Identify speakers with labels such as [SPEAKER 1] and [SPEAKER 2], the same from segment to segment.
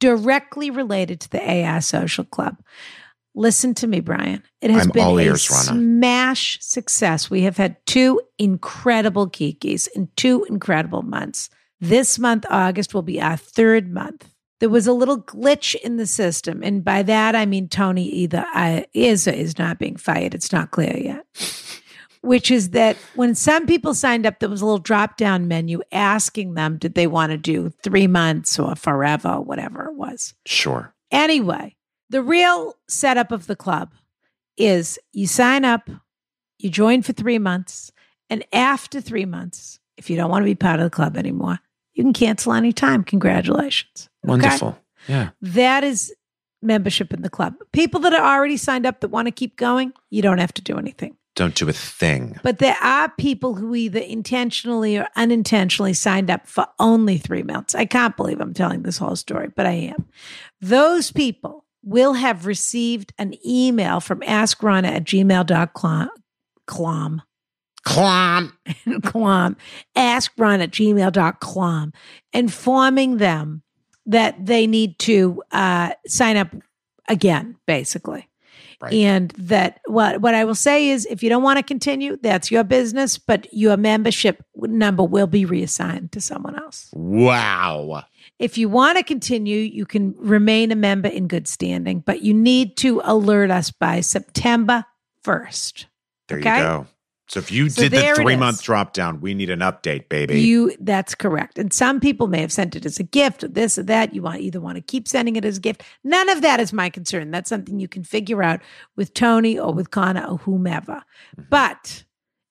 [SPEAKER 1] directly related to the AI Social Club. Listen to me, Brian. It has
[SPEAKER 2] I'm
[SPEAKER 1] been
[SPEAKER 2] all
[SPEAKER 1] a
[SPEAKER 2] ears, Rana.
[SPEAKER 1] smash success. We have had two incredible Kikis in two incredible months. This month, August, will be our third month. There was a little glitch in the system. And by that, I mean Tony either uh, is or is not being fired. It's not clear yet. which is that when some people signed up, there was a little drop down menu asking them, did they want to do three months or forever, whatever it was.
[SPEAKER 2] Sure.
[SPEAKER 1] Anyway, the real setup of the club is you sign up, you join for three months, and after three months, if you don't want to be part of the club anymore, you can cancel anytime. Congratulations. Okay?
[SPEAKER 2] Wonderful. Yeah.
[SPEAKER 1] That is membership in the club. People that are already signed up that want to keep going, you don't have to do anything.
[SPEAKER 2] Don't do a thing.
[SPEAKER 1] But there are people who either intentionally or unintentionally signed up for only three months. I can't believe I'm telling this whole story, but I am. Those people will have received an email from askrana at gmail.com. Clom.
[SPEAKER 2] Clomp.
[SPEAKER 1] Clom. Askron at gmail.com informing them that they need to uh, sign up again, basically.
[SPEAKER 2] Right.
[SPEAKER 1] And that what what I will say is, if you don't want to continue, that's your business. But your membership number will be reassigned to someone else.
[SPEAKER 2] Wow.
[SPEAKER 1] If you want to continue, you can remain a member in good standing, but you need to alert us by September first.
[SPEAKER 2] There
[SPEAKER 1] Okay.
[SPEAKER 2] you go. So if you
[SPEAKER 1] So
[SPEAKER 2] did
[SPEAKER 1] there
[SPEAKER 2] the
[SPEAKER 1] it
[SPEAKER 2] three month
[SPEAKER 1] is.
[SPEAKER 2] drop down, we need an update, baby.
[SPEAKER 1] You that's correct. And some people may have sent it as a gift or this or that. You want either want to keep sending it as a gift. None of that is my concern. That's something you can figure out with Tony or with Connor or whomever. But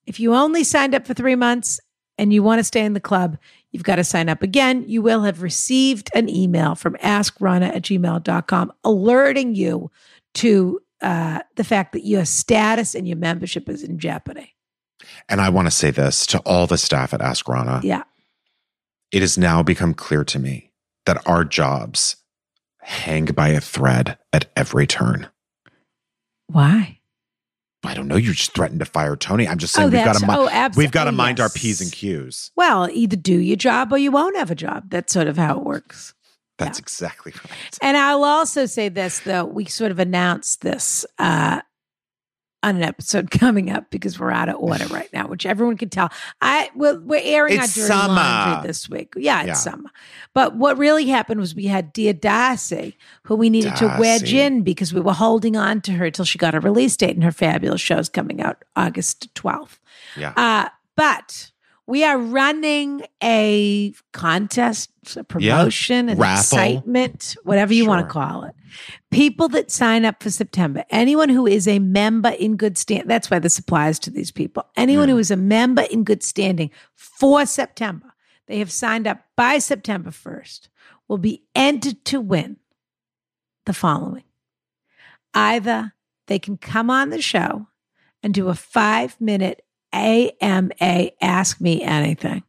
[SPEAKER 1] if you only signed up for three months and you want to stay in the club, you've got to sign up again. You will have received an email from askrana at gmail.com alerting you to uh, the fact that your status and your membership is in jeopardy.
[SPEAKER 2] and I want to say this to all the staff at Ask Rana.
[SPEAKER 1] Yeah.
[SPEAKER 2] It has now become clear to me that our jobs hang by a thread at every turn.
[SPEAKER 1] Why?
[SPEAKER 2] I don't know. You just threatened to fire Tony. I'm just saying we've got
[SPEAKER 1] that's-
[SPEAKER 2] to mi-
[SPEAKER 1] oh, abso-
[SPEAKER 2] we've got to
[SPEAKER 1] oh,
[SPEAKER 2] mind our
[SPEAKER 1] yes.
[SPEAKER 2] p's and q's.
[SPEAKER 1] Well, either do your job or you won't have a job. That's sort of how it works.
[SPEAKER 2] That's
[SPEAKER 1] Yeah.
[SPEAKER 2] exactly right.
[SPEAKER 1] And I'll also say this, though. We sort of announced this uh, on an episode coming up because we're out of order right now, which everyone can tell. I we're, we're airing
[SPEAKER 2] It's
[SPEAKER 1] our dirty
[SPEAKER 2] summer.
[SPEAKER 1] laundry this week. Yeah, it's
[SPEAKER 2] Yeah.
[SPEAKER 1] summer. But what really happened was we had Dear Darcy, who we needed to wedge
[SPEAKER 2] Darcy.
[SPEAKER 1] in because we were holding on to her till she got a release date, and her fabulous show's coming out August twelfth.
[SPEAKER 2] Yeah.
[SPEAKER 1] Uh, but we are running a contest, a promotion, an
[SPEAKER 2] Raffle.
[SPEAKER 1] excitement, whatever you want
[SPEAKER 2] Sure.
[SPEAKER 1] to call it. People that sign up for September, anyone who is a member in good stand, that's why this applies to these people. Anyone who is a member in good standing for September, they have signed up by September 1st, will be entered to win the following. Either they can come on the show and do a five minute AMA Ask Me Anything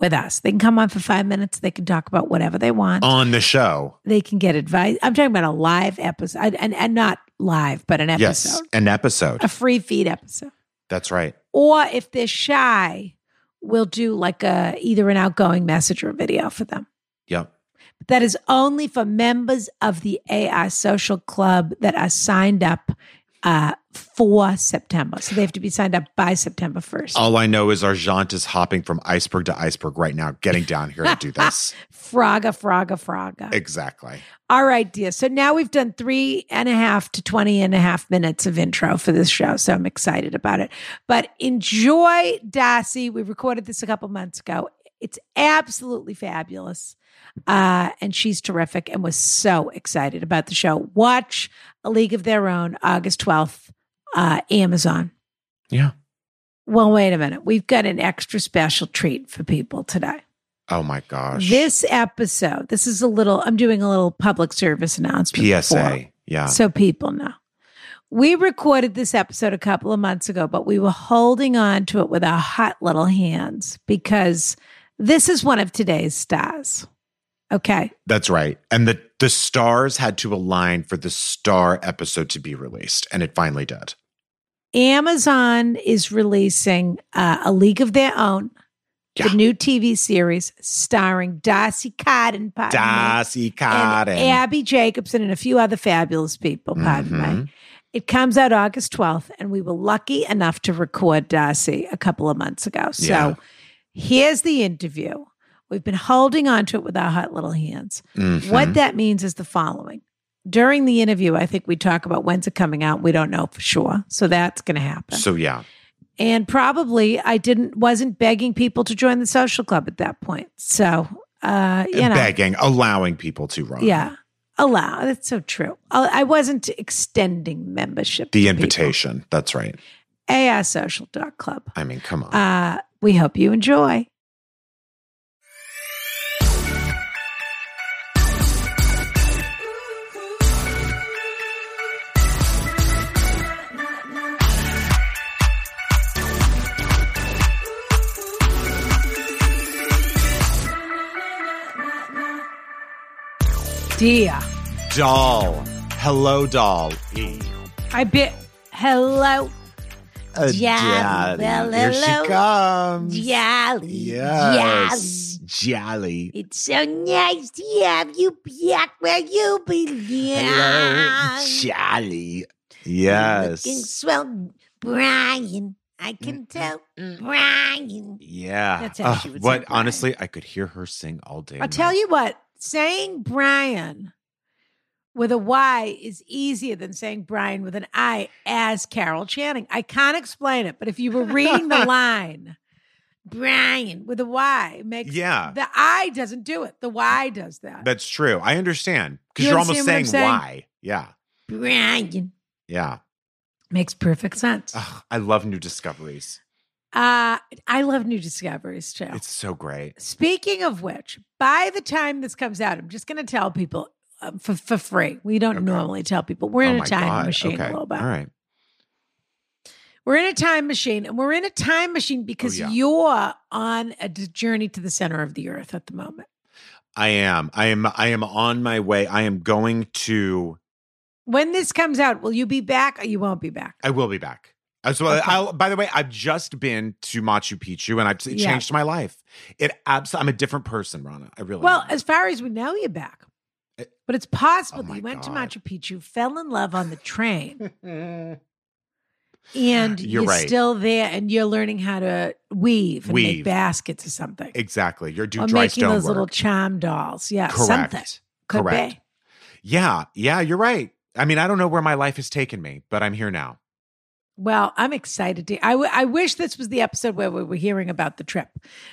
[SPEAKER 1] with us. They can come on for five minutes. They can talk about whatever they want.
[SPEAKER 2] On the show.
[SPEAKER 1] they can get advice. I'm talking about a live episode, and, and not live, but an episode,
[SPEAKER 2] Yes. An episode.
[SPEAKER 1] a free feed episode.
[SPEAKER 2] That's right.
[SPEAKER 1] Or if they're shy, we'll do like a either an outgoing message or a video for them.
[SPEAKER 2] Yep.
[SPEAKER 1] But that is only for members of the AI Social Club that are signed up uh, for September. So they have to be signed up by September 1st.
[SPEAKER 2] All I know is Argent is hopping from iceberg to iceberg right now, getting down here to do this.
[SPEAKER 1] Frogga, frogga, frogga.
[SPEAKER 2] exactly.
[SPEAKER 1] All right, dear. So now we've done three and a half to 20 and a half minutes of intro for this show. So I'm excited about it. But enjoy Darcy. We recorded this a couple months ago. It's absolutely fabulous. Uh, and she's terrific and was so excited about the show. Watch A League of Their Own, August 12th, uh, Amazon.
[SPEAKER 2] Yeah.
[SPEAKER 1] Well, wait a minute. We've got an extra special treat for people today.
[SPEAKER 2] Oh my gosh.
[SPEAKER 1] This episode, this is a little, I'm doing a little public service announcement.
[SPEAKER 2] PSA.
[SPEAKER 1] for-
[SPEAKER 2] Yeah.
[SPEAKER 1] so people know. We recorded this episode a couple of months ago, but we were holding on to it with our hot little hands because this is one of today's stars. Okay.
[SPEAKER 2] That's right. And the the stars had to align for the star episode to be released, and it finally did.
[SPEAKER 1] Amazon is releasing uh, A League of Their Own,
[SPEAKER 2] Yeah.
[SPEAKER 1] the new TV series starring Darcy Cotton, pardon me,
[SPEAKER 2] Darcy
[SPEAKER 1] and
[SPEAKER 2] Carden.
[SPEAKER 1] Abby Jacobson, and a few other fabulous people, pardon
[SPEAKER 2] Mhm.
[SPEAKER 1] me. It comes out August 12th, and we were lucky enough to record Darcy a couple of months ago. So
[SPEAKER 2] Yeah.
[SPEAKER 1] here's the interview. We've been holding on to it with our hot little hands.
[SPEAKER 2] Mhm.
[SPEAKER 1] What that means is the following. During the interview, I think we talk about when's it coming out. We don't know for sure. So that's going to happen.
[SPEAKER 2] So yeah.
[SPEAKER 1] and probably I didn't wasn't begging people to join the social club at that point. So uh, you know,
[SPEAKER 2] begging, allowing people to run.
[SPEAKER 1] yeah, allow. That's so true. I, I wasn't extending membership.
[SPEAKER 2] The
[SPEAKER 1] to people.
[SPEAKER 2] invitation. That's right.
[SPEAKER 1] AISocial.club.
[SPEAKER 2] I mean, come on.
[SPEAKER 1] Uh, we hope you enjoy. Dear,
[SPEAKER 2] doll. Hello, doll. E.
[SPEAKER 1] I bit. Hello,
[SPEAKER 2] A
[SPEAKER 1] Yeah,
[SPEAKER 2] jolly.
[SPEAKER 1] well,
[SPEAKER 2] Here
[SPEAKER 1] hello.
[SPEAKER 2] she comes.
[SPEAKER 1] Jolly.
[SPEAKER 2] Yes. Jolly.
[SPEAKER 1] It's so nice to have you back where you belong.
[SPEAKER 2] Hello, Jolly.
[SPEAKER 1] Looking
[SPEAKER 2] Yes.
[SPEAKER 1] swell, Brian. I
[SPEAKER 2] Mm,
[SPEAKER 1] can tell, Brian.
[SPEAKER 2] Yeah.
[SPEAKER 1] That's how she would say
[SPEAKER 2] Ah, what
[SPEAKER 1] Brian.
[SPEAKER 2] honestly, I could hear her sing all day.
[SPEAKER 1] I'll tell you what, saying Brian with a Y is easier than saying Brian with an I as Carol Channing. I can't explain it, but if you were reading the line, Brian with a Y makes
[SPEAKER 2] Yeah.
[SPEAKER 1] the I doesn't do it. The Y does that.
[SPEAKER 2] That's true. I understand because
[SPEAKER 1] You
[SPEAKER 2] you're almost
[SPEAKER 1] understand
[SPEAKER 2] saying,
[SPEAKER 1] what I'm
[SPEAKER 2] why. Yeah.
[SPEAKER 1] Brian
[SPEAKER 2] Yeah.
[SPEAKER 1] makes perfect sense.
[SPEAKER 2] Ugh, I love new discoveries.
[SPEAKER 1] Uh, I love new discoveries too.
[SPEAKER 2] It's so great.
[SPEAKER 1] Speaking of which, by the time this comes out, I'm just going to tell people uh, for, for free. We don't
[SPEAKER 2] Okay.
[SPEAKER 1] normally tell people. We're in
[SPEAKER 2] oh
[SPEAKER 1] a
[SPEAKER 2] my
[SPEAKER 1] time
[SPEAKER 2] God.
[SPEAKER 1] machine
[SPEAKER 2] okay.
[SPEAKER 1] a little bit.
[SPEAKER 2] All right.
[SPEAKER 1] We're in a time machine, and we're in a time machine because
[SPEAKER 2] Oh, yeah.
[SPEAKER 1] you're on a d- journey to the center of the earth at the moment.
[SPEAKER 2] I am. I am. I am on my way. I am going to.
[SPEAKER 1] When this comes out, will you be back or you won't be back?
[SPEAKER 2] I will be back. As well,
[SPEAKER 1] Okay.
[SPEAKER 2] I'll, by the way, I've just been to Machu Picchu and I've, it
[SPEAKER 1] Yeah.
[SPEAKER 2] changed my life. It abs- I'm a different person, Rana. I really.
[SPEAKER 1] Well,
[SPEAKER 2] am.
[SPEAKER 1] as far as we know, you're back.
[SPEAKER 2] Eh,
[SPEAKER 1] But it's possible
[SPEAKER 2] oh
[SPEAKER 1] that
[SPEAKER 2] my
[SPEAKER 1] you went to
[SPEAKER 2] God.
[SPEAKER 1] Machu Picchu, fell in love on the train, and
[SPEAKER 2] You're
[SPEAKER 1] you're,
[SPEAKER 2] right.
[SPEAKER 1] still there, and you're learning how to weave and
[SPEAKER 2] Weave.
[SPEAKER 1] make baskets or something.
[SPEAKER 2] exactly. You're doing
[SPEAKER 1] or
[SPEAKER 2] dry
[SPEAKER 1] making
[SPEAKER 2] stone
[SPEAKER 1] those
[SPEAKER 2] work.
[SPEAKER 1] little charm dolls. Yeah,
[SPEAKER 2] Correct.
[SPEAKER 1] something could
[SPEAKER 2] Correct.
[SPEAKER 1] be.
[SPEAKER 2] Yeah. Yeah. You're right. I mean, I don't know where my life has taken me, but I'm here now.
[SPEAKER 1] Well, I'm excited to. I, w- I wish this was the episode where we were hearing about the trip,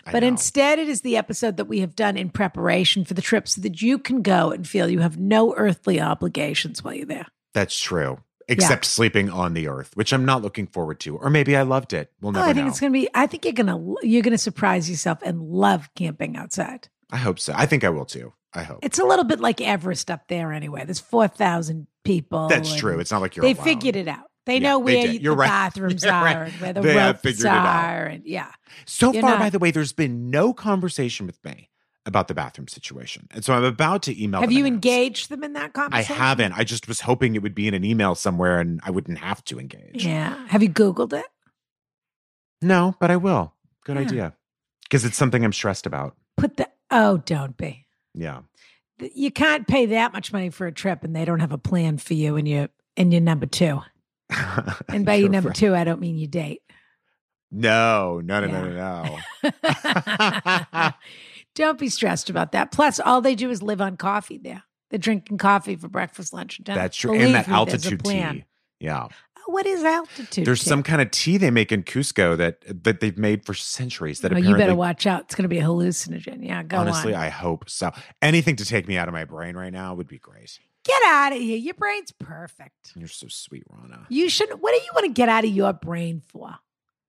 [SPEAKER 2] I
[SPEAKER 1] but
[SPEAKER 2] know.
[SPEAKER 1] instead it is the episode that we have done in preparation for the trip, so that you can go and feel you have no earthly obligations while you're there.
[SPEAKER 2] that's true. Except sleeping on the earth, which I'm not looking forward to. Or maybe I loved it.
[SPEAKER 1] Oh,
[SPEAKER 2] We'll never
[SPEAKER 1] I think
[SPEAKER 2] know.
[SPEAKER 1] it's gonna be. I think you're gonna lo- you're gonna surprise yourself and love camping outside.
[SPEAKER 2] I hope so. I think I will too. I hope.
[SPEAKER 1] It's a little bit like Everest up there anyway. There's four thousand people.
[SPEAKER 2] That's
[SPEAKER 1] and
[SPEAKER 2] true. It's not like you're
[SPEAKER 1] they
[SPEAKER 2] alone.
[SPEAKER 1] figured it out. They
[SPEAKER 2] Yeah,
[SPEAKER 1] know
[SPEAKER 2] they
[SPEAKER 1] where
[SPEAKER 2] did.
[SPEAKER 1] you-
[SPEAKER 2] You're
[SPEAKER 1] the
[SPEAKER 2] right.
[SPEAKER 1] bathrooms
[SPEAKER 2] You're
[SPEAKER 1] are
[SPEAKER 2] right.
[SPEAKER 1] and where the
[SPEAKER 2] They have
[SPEAKER 1] ropes
[SPEAKER 2] figured it out.
[SPEAKER 1] are, and yeah.
[SPEAKER 2] So
[SPEAKER 1] You're
[SPEAKER 2] far,
[SPEAKER 1] not-
[SPEAKER 2] by the way, there's been no conversation with me about the bathroom situation. And so I'm about to email.
[SPEAKER 1] Have
[SPEAKER 2] them
[SPEAKER 1] you
[SPEAKER 2] and ask.
[SPEAKER 1] engaged them in that
[SPEAKER 2] I
[SPEAKER 1] conversation?
[SPEAKER 2] haven't. I just was hoping it would be in an email somewhere and I wouldn't have to engage.
[SPEAKER 1] Yeah. Have you Googled it?
[SPEAKER 2] No, but I will. Good
[SPEAKER 1] Yeah.
[SPEAKER 2] idea. Because it's something I'm stressed about.
[SPEAKER 1] Put the oh, don't be.
[SPEAKER 2] Yeah.
[SPEAKER 1] Th- You can't pay that much money for a trip, and they don't have a plan for you and your and your number two. And by your
[SPEAKER 2] You're
[SPEAKER 1] number
[SPEAKER 2] right.
[SPEAKER 1] two, I don't mean your date.
[SPEAKER 2] No, no, no, no, no, no.
[SPEAKER 1] don't be stressed about that. Plus, all they do is live on coffee there. They're drinking coffee for breakfast, lunch, and dinner.
[SPEAKER 2] That's true.
[SPEAKER 1] Believe
[SPEAKER 2] and that
[SPEAKER 1] me, there's a
[SPEAKER 2] altitude
[SPEAKER 1] plan.
[SPEAKER 2] tea. Yeah.
[SPEAKER 1] Oh, What is altitude?
[SPEAKER 2] There's
[SPEAKER 1] tea?
[SPEAKER 2] some kind of tea they make in Cusco that that they've made for centuries that
[SPEAKER 1] Oh, you
[SPEAKER 2] apparently
[SPEAKER 1] better watch out. It's going to be a hallucinogen. Yeah, go
[SPEAKER 2] Honestly,
[SPEAKER 1] on.
[SPEAKER 2] I hope so. Anything to take me out of my brain right now would be great.
[SPEAKER 1] Get out of here. Your brain's perfect.
[SPEAKER 2] You're so sweet, Rana.
[SPEAKER 1] You should. What do you want to get out of your brain for?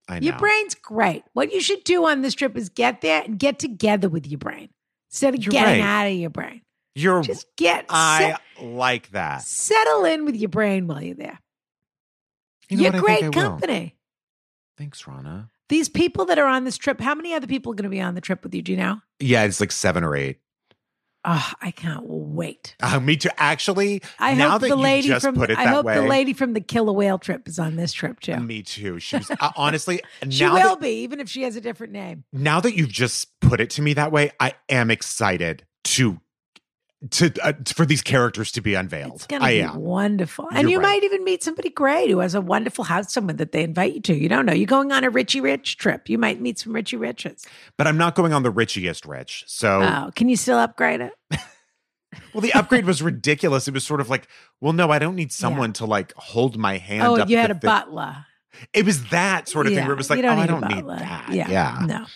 [SPEAKER 2] I know.
[SPEAKER 1] Your brain's great. What you should do on this trip is get there and get together with your brain instead of
[SPEAKER 2] You're
[SPEAKER 1] getting
[SPEAKER 2] right.
[SPEAKER 1] out of your brain.
[SPEAKER 2] You're.
[SPEAKER 1] Just get
[SPEAKER 2] I uh,
[SPEAKER 1] set-
[SPEAKER 2] like that.
[SPEAKER 1] settle in with your brain while you're there.
[SPEAKER 2] You know
[SPEAKER 1] are
[SPEAKER 2] what? I think
[SPEAKER 1] great
[SPEAKER 2] I will.
[SPEAKER 1] company.
[SPEAKER 2] Thanks, Rana.
[SPEAKER 1] These people that are on this trip, how many other people are going to be on the trip with you? Do you know?
[SPEAKER 2] Yeah, it's like seven or eight.
[SPEAKER 1] Oh, I can't wait.
[SPEAKER 2] Uh, me too. Actually,
[SPEAKER 1] I
[SPEAKER 2] now
[SPEAKER 1] hope
[SPEAKER 2] that
[SPEAKER 1] the
[SPEAKER 2] you
[SPEAKER 1] lady
[SPEAKER 2] just
[SPEAKER 1] from
[SPEAKER 2] put it
[SPEAKER 1] I
[SPEAKER 2] that
[SPEAKER 1] hope the
[SPEAKER 2] way.
[SPEAKER 1] lady from the killer whale trip is on this trip too.
[SPEAKER 2] me too. She was uh, honestly.
[SPEAKER 1] she
[SPEAKER 2] now
[SPEAKER 1] will
[SPEAKER 2] that
[SPEAKER 1] be, even if she has a different name.
[SPEAKER 2] now that you've just put it to me that way, I am excited to to uh, for these characters to be unveiled.
[SPEAKER 1] It's gonna
[SPEAKER 2] I
[SPEAKER 1] be
[SPEAKER 2] am.
[SPEAKER 1] wonderful, and
[SPEAKER 2] You're
[SPEAKER 1] you
[SPEAKER 2] right.
[SPEAKER 1] might even meet somebody great who has a wonderful house. Someone that they invite you to. You don't know. You're going on a Richie Rich trip. You might meet some Richie Riches.
[SPEAKER 2] But I'm not going on the richiest rich. So,
[SPEAKER 1] Oh, can you still upgrade it?
[SPEAKER 2] well, the upgrade was ridiculous. It was sort of like, well, no, I don't need someone to like hold my hand.
[SPEAKER 1] Oh,
[SPEAKER 2] up
[SPEAKER 1] you had
[SPEAKER 2] the
[SPEAKER 1] a
[SPEAKER 2] thing.
[SPEAKER 1] butler.
[SPEAKER 2] It was that sort of thing where it was
[SPEAKER 1] you
[SPEAKER 2] like, oh, I
[SPEAKER 1] need a
[SPEAKER 2] don't need
[SPEAKER 1] butler.
[SPEAKER 2] that.
[SPEAKER 1] Yeah.
[SPEAKER 2] Yeah.
[SPEAKER 1] no,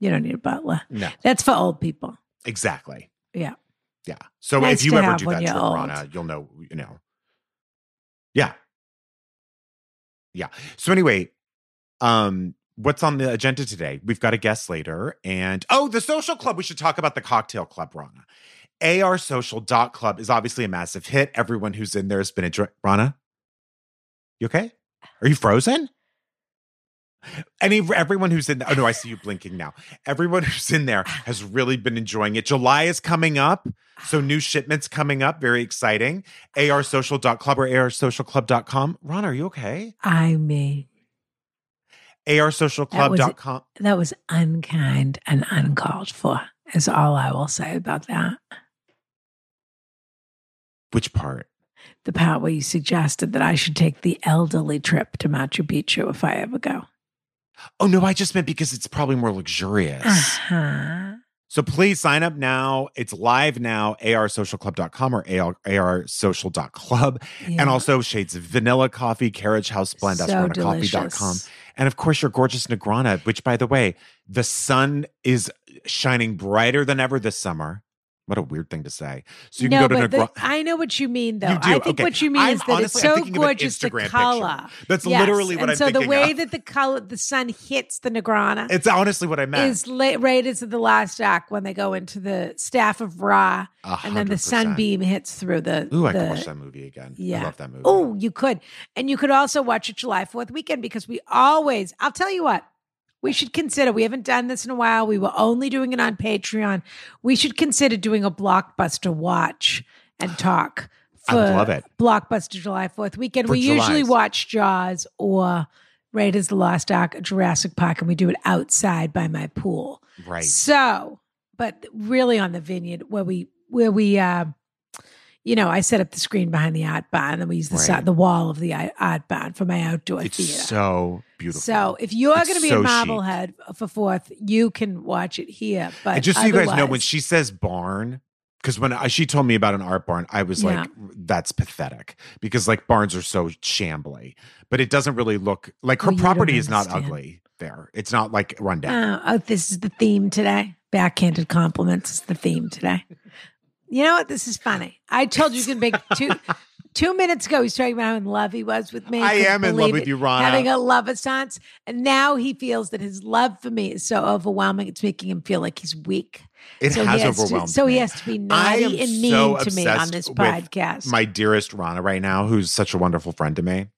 [SPEAKER 1] you don't need a butler.
[SPEAKER 2] No,
[SPEAKER 1] That's for old people.
[SPEAKER 2] exactly.
[SPEAKER 1] Yeah.
[SPEAKER 2] Yeah. So
[SPEAKER 1] Nice
[SPEAKER 2] if you
[SPEAKER 1] to
[SPEAKER 2] ever
[SPEAKER 1] have
[SPEAKER 2] do
[SPEAKER 1] when
[SPEAKER 2] that
[SPEAKER 1] you're
[SPEAKER 2] trip,
[SPEAKER 1] old.
[SPEAKER 2] Rana, you'll know, you know. Yeah. Yeah. So anyway, um, what's on the agenda today? We've got a guest later and oh, the social club. We should talk about the cocktail club, Rana. ARSocial.club is obviously a massive hit. Everyone who's in there has been enjoying. Rana, you okay? Are you frozen? Any everyone who's in oh no, I see you blinking now. Everyone who's in there
[SPEAKER 1] Ah.
[SPEAKER 2] has really been enjoying it. July is coming up, so new shipments coming up. Very exciting. ARSocial.club or ARSocialClub.com. Ron, are you okay?
[SPEAKER 1] I mean,
[SPEAKER 2] ARSocialClub.com.
[SPEAKER 1] that was unkind and uncalled for. Is all I will say about that.
[SPEAKER 2] Which part?
[SPEAKER 1] The part where you suggested that I should take the elderly trip to Machu Picchu if I ever go.
[SPEAKER 2] Oh no, I just meant because it's probably more luxurious.
[SPEAKER 1] Uh-huh.
[SPEAKER 2] So please sign up now. It's live now, arsocialclub.com or AR, arsocial.club.
[SPEAKER 1] Yeah.
[SPEAKER 2] And also Shades of Vanilla Coffee, Carriage House Blend,
[SPEAKER 1] So
[SPEAKER 2] AstronaCoffee.com.
[SPEAKER 1] delicious.
[SPEAKER 2] And of course, your gorgeous Negrana, which, by the way, the sun is shining brighter than ever this summer. What a weird thing to say. So you can
[SPEAKER 1] no,
[SPEAKER 2] go to
[SPEAKER 1] but the-
[SPEAKER 2] Negrana.
[SPEAKER 1] I know what you mean, though.
[SPEAKER 2] You do?
[SPEAKER 1] I think
[SPEAKER 2] Okay.
[SPEAKER 1] what you mean
[SPEAKER 2] I'm
[SPEAKER 1] is that
[SPEAKER 2] honestly-
[SPEAKER 1] it's
[SPEAKER 2] I'm
[SPEAKER 1] so
[SPEAKER 2] thinking of an
[SPEAKER 1] gorgeous, the
[SPEAKER 2] Instagram picture.
[SPEAKER 1] color.
[SPEAKER 2] That's
[SPEAKER 1] Yes,
[SPEAKER 2] literally what
[SPEAKER 1] and
[SPEAKER 2] I'm
[SPEAKER 1] so the
[SPEAKER 2] thinking
[SPEAKER 1] way
[SPEAKER 2] of.
[SPEAKER 1] that the color, the sun hits the Negrana,
[SPEAKER 2] It's honestly what I meant.
[SPEAKER 1] is la- right into the last act when they go into the staff of Ra,
[SPEAKER 2] A
[SPEAKER 1] and then the
[SPEAKER 2] 100%.
[SPEAKER 1] sunbeam hits through the.
[SPEAKER 2] Ooh, I
[SPEAKER 1] the,
[SPEAKER 2] could watch that movie again. I
[SPEAKER 1] Yeah.
[SPEAKER 2] love that movie.
[SPEAKER 1] Oh, you could, and you could also watch it July Fourth weekend because we always. I'll tell you what. We should consider. We haven't done this in a while. We were only doing it on Patreon. We should consider doing a blockbuster watch and talk.
[SPEAKER 2] I would love it.
[SPEAKER 1] Blockbuster July Fourth weekend.
[SPEAKER 2] For
[SPEAKER 1] we usually
[SPEAKER 2] July's.
[SPEAKER 1] watch Jaws or Raiders of the Lost Ark, or Jurassic Park, and we do it outside by my pool.
[SPEAKER 2] Right.
[SPEAKER 1] So, but really on the vineyard where we where we uh you know, I set up the screen behind the art barn and we use the si-
[SPEAKER 2] Right.
[SPEAKER 1] the wall of the i- art barn for my outdoor
[SPEAKER 2] It's
[SPEAKER 1] theater.
[SPEAKER 2] so beautiful.
[SPEAKER 1] So if you're
[SPEAKER 2] It's
[SPEAKER 1] going to be
[SPEAKER 2] so
[SPEAKER 1] in
[SPEAKER 2] chic.
[SPEAKER 1] Marblehead for fourth, you can watch it here. But
[SPEAKER 2] And just so you guys know, when
[SPEAKER 1] otherwise-
[SPEAKER 2] she says barn, because when I, she told me about an art barn, I was like, that's pathetic because like barns are so shambly, but it doesn't really look like her
[SPEAKER 1] Well, Oh, you don't
[SPEAKER 2] property is not
[SPEAKER 1] understand.
[SPEAKER 2] ugly there. It's not like run down.
[SPEAKER 1] oh, oh, this is the theme today. Backhanded compliments is the theme today. You know what? This is funny. I told you you can make two two minutes ago. He's talking about how in love he was with me.
[SPEAKER 2] I
[SPEAKER 1] Couldn't
[SPEAKER 2] am in love
[SPEAKER 1] believe
[SPEAKER 2] with
[SPEAKER 1] it.
[SPEAKER 2] you, Rana.
[SPEAKER 1] having a love assance. And now he feels that his love for me is so overwhelming, it's making him feel like he's weak.
[SPEAKER 2] it
[SPEAKER 1] so
[SPEAKER 2] has
[SPEAKER 1] he has
[SPEAKER 2] overwhelmed
[SPEAKER 1] To, so
[SPEAKER 2] me.
[SPEAKER 1] he has to be
[SPEAKER 2] I
[SPEAKER 1] naughty
[SPEAKER 2] am
[SPEAKER 1] and mean
[SPEAKER 2] so
[SPEAKER 1] to me on
[SPEAKER 2] obsessed
[SPEAKER 1] this
[SPEAKER 2] with
[SPEAKER 1] podcast.
[SPEAKER 2] my dearest Rana right now, who's such a wonderful friend to me.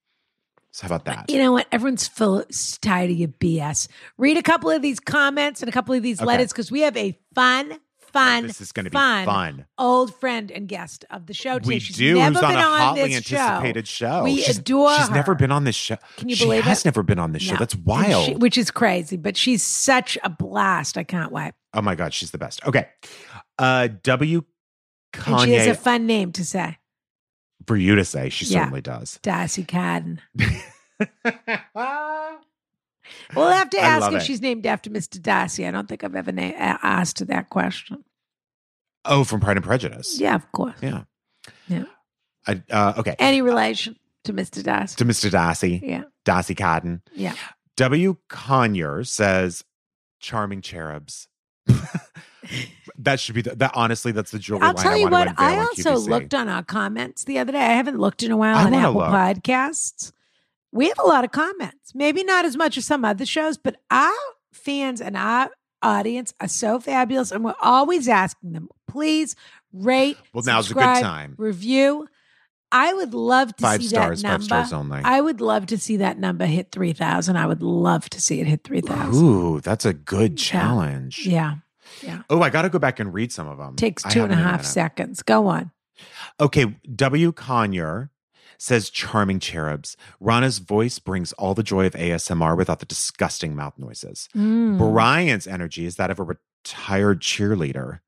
[SPEAKER 2] So how about that?
[SPEAKER 1] you know what? Everyone's full, s- tired of your BS. Read a couple of these comments and a couple of these
[SPEAKER 2] Okay.
[SPEAKER 1] letters because we have a fun, fun,
[SPEAKER 2] this is going to be
[SPEAKER 1] fun,
[SPEAKER 2] fun.
[SPEAKER 1] old friend and guest of the show today.
[SPEAKER 2] We
[SPEAKER 1] She's
[SPEAKER 2] do.
[SPEAKER 1] Never
[SPEAKER 2] Who's on
[SPEAKER 1] been
[SPEAKER 2] a
[SPEAKER 1] on
[SPEAKER 2] hotly
[SPEAKER 1] this
[SPEAKER 2] anticipated show?
[SPEAKER 1] We
[SPEAKER 2] she's,
[SPEAKER 1] adore
[SPEAKER 2] She's never
[SPEAKER 1] her.
[SPEAKER 2] been on this show.
[SPEAKER 1] Can you
[SPEAKER 2] she
[SPEAKER 1] believe
[SPEAKER 2] has
[SPEAKER 1] it?
[SPEAKER 2] never been on this show.
[SPEAKER 1] No.
[SPEAKER 2] That's
[SPEAKER 1] And she-
[SPEAKER 2] wild.
[SPEAKER 1] which is crazy, but she's such a blast. I can't wait.
[SPEAKER 2] Oh my God, she's the best. Okay. Uh W
[SPEAKER 1] And she has
[SPEAKER 2] Kanye
[SPEAKER 1] a fun name to say,
[SPEAKER 2] for you to say, she
[SPEAKER 1] Yeah.
[SPEAKER 2] certainly does.
[SPEAKER 1] Darcy Cadden. We'll have to
[SPEAKER 2] I
[SPEAKER 1] ask
[SPEAKER 2] love
[SPEAKER 1] if
[SPEAKER 2] it.
[SPEAKER 1] she's named after Mr. Darcy. I don't think I've ever na- a- asked her that question.
[SPEAKER 2] oh, from Pride and Prejudice.
[SPEAKER 1] Yeah, of course.
[SPEAKER 2] Yeah.
[SPEAKER 1] Yeah.
[SPEAKER 2] I, uh, okay.
[SPEAKER 1] Any relation to Mr. Darcy?
[SPEAKER 2] to Mr. Darcy,
[SPEAKER 1] Yeah,
[SPEAKER 2] Darcy Cotton.
[SPEAKER 1] yeah.
[SPEAKER 2] W. Conyer says, "Charming cherubs." that should be the, that. Honestly, that's the jewelry
[SPEAKER 1] I'll
[SPEAKER 2] line
[SPEAKER 1] tell
[SPEAKER 2] I
[SPEAKER 1] you
[SPEAKER 2] want
[SPEAKER 1] what.
[SPEAKER 2] to unveil
[SPEAKER 1] I
[SPEAKER 2] on
[SPEAKER 1] also
[SPEAKER 2] QVC.
[SPEAKER 1] looked on our comments the other day. I haven't looked in a while
[SPEAKER 2] I
[SPEAKER 1] on
[SPEAKER 2] wanna
[SPEAKER 1] Apple
[SPEAKER 2] look.
[SPEAKER 1] Podcasts. we have a lot of comments. Maybe not as much as some other shows, but our fans and our audience are so fabulous, and we're always asking them, please rate,
[SPEAKER 2] Well, now's a good
[SPEAKER 1] subscribe,
[SPEAKER 2] time.
[SPEAKER 1] review. I would love to
[SPEAKER 2] Five
[SPEAKER 1] see
[SPEAKER 2] stars,
[SPEAKER 1] that
[SPEAKER 2] five
[SPEAKER 1] number.
[SPEAKER 2] stars only.
[SPEAKER 1] I would love to see that number hit three thousand. I would love to see it hit three thousand.
[SPEAKER 2] Ooh, that's a good
[SPEAKER 1] Yeah.
[SPEAKER 2] challenge.
[SPEAKER 1] Yeah,
[SPEAKER 2] Oh, I got to go back and read some of them.
[SPEAKER 1] takes
[SPEAKER 2] I
[SPEAKER 1] two and a
[SPEAKER 2] haven't in
[SPEAKER 1] half
[SPEAKER 2] minute.
[SPEAKER 1] seconds. Go on.
[SPEAKER 2] Okay, W. Conyer says, charming cherubs. Rana's voice brings all the joy of ASMR without the disgusting mouth noises.
[SPEAKER 1] Mm.
[SPEAKER 2] Brian's energy is that of a retired cheerleader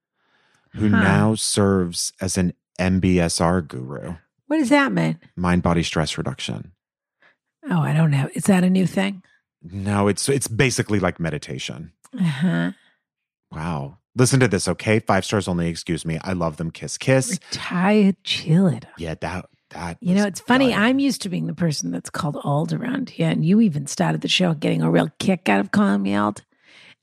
[SPEAKER 2] who
[SPEAKER 1] Huh.
[SPEAKER 2] now serves as an MBSR guru,
[SPEAKER 1] What does that mean?
[SPEAKER 2] mind body stress reduction.
[SPEAKER 1] Oh, I don't know. Is that a new thing?
[SPEAKER 2] No, it's it's basically like meditation.
[SPEAKER 1] Uh-huh.
[SPEAKER 2] Wow. Listen to this, okay? Five stars only, excuse me. I love them. Kiss, kiss.
[SPEAKER 1] Retired cheerleader.
[SPEAKER 2] Yeah, that that
[SPEAKER 1] You know,
[SPEAKER 2] was
[SPEAKER 1] it's funny.
[SPEAKER 2] brilliant.
[SPEAKER 1] I'm used to being the person that's called old around here, and you even started the show getting a real kick out of calling me old.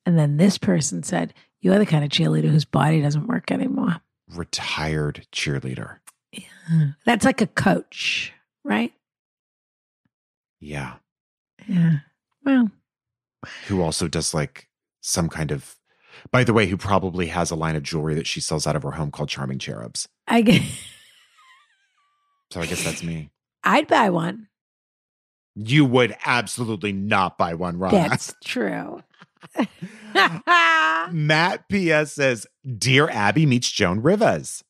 [SPEAKER 1] And then this person said, "You're the kind of cheerleader whose body doesn't work anymore."
[SPEAKER 2] retired cheerleader.
[SPEAKER 1] That's like a coach, right?
[SPEAKER 2] Yeah.
[SPEAKER 1] Yeah. Well,
[SPEAKER 2] Who also does like some kind of by the way, who probably has a line of jewelry that she sells out of her home called Charming Cherubs.
[SPEAKER 1] I guess
[SPEAKER 2] So I guess that's me.
[SPEAKER 1] I'd buy one.
[SPEAKER 2] You would absolutely not buy one, Rana.
[SPEAKER 1] That's true.
[SPEAKER 2] Matt P.S. says, Dear Abby meets Joan Rivas.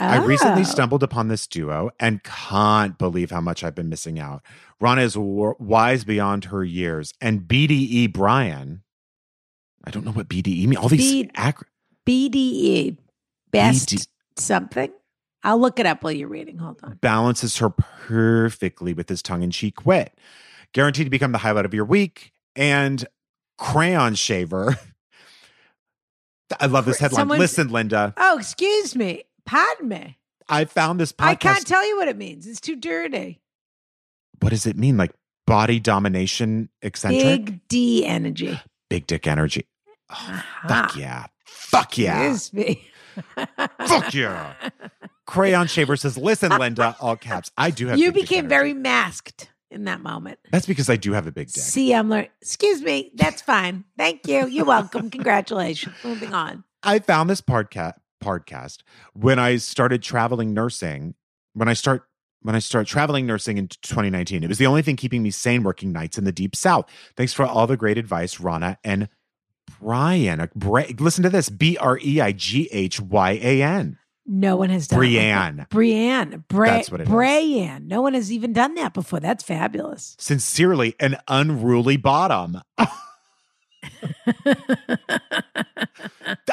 [SPEAKER 2] I recently
[SPEAKER 1] Oh.
[SPEAKER 2] stumbled upon this duo and can't believe how much I've been missing out. Rana is wa- wise beyond her years, and BDE Brian. I don't know what BDE means. All these
[SPEAKER 1] B-
[SPEAKER 2] acro-
[SPEAKER 1] BDE, best
[SPEAKER 2] BD
[SPEAKER 1] something. I'll look it up while you're reading. Hold on.
[SPEAKER 2] balances her perfectly with his tongue in cheek wit. Guaranteed to become the highlight of your week. And Crayon Shaver. I love this
[SPEAKER 1] Cra-
[SPEAKER 2] headline.
[SPEAKER 1] someone's-
[SPEAKER 2] Listen, Linda,
[SPEAKER 1] Oh, excuse me. Pardon me.
[SPEAKER 2] I found this podcast.
[SPEAKER 1] I can't tell you what it means. It's too dirty.
[SPEAKER 2] what does it mean? Like body domination eccentric?
[SPEAKER 1] Big D energy.
[SPEAKER 2] Big dick energy. Oh, Fuck
[SPEAKER 1] Aha.
[SPEAKER 2] yeah. Fuck yeah.
[SPEAKER 1] Excuse me.
[SPEAKER 2] Fuck yeah. Crayon Shaver says, listen, Linda, all caps. I do have
[SPEAKER 1] You
[SPEAKER 2] big dick
[SPEAKER 1] became
[SPEAKER 2] energy."
[SPEAKER 1] very masked in that moment.
[SPEAKER 2] That's because I do have a big dick.
[SPEAKER 1] See, I'm learning. Excuse me. That's fine. Thank you. You're welcome. Congratulations. Moving on.
[SPEAKER 2] I found this podcast podcast when I started traveling nursing. When I start when I start traveling nursing in 2019, it was the only thing keeping me sane working nights in the deep south. Thanks for all the great advice, Rana and Brian. Uh, Bra- listen to this: B R E I G H Y A N.
[SPEAKER 1] No one has done it like that.
[SPEAKER 2] Brianne.
[SPEAKER 1] Brianne. Bra-
[SPEAKER 2] That's what it is.
[SPEAKER 1] Brianne. No one has even done that before. That's fabulous.
[SPEAKER 2] Sincerely, an unruly bottom.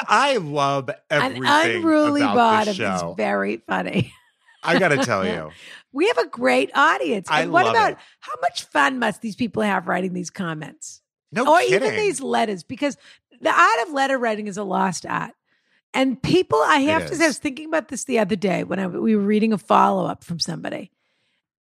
[SPEAKER 2] I love everything
[SPEAKER 1] An unruly
[SPEAKER 2] about
[SPEAKER 1] bottom
[SPEAKER 2] this show.
[SPEAKER 1] is very funny.
[SPEAKER 2] I gotta tell you,
[SPEAKER 1] We have a great audience.
[SPEAKER 2] I
[SPEAKER 1] And what
[SPEAKER 2] love
[SPEAKER 1] about
[SPEAKER 2] it.
[SPEAKER 1] how much fun must these people have writing these comments?
[SPEAKER 2] no
[SPEAKER 1] or
[SPEAKER 2] kidding.
[SPEAKER 1] even these letters, because the art of letter writing is a lost art. And people, I have to say, I
[SPEAKER 2] is.
[SPEAKER 1] was thinking about this the other day when I, we were reading a follow up from somebody,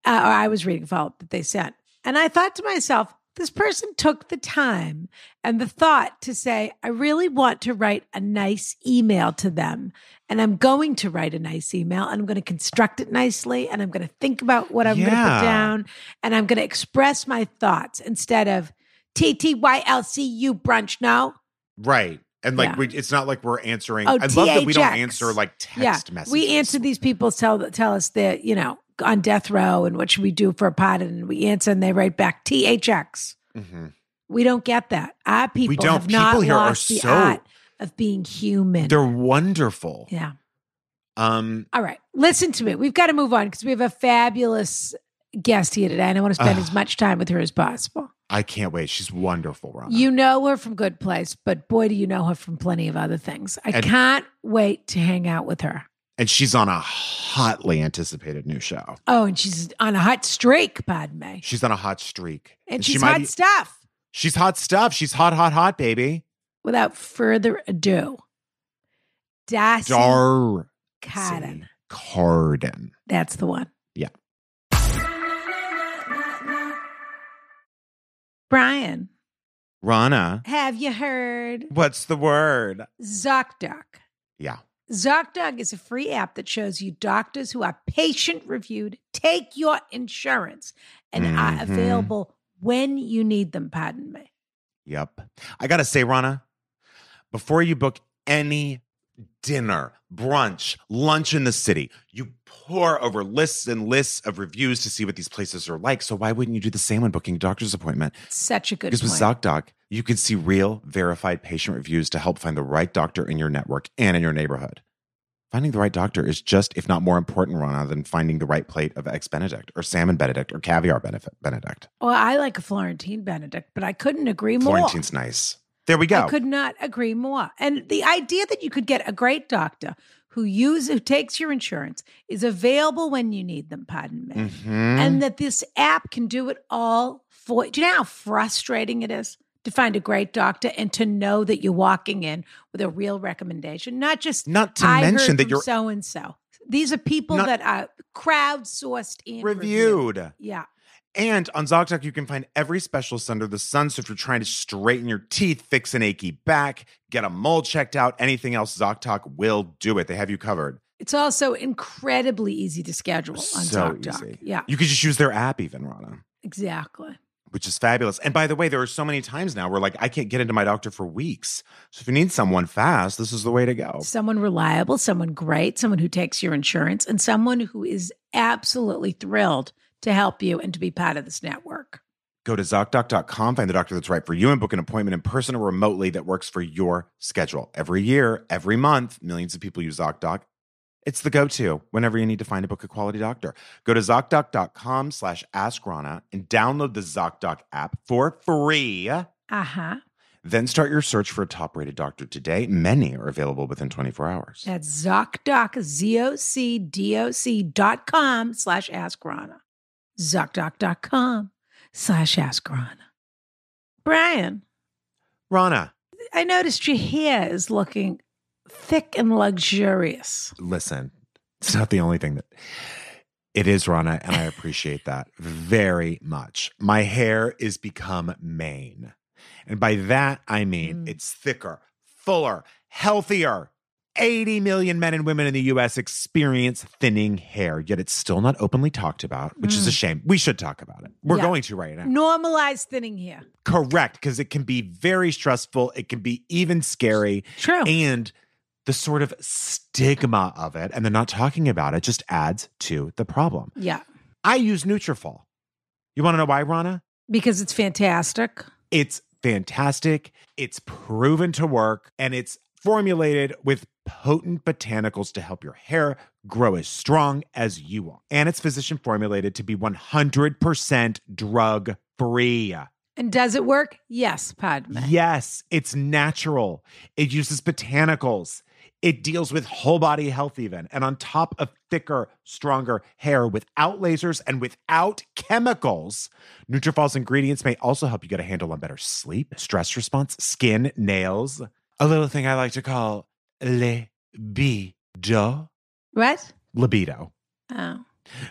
[SPEAKER 1] uh, or I was reading a follow up that they sent. And I thought to myself, this person took the time and the thought to say, I really want to write a nice email to them. And I'm going to write a nice email and I'm going to construct it nicely. And I'm going to think about what I'm going to
[SPEAKER 2] Yeah.
[SPEAKER 1] put down and I'm going to express my thoughts instead of TTYLCU brunch. No.
[SPEAKER 2] Right. And like
[SPEAKER 1] Yeah.
[SPEAKER 2] we, it's not like we're answering.
[SPEAKER 1] Oh,
[SPEAKER 2] I love that we don't
[SPEAKER 1] THX.
[SPEAKER 2] answer like text messages.
[SPEAKER 1] We answer these people tell tell us that, you know, on death row and what should we do for a pot? And we answer and they write back THX.
[SPEAKER 2] Mhm.
[SPEAKER 1] We don't get that. Our people
[SPEAKER 2] don't.
[SPEAKER 1] have not
[SPEAKER 2] People here are
[SPEAKER 1] lost the
[SPEAKER 2] so-
[SPEAKER 1] art of being human.
[SPEAKER 2] They're wonderful.
[SPEAKER 1] yeah.
[SPEAKER 2] Um.
[SPEAKER 1] All right. Listen to me. We've got to move on because we have a fabulous guest here today and I want to spend
[SPEAKER 2] Ugh.
[SPEAKER 1] as much time with her as possible.
[SPEAKER 2] I can't wait. She's wonderful, Rana.
[SPEAKER 1] You know her from Good Place, but boy, do you know her from plenty of other things. I
[SPEAKER 2] And-
[SPEAKER 1] can't wait to hang out with her.
[SPEAKER 2] and she's on a hotly anticipated new show.
[SPEAKER 1] Oh, and she's on a hot streak, pardon me.
[SPEAKER 2] She's on a hot streak.
[SPEAKER 1] And
[SPEAKER 2] she
[SPEAKER 1] she's
[SPEAKER 2] might
[SPEAKER 1] hot
[SPEAKER 2] e-
[SPEAKER 1] stuff.
[SPEAKER 2] she's hot stuff. She's hot, hot, hot, baby.
[SPEAKER 1] Without further ado, Darcy
[SPEAKER 2] Dar
[SPEAKER 1] Cotton.
[SPEAKER 2] Carden.
[SPEAKER 1] That's the one.
[SPEAKER 2] Yeah.
[SPEAKER 1] Brian,
[SPEAKER 2] Rana.
[SPEAKER 1] have you heard
[SPEAKER 2] What's the word?
[SPEAKER 1] ZocDoc?
[SPEAKER 2] Yeah.
[SPEAKER 1] ZocDoc is a free app that shows you doctors who are patient reviewed, take your insurance, and are
[SPEAKER 2] Mhm.
[SPEAKER 1] available when you need them. Pardon me.
[SPEAKER 2] Yep. I got to say, Rana, before you book any dinner, brunch, lunch in the city, you pour over lists and lists of reviews to see what these places are like. So why wouldn't you do the same when booking a doctor's appointment?
[SPEAKER 1] It's such a good
[SPEAKER 2] Because with
[SPEAKER 1] point.
[SPEAKER 2] ZocDoc, you can see real, verified patient reviews to help find the right doctor in your network and in your neighborhood. Finding the right doctor is just, if not more important, Rana, than finding the right plate of eggs Benedict or salmon Benedict or caviar benefit Benedict.
[SPEAKER 1] Well, I like a Florentine Benedict, but I couldn't agree more.
[SPEAKER 2] Florentine's nice. There we go.
[SPEAKER 1] I could not agree more. And the idea that you could get a great doctor who use who takes your insurance is available when you need them. Pardon me.
[SPEAKER 2] Mhm.
[SPEAKER 1] and that this app can do it all for do you know how frustrating it is to find a great doctor and to know that you're walking in with a real recommendation not just
[SPEAKER 2] Not to
[SPEAKER 1] I
[SPEAKER 2] mention
[SPEAKER 1] heard
[SPEAKER 2] that
[SPEAKER 1] from
[SPEAKER 2] you're
[SPEAKER 1] so and so these are people
[SPEAKER 2] Not-
[SPEAKER 1] that are crowdsourced and reviewed.
[SPEAKER 2] reviewed.
[SPEAKER 1] yeah
[SPEAKER 2] And on ZocDoc, you can find every specialist under the sun. So if you're trying to straighten your teeth, fix an achy back, get a mole checked out, anything else, ZocDoc will do it. They have you covered.
[SPEAKER 1] it's also incredibly easy to schedule on
[SPEAKER 2] So
[SPEAKER 1] DocDoc.
[SPEAKER 2] easy.
[SPEAKER 1] yeah
[SPEAKER 2] You could just use their app, even, Rana,
[SPEAKER 1] exactly
[SPEAKER 2] which is fabulous. And by the way, there are so many times now where, like, I can't get into my doctor for weeks. So if you need someone fast, this is the way to go.
[SPEAKER 1] someone reliable someone great someone who takes your insurance and someone who is absolutely thrilled to help you and to be part of this network
[SPEAKER 2] Go to ZocDoc.com, find the doctor that's right for you, and book an appointment in person or remotely that works for your schedule. Every year, every month, millions of people use ZocDoc. It's the go-to whenever you need to find a book a quality doctor. Go to ZocDoc.com slash AskRana and download the ZocDoc app for free.
[SPEAKER 1] uh-huh
[SPEAKER 2] Then start your search for a top-rated doctor today. Many are available within 24 hours.
[SPEAKER 1] That's ZocDoc, Z-O-C-D-O-C dot com slash AskRana. ZocDoc dot com slash AskRana. Brian,
[SPEAKER 2] Rana,
[SPEAKER 1] I noticed your hair is looking thick and luxurious.
[SPEAKER 2] listen, it's not the only thing that it is, Rana, and I appreciate that very much. My hair is become mane. And by that, I mean
[SPEAKER 1] Mm.
[SPEAKER 2] it's thicker, fuller, healthier. 80 million men and women in the US experience thinning hair, yet it's still not openly talked about, which is a shame. We should talk about it. We're
[SPEAKER 1] Mm. Yeah.
[SPEAKER 2] going to right now.
[SPEAKER 1] Normalized thinning hair.
[SPEAKER 2] Correct, because it can be very stressful. It can be even scary
[SPEAKER 1] True.
[SPEAKER 2] and the sort of stigma of it and they're not talking about it just adds to the problem.
[SPEAKER 1] yeah,
[SPEAKER 2] I use Nutrafol. You want to know why, Rana?
[SPEAKER 1] because it's fantastic.
[SPEAKER 2] It's fantastic. It's proven to work and it's formulated with potent botanicals to help your hair grow as strong as you want. And it's physician formulated to be 100% drug free.
[SPEAKER 1] And does it work? Yes, pardon me.
[SPEAKER 2] Yes, it's natural. It uses botanicals. It deals with whole body health, even, and on top of thicker, stronger hair without lasers and without chemicals. Nutrafol's ingredients may also help you get a handle on better sleep, stress response, skin, nails. A little thing I like to call libido.
[SPEAKER 1] What?
[SPEAKER 2] Libido.
[SPEAKER 1] Oh.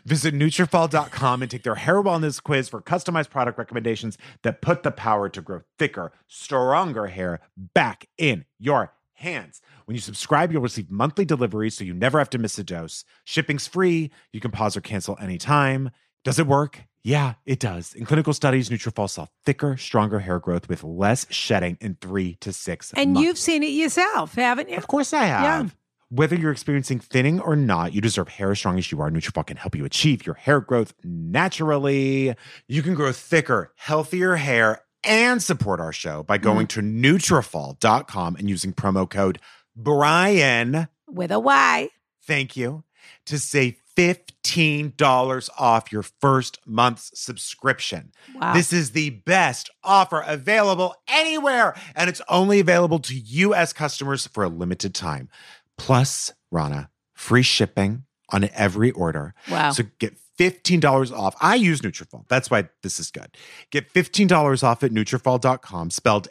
[SPEAKER 2] Visit Nutrafol.com and take their hair wellness quiz for customized product recommendations that put the power to grow thicker, stronger hair back in your hands. When you subscribe, you'll receive monthly delivery so you never have to miss a dose. Shipping's free. You can pause or cancel anytime. Does it work? Yeah, it does. In clinical studies, Nutrafol saw thicker, stronger hair growth with less shedding in three to six
[SPEAKER 1] And
[SPEAKER 2] months.
[SPEAKER 1] you've seen it yourself, haven't you?
[SPEAKER 2] Of course I have. Whether you're experiencing thinning or not, you deserve hair as strong as you are. Nutrafol can help you achieve your hair growth naturally. You can grow thicker, healthier hair and support our show by going to Nutrafol.com and using promo code Brian.
[SPEAKER 1] With a Y.
[SPEAKER 2] Thank you to save $15 off your first month's subscription.
[SPEAKER 1] Wow.
[SPEAKER 2] This is the best offer available anywhere, and it's only available to U.S. customers for a limited time. Plus, Rana, free shipping on every order.
[SPEAKER 1] wow.
[SPEAKER 2] So get $15 off. I use Nutrafol. That's why this is good. Get $15 off at Nutrafol.com, spelled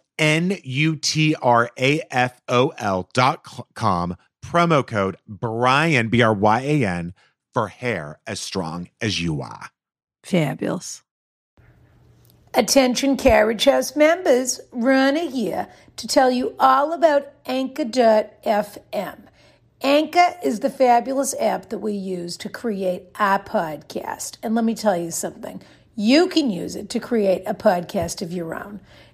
[SPEAKER 2] N-U-T-R-A-F-O-L dot com, promo code Brian, B-R-Y-A-N, for hair as strong as you are.
[SPEAKER 1] Fabulous. Attention Carriage House members, Rana here to tell you all about Anchor.fm. Anchor is the fabulous app that we use to create our podcast. And let me tell you something you can use it to create a podcast of your own.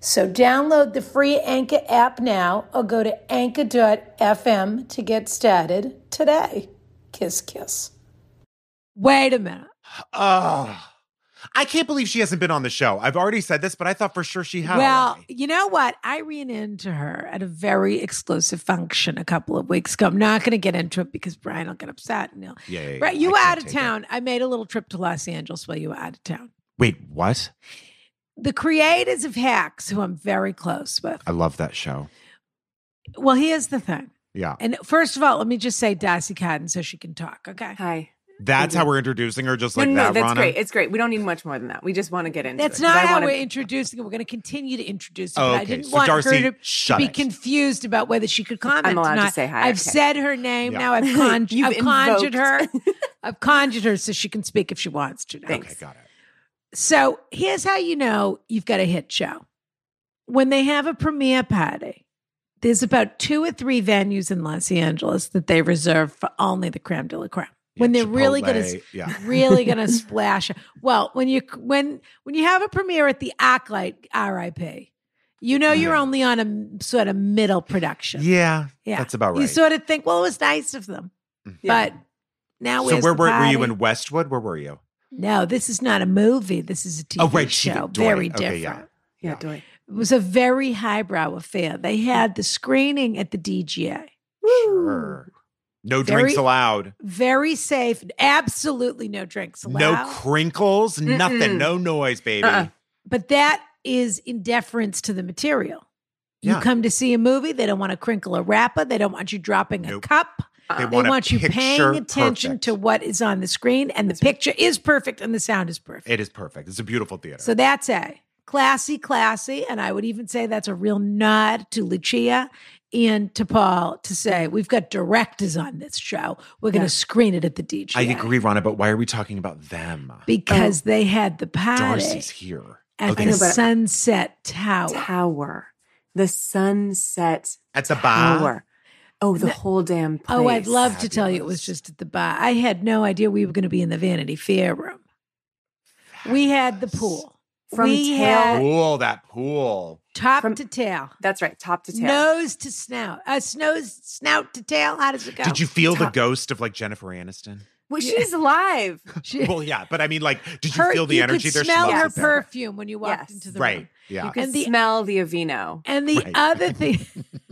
[SPEAKER 1] So download the free Anchor app now or go to anchor.fm to get started today. Kiss, kiss. Wait a minute.
[SPEAKER 2] Oh, I can't believe she hasn't been on the show. I've already said this, but I thought for sure she had.
[SPEAKER 1] well,
[SPEAKER 2] already.
[SPEAKER 1] you know what? I ran into her at a very exclusive function a couple of weeks ago. I'm not going to get into it because Brian will get upset. And he'll,
[SPEAKER 2] yeah, yeah, yeah.
[SPEAKER 1] Brett, you
[SPEAKER 2] I
[SPEAKER 1] were
[SPEAKER 2] can't
[SPEAKER 1] out of
[SPEAKER 2] take it.
[SPEAKER 1] town. I made a little trip to Los Angeles while you were out of town.
[SPEAKER 2] Wait, what?
[SPEAKER 1] The creators of Hacks, who I'm very close with.
[SPEAKER 2] I love that show.
[SPEAKER 1] Well, here's the thing.
[SPEAKER 2] Yeah,
[SPEAKER 1] And first of all, let me just say Darcy Cotton so she can talk. Okay.
[SPEAKER 3] Hi.
[SPEAKER 2] that's
[SPEAKER 1] Mm-hmm.
[SPEAKER 3] Mhm.
[SPEAKER 2] how we're introducing her. Just like
[SPEAKER 3] no, no,
[SPEAKER 2] that,
[SPEAKER 3] no, that's
[SPEAKER 2] Rana.
[SPEAKER 3] great. It's great. We don't need much more than that. We just want to get into
[SPEAKER 1] That's
[SPEAKER 3] it 'cause
[SPEAKER 1] not
[SPEAKER 3] I
[SPEAKER 1] how
[SPEAKER 3] wanna-
[SPEAKER 1] we're introducing her. We're going to continue to introduce her.
[SPEAKER 2] Oh,
[SPEAKER 1] but I
[SPEAKER 2] okay.
[SPEAKER 1] didn't
[SPEAKER 2] So
[SPEAKER 1] want
[SPEAKER 2] Darcy,
[SPEAKER 1] her to
[SPEAKER 2] shut
[SPEAKER 1] be
[SPEAKER 2] it.
[SPEAKER 1] confused about whether she could comment.
[SPEAKER 3] allowed
[SPEAKER 1] or
[SPEAKER 3] to
[SPEAKER 1] not.
[SPEAKER 3] say hi,
[SPEAKER 1] I've
[SPEAKER 3] okay.
[SPEAKER 1] said her name.
[SPEAKER 2] Yeah.
[SPEAKER 1] Now I've, con-
[SPEAKER 3] You've
[SPEAKER 1] I've conjured her.
[SPEAKER 3] invoked.
[SPEAKER 1] I've conjured her so she can speak if she wants to. Now.
[SPEAKER 3] Thanks.
[SPEAKER 2] Okay, got it.
[SPEAKER 1] So here's how you know you've got a hit show. When they have a premiere party, there's about two or three venues in Los Angeles that they reserve for only the creme de la creme. When
[SPEAKER 2] Yeah,
[SPEAKER 1] they're really going to
[SPEAKER 2] Chipotle. yeah,
[SPEAKER 1] really going to splash. Well, when you when when you have a premiere at the Acolyte RIP, you know you're
[SPEAKER 2] Yeah.
[SPEAKER 1] only on a m- sort of middle production.
[SPEAKER 2] yeah,
[SPEAKER 1] Yeah.
[SPEAKER 2] that's about right. Mm.
[SPEAKER 1] You sort of think, well, it was nice of them,
[SPEAKER 3] Yeah.
[SPEAKER 1] but now
[SPEAKER 2] so
[SPEAKER 1] where's
[SPEAKER 2] where
[SPEAKER 1] the
[SPEAKER 2] were, were you
[SPEAKER 1] party?
[SPEAKER 2] in Westwood? Where were you?
[SPEAKER 1] No, this is not a movie. This is a TV
[SPEAKER 2] Oh, right, she
[SPEAKER 1] show.
[SPEAKER 2] did do it.
[SPEAKER 1] Very
[SPEAKER 2] Okay, yeah.
[SPEAKER 1] different.
[SPEAKER 3] yeah,
[SPEAKER 2] Yeah.
[SPEAKER 3] do it.
[SPEAKER 1] It was a very highbrow affair. They had the screening at the DGA.
[SPEAKER 2] Sure. No
[SPEAKER 1] Very-
[SPEAKER 2] drinks allowed.
[SPEAKER 1] Very safe. Absolutely no drinks allowed.
[SPEAKER 2] No crinkles. Nothing.
[SPEAKER 3] Mm-mm.
[SPEAKER 2] No noise, baby.
[SPEAKER 3] Uh-uh.
[SPEAKER 1] But that is in deference to the material. You
[SPEAKER 2] Yeah.
[SPEAKER 1] come to see a movie, they don't want to crinkle a wrapper, they don't want you dropping
[SPEAKER 2] Nope.
[SPEAKER 1] a cup.
[SPEAKER 2] They
[SPEAKER 3] Uh,
[SPEAKER 1] They
[SPEAKER 2] want, a
[SPEAKER 1] want you
[SPEAKER 2] picture
[SPEAKER 1] paying attention
[SPEAKER 2] perfect.
[SPEAKER 1] to what is on the screen, and the picture is perfect and the sound is perfect.
[SPEAKER 2] It is perfect. It's a beautiful theater.
[SPEAKER 1] So that's a classy, classy. And I would even say that's a real nod to Lucia and to Paul to say, we've got directors on this show. We're going to
[SPEAKER 3] Yeah.
[SPEAKER 1] screen it at the DJ.
[SPEAKER 2] I agree, Rana, but why are we talking about them?
[SPEAKER 1] Because they had the party
[SPEAKER 2] Darcy's here.
[SPEAKER 1] at
[SPEAKER 2] Okay.
[SPEAKER 1] the
[SPEAKER 3] know, but-
[SPEAKER 1] Sunset Tower.
[SPEAKER 3] Tower. The sunset
[SPEAKER 2] At the bar.
[SPEAKER 3] tower. Oh, the whole damn place.
[SPEAKER 1] Oh, I'd love to tell you it was
[SPEAKER 2] Fabulous.
[SPEAKER 1] just at the bar. I had no idea we were going to be in the Vanity Fair room. We had the
[SPEAKER 2] Fabulous.
[SPEAKER 1] pool
[SPEAKER 3] From
[SPEAKER 1] we
[SPEAKER 3] tail-
[SPEAKER 1] had
[SPEAKER 2] Pool, that pool.
[SPEAKER 1] top
[SPEAKER 3] From-
[SPEAKER 1] to tail,
[SPEAKER 3] That's right, top to tail.
[SPEAKER 1] nose to snout, uh, snows, snout to tail. How does it go?
[SPEAKER 2] Did you feel the
[SPEAKER 3] Top-
[SPEAKER 2] ghost of like Jennifer Aniston?
[SPEAKER 3] Well,
[SPEAKER 1] Yeah.
[SPEAKER 3] she's alive.
[SPEAKER 1] She-
[SPEAKER 2] Well, yeah, but I mean, like, did you
[SPEAKER 1] her-
[SPEAKER 2] feel the energy?
[SPEAKER 1] could
[SPEAKER 2] there? She
[SPEAKER 1] smell
[SPEAKER 2] loves
[SPEAKER 1] her
[SPEAKER 2] it there.
[SPEAKER 1] perfume when you walked
[SPEAKER 3] Yes.
[SPEAKER 1] into the room.
[SPEAKER 2] Right. Yeah.
[SPEAKER 3] You can
[SPEAKER 1] And the-
[SPEAKER 3] smell the Avino.
[SPEAKER 1] And the
[SPEAKER 2] Right.
[SPEAKER 1] other thing,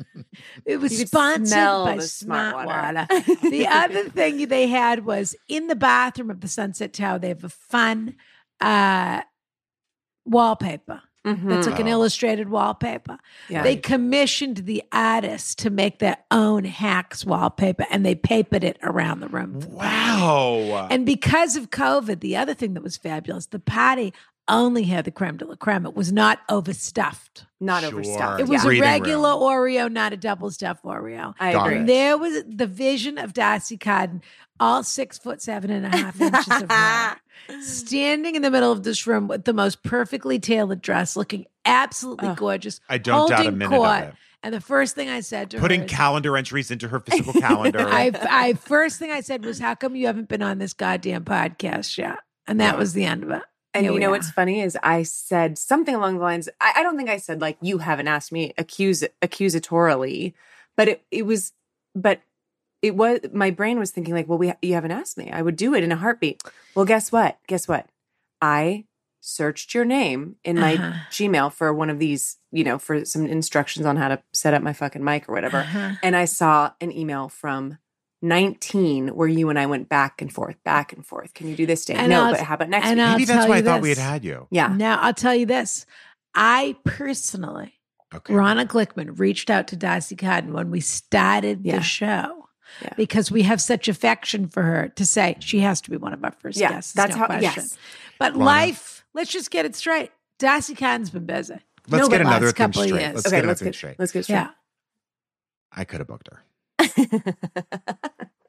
[SPEAKER 1] it was
[SPEAKER 3] You could
[SPEAKER 1] sponsored
[SPEAKER 3] smell
[SPEAKER 1] by
[SPEAKER 3] the
[SPEAKER 1] Smart
[SPEAKER 3] smart
[SPEAKER 1] Water.
[SPEAKER 3] water.
[SPEAKER 1] the other thing they had was in the bathroom of the Sunset Tower, they have a fun uh, wallpaper. That's
[SPEAKER 3] Mhm.
[SPEAKER 1] like an
[SPEAKER 2] Oh.
[SPEAKER 1] illustrated wallpaper.
[SPEAKER 3] yeah.
[SPEAKER 1] They commissioned the artist to make their own hacks wallpaper and they papered it around the room. for the party.
[SPEAKER 2] Wow.
[SPEAKER 1] And because of COVID, the other thing that was fabulous, the party only had the creme de la creme. It was not overstuffed.
[SPEAKER 3] Not
[SPEAKER 2] Sure.
[SPEAKER 3] overstuffed.
[SPEAKER 1] It was
[SPEAKER 3] yeah.
[SPEAKER 1] a
[SPEAKER 2] Breathing room.
[SPEAKER 1] regular Oreo, not a double stuffed Oreo.
[SPEAKER 3] I
[SPEAKER 2] Got
[SPEAKER 3] agree.
[SPEAKER 2] it.
[SPEAKER 1] There was the vision of Darcy Cotton, all six foot seven and a half inches of her, standing in the middle of this room with the most perfectly tailored dress, looking absolutely
[SPEAKER 3] Ugh.
[SPEAKER 1] gorgeous.
[SPEAKER 2] I don't doubt a
[SPEAKER 1] holding
[SPEAKER 2] minute
[SPEAKER 1] court
[SPEAKER 2] of it.
[SPEAKER 1] And the first thing I said to her,
[SPEAKER 2] Putting
[SPEAKER 1] is-
[SPEAKER 2] calendar entries into her physical calendar.
[SPEAKER 1] I, I first thing I said was, "How come you haven't been on this goddamn podcast yet?" And that
[SPEAKER 2] Yeah.
[SPEAKER 1] was the end of it.
[SPEAKER 3] And
[SPEAKER 1] Here
[SPEAKER 3] you
[SPEAKER 1] we
[SPEAKER 3] know
[SPEAKER 1] are.
[SPEAKER 3] what's funny is I said something along the lines. I, I don't think I said like you haven't asked me accuse accusatorily, but it it was, but it was my brain was thinking like, well, we you haven't asked me. I would do it in a heartbeat. Well, guess what? Guess what? I searched your name in my
[SPEAKER 1] Uh-huh.
[SPEAKER 3] Gmail for one of these, you know, for some instructions on how to set up my fucking mic or whatever.
[SPEAKER 1] Uh-huh.
[SPEAKER 3] And I saw an email from. 19 where you and I went back and forth back and forth can you do this day
[SPEAKER 1] And
[SPEAKER 3] no
[SPEAKER 1] I'll-
[SPEAKER 3] but how about next
[SPEAKER 1] and
[SPEAKER 3] week
[SPEAKER 1] I'll
[SPEAKER 2] Maybe that's
[SPEAKER 1] tell
[SPEAKER 2] why I
[SPEAKER 1] you
[SPEAKER 2] thought we
[SPEAKER 1] this.
[SPEAKER 2] had had you.
[SPEAKER 3] yeah
[SPEAKER 1] Now I'll tell you this: I personally,
[SPEAKER 2] Okay.
[SPEAKER 1] Ronna Glickman, reached out to Darcy Cotton when we started
[SPEAKER 3] Yeah.
[SPEAKER 1] the show.
[SPEAKER 3] Yeah.
[SPEAKER 1] Because we have such affection for her to say she has to be one of our first guests.
[SPEAKER 3] That's
[SPEAKER 1] no
[SPEAKER 3] how.
[SPEAKER 1] question.
[SPEAKER 3] Yes,
[SPEAKER 1] But
[SPEAKER 2] Ronna.
[SPEAKER 1] life Let's just get it straight. Darcy Carden's been busy.
[SPEAKER 2] Let's
[SPEAKER 1] No, but
[SPEAKER 2] get
[SPEAKER 1] last
[SPEAKER 2] another thing
[SPEAKER 1] couple of
[SPEAKER 2] straight.
[SPEAKER 1] years.
[SPEAKER 2] Let's
[SPEAKER 3] okay,
[SPEAKER 2] get another
[SPEAKER 3] let's
[SPEAKER 2] thing
[SPEAKER 3] get
[SPEAKER 2] straight.
[SPEAKER 3] let's get straight.
[SPEAKER 1] Yeah.
[SPEAKER 2] I could have booked her.
[SPEAKER 3] I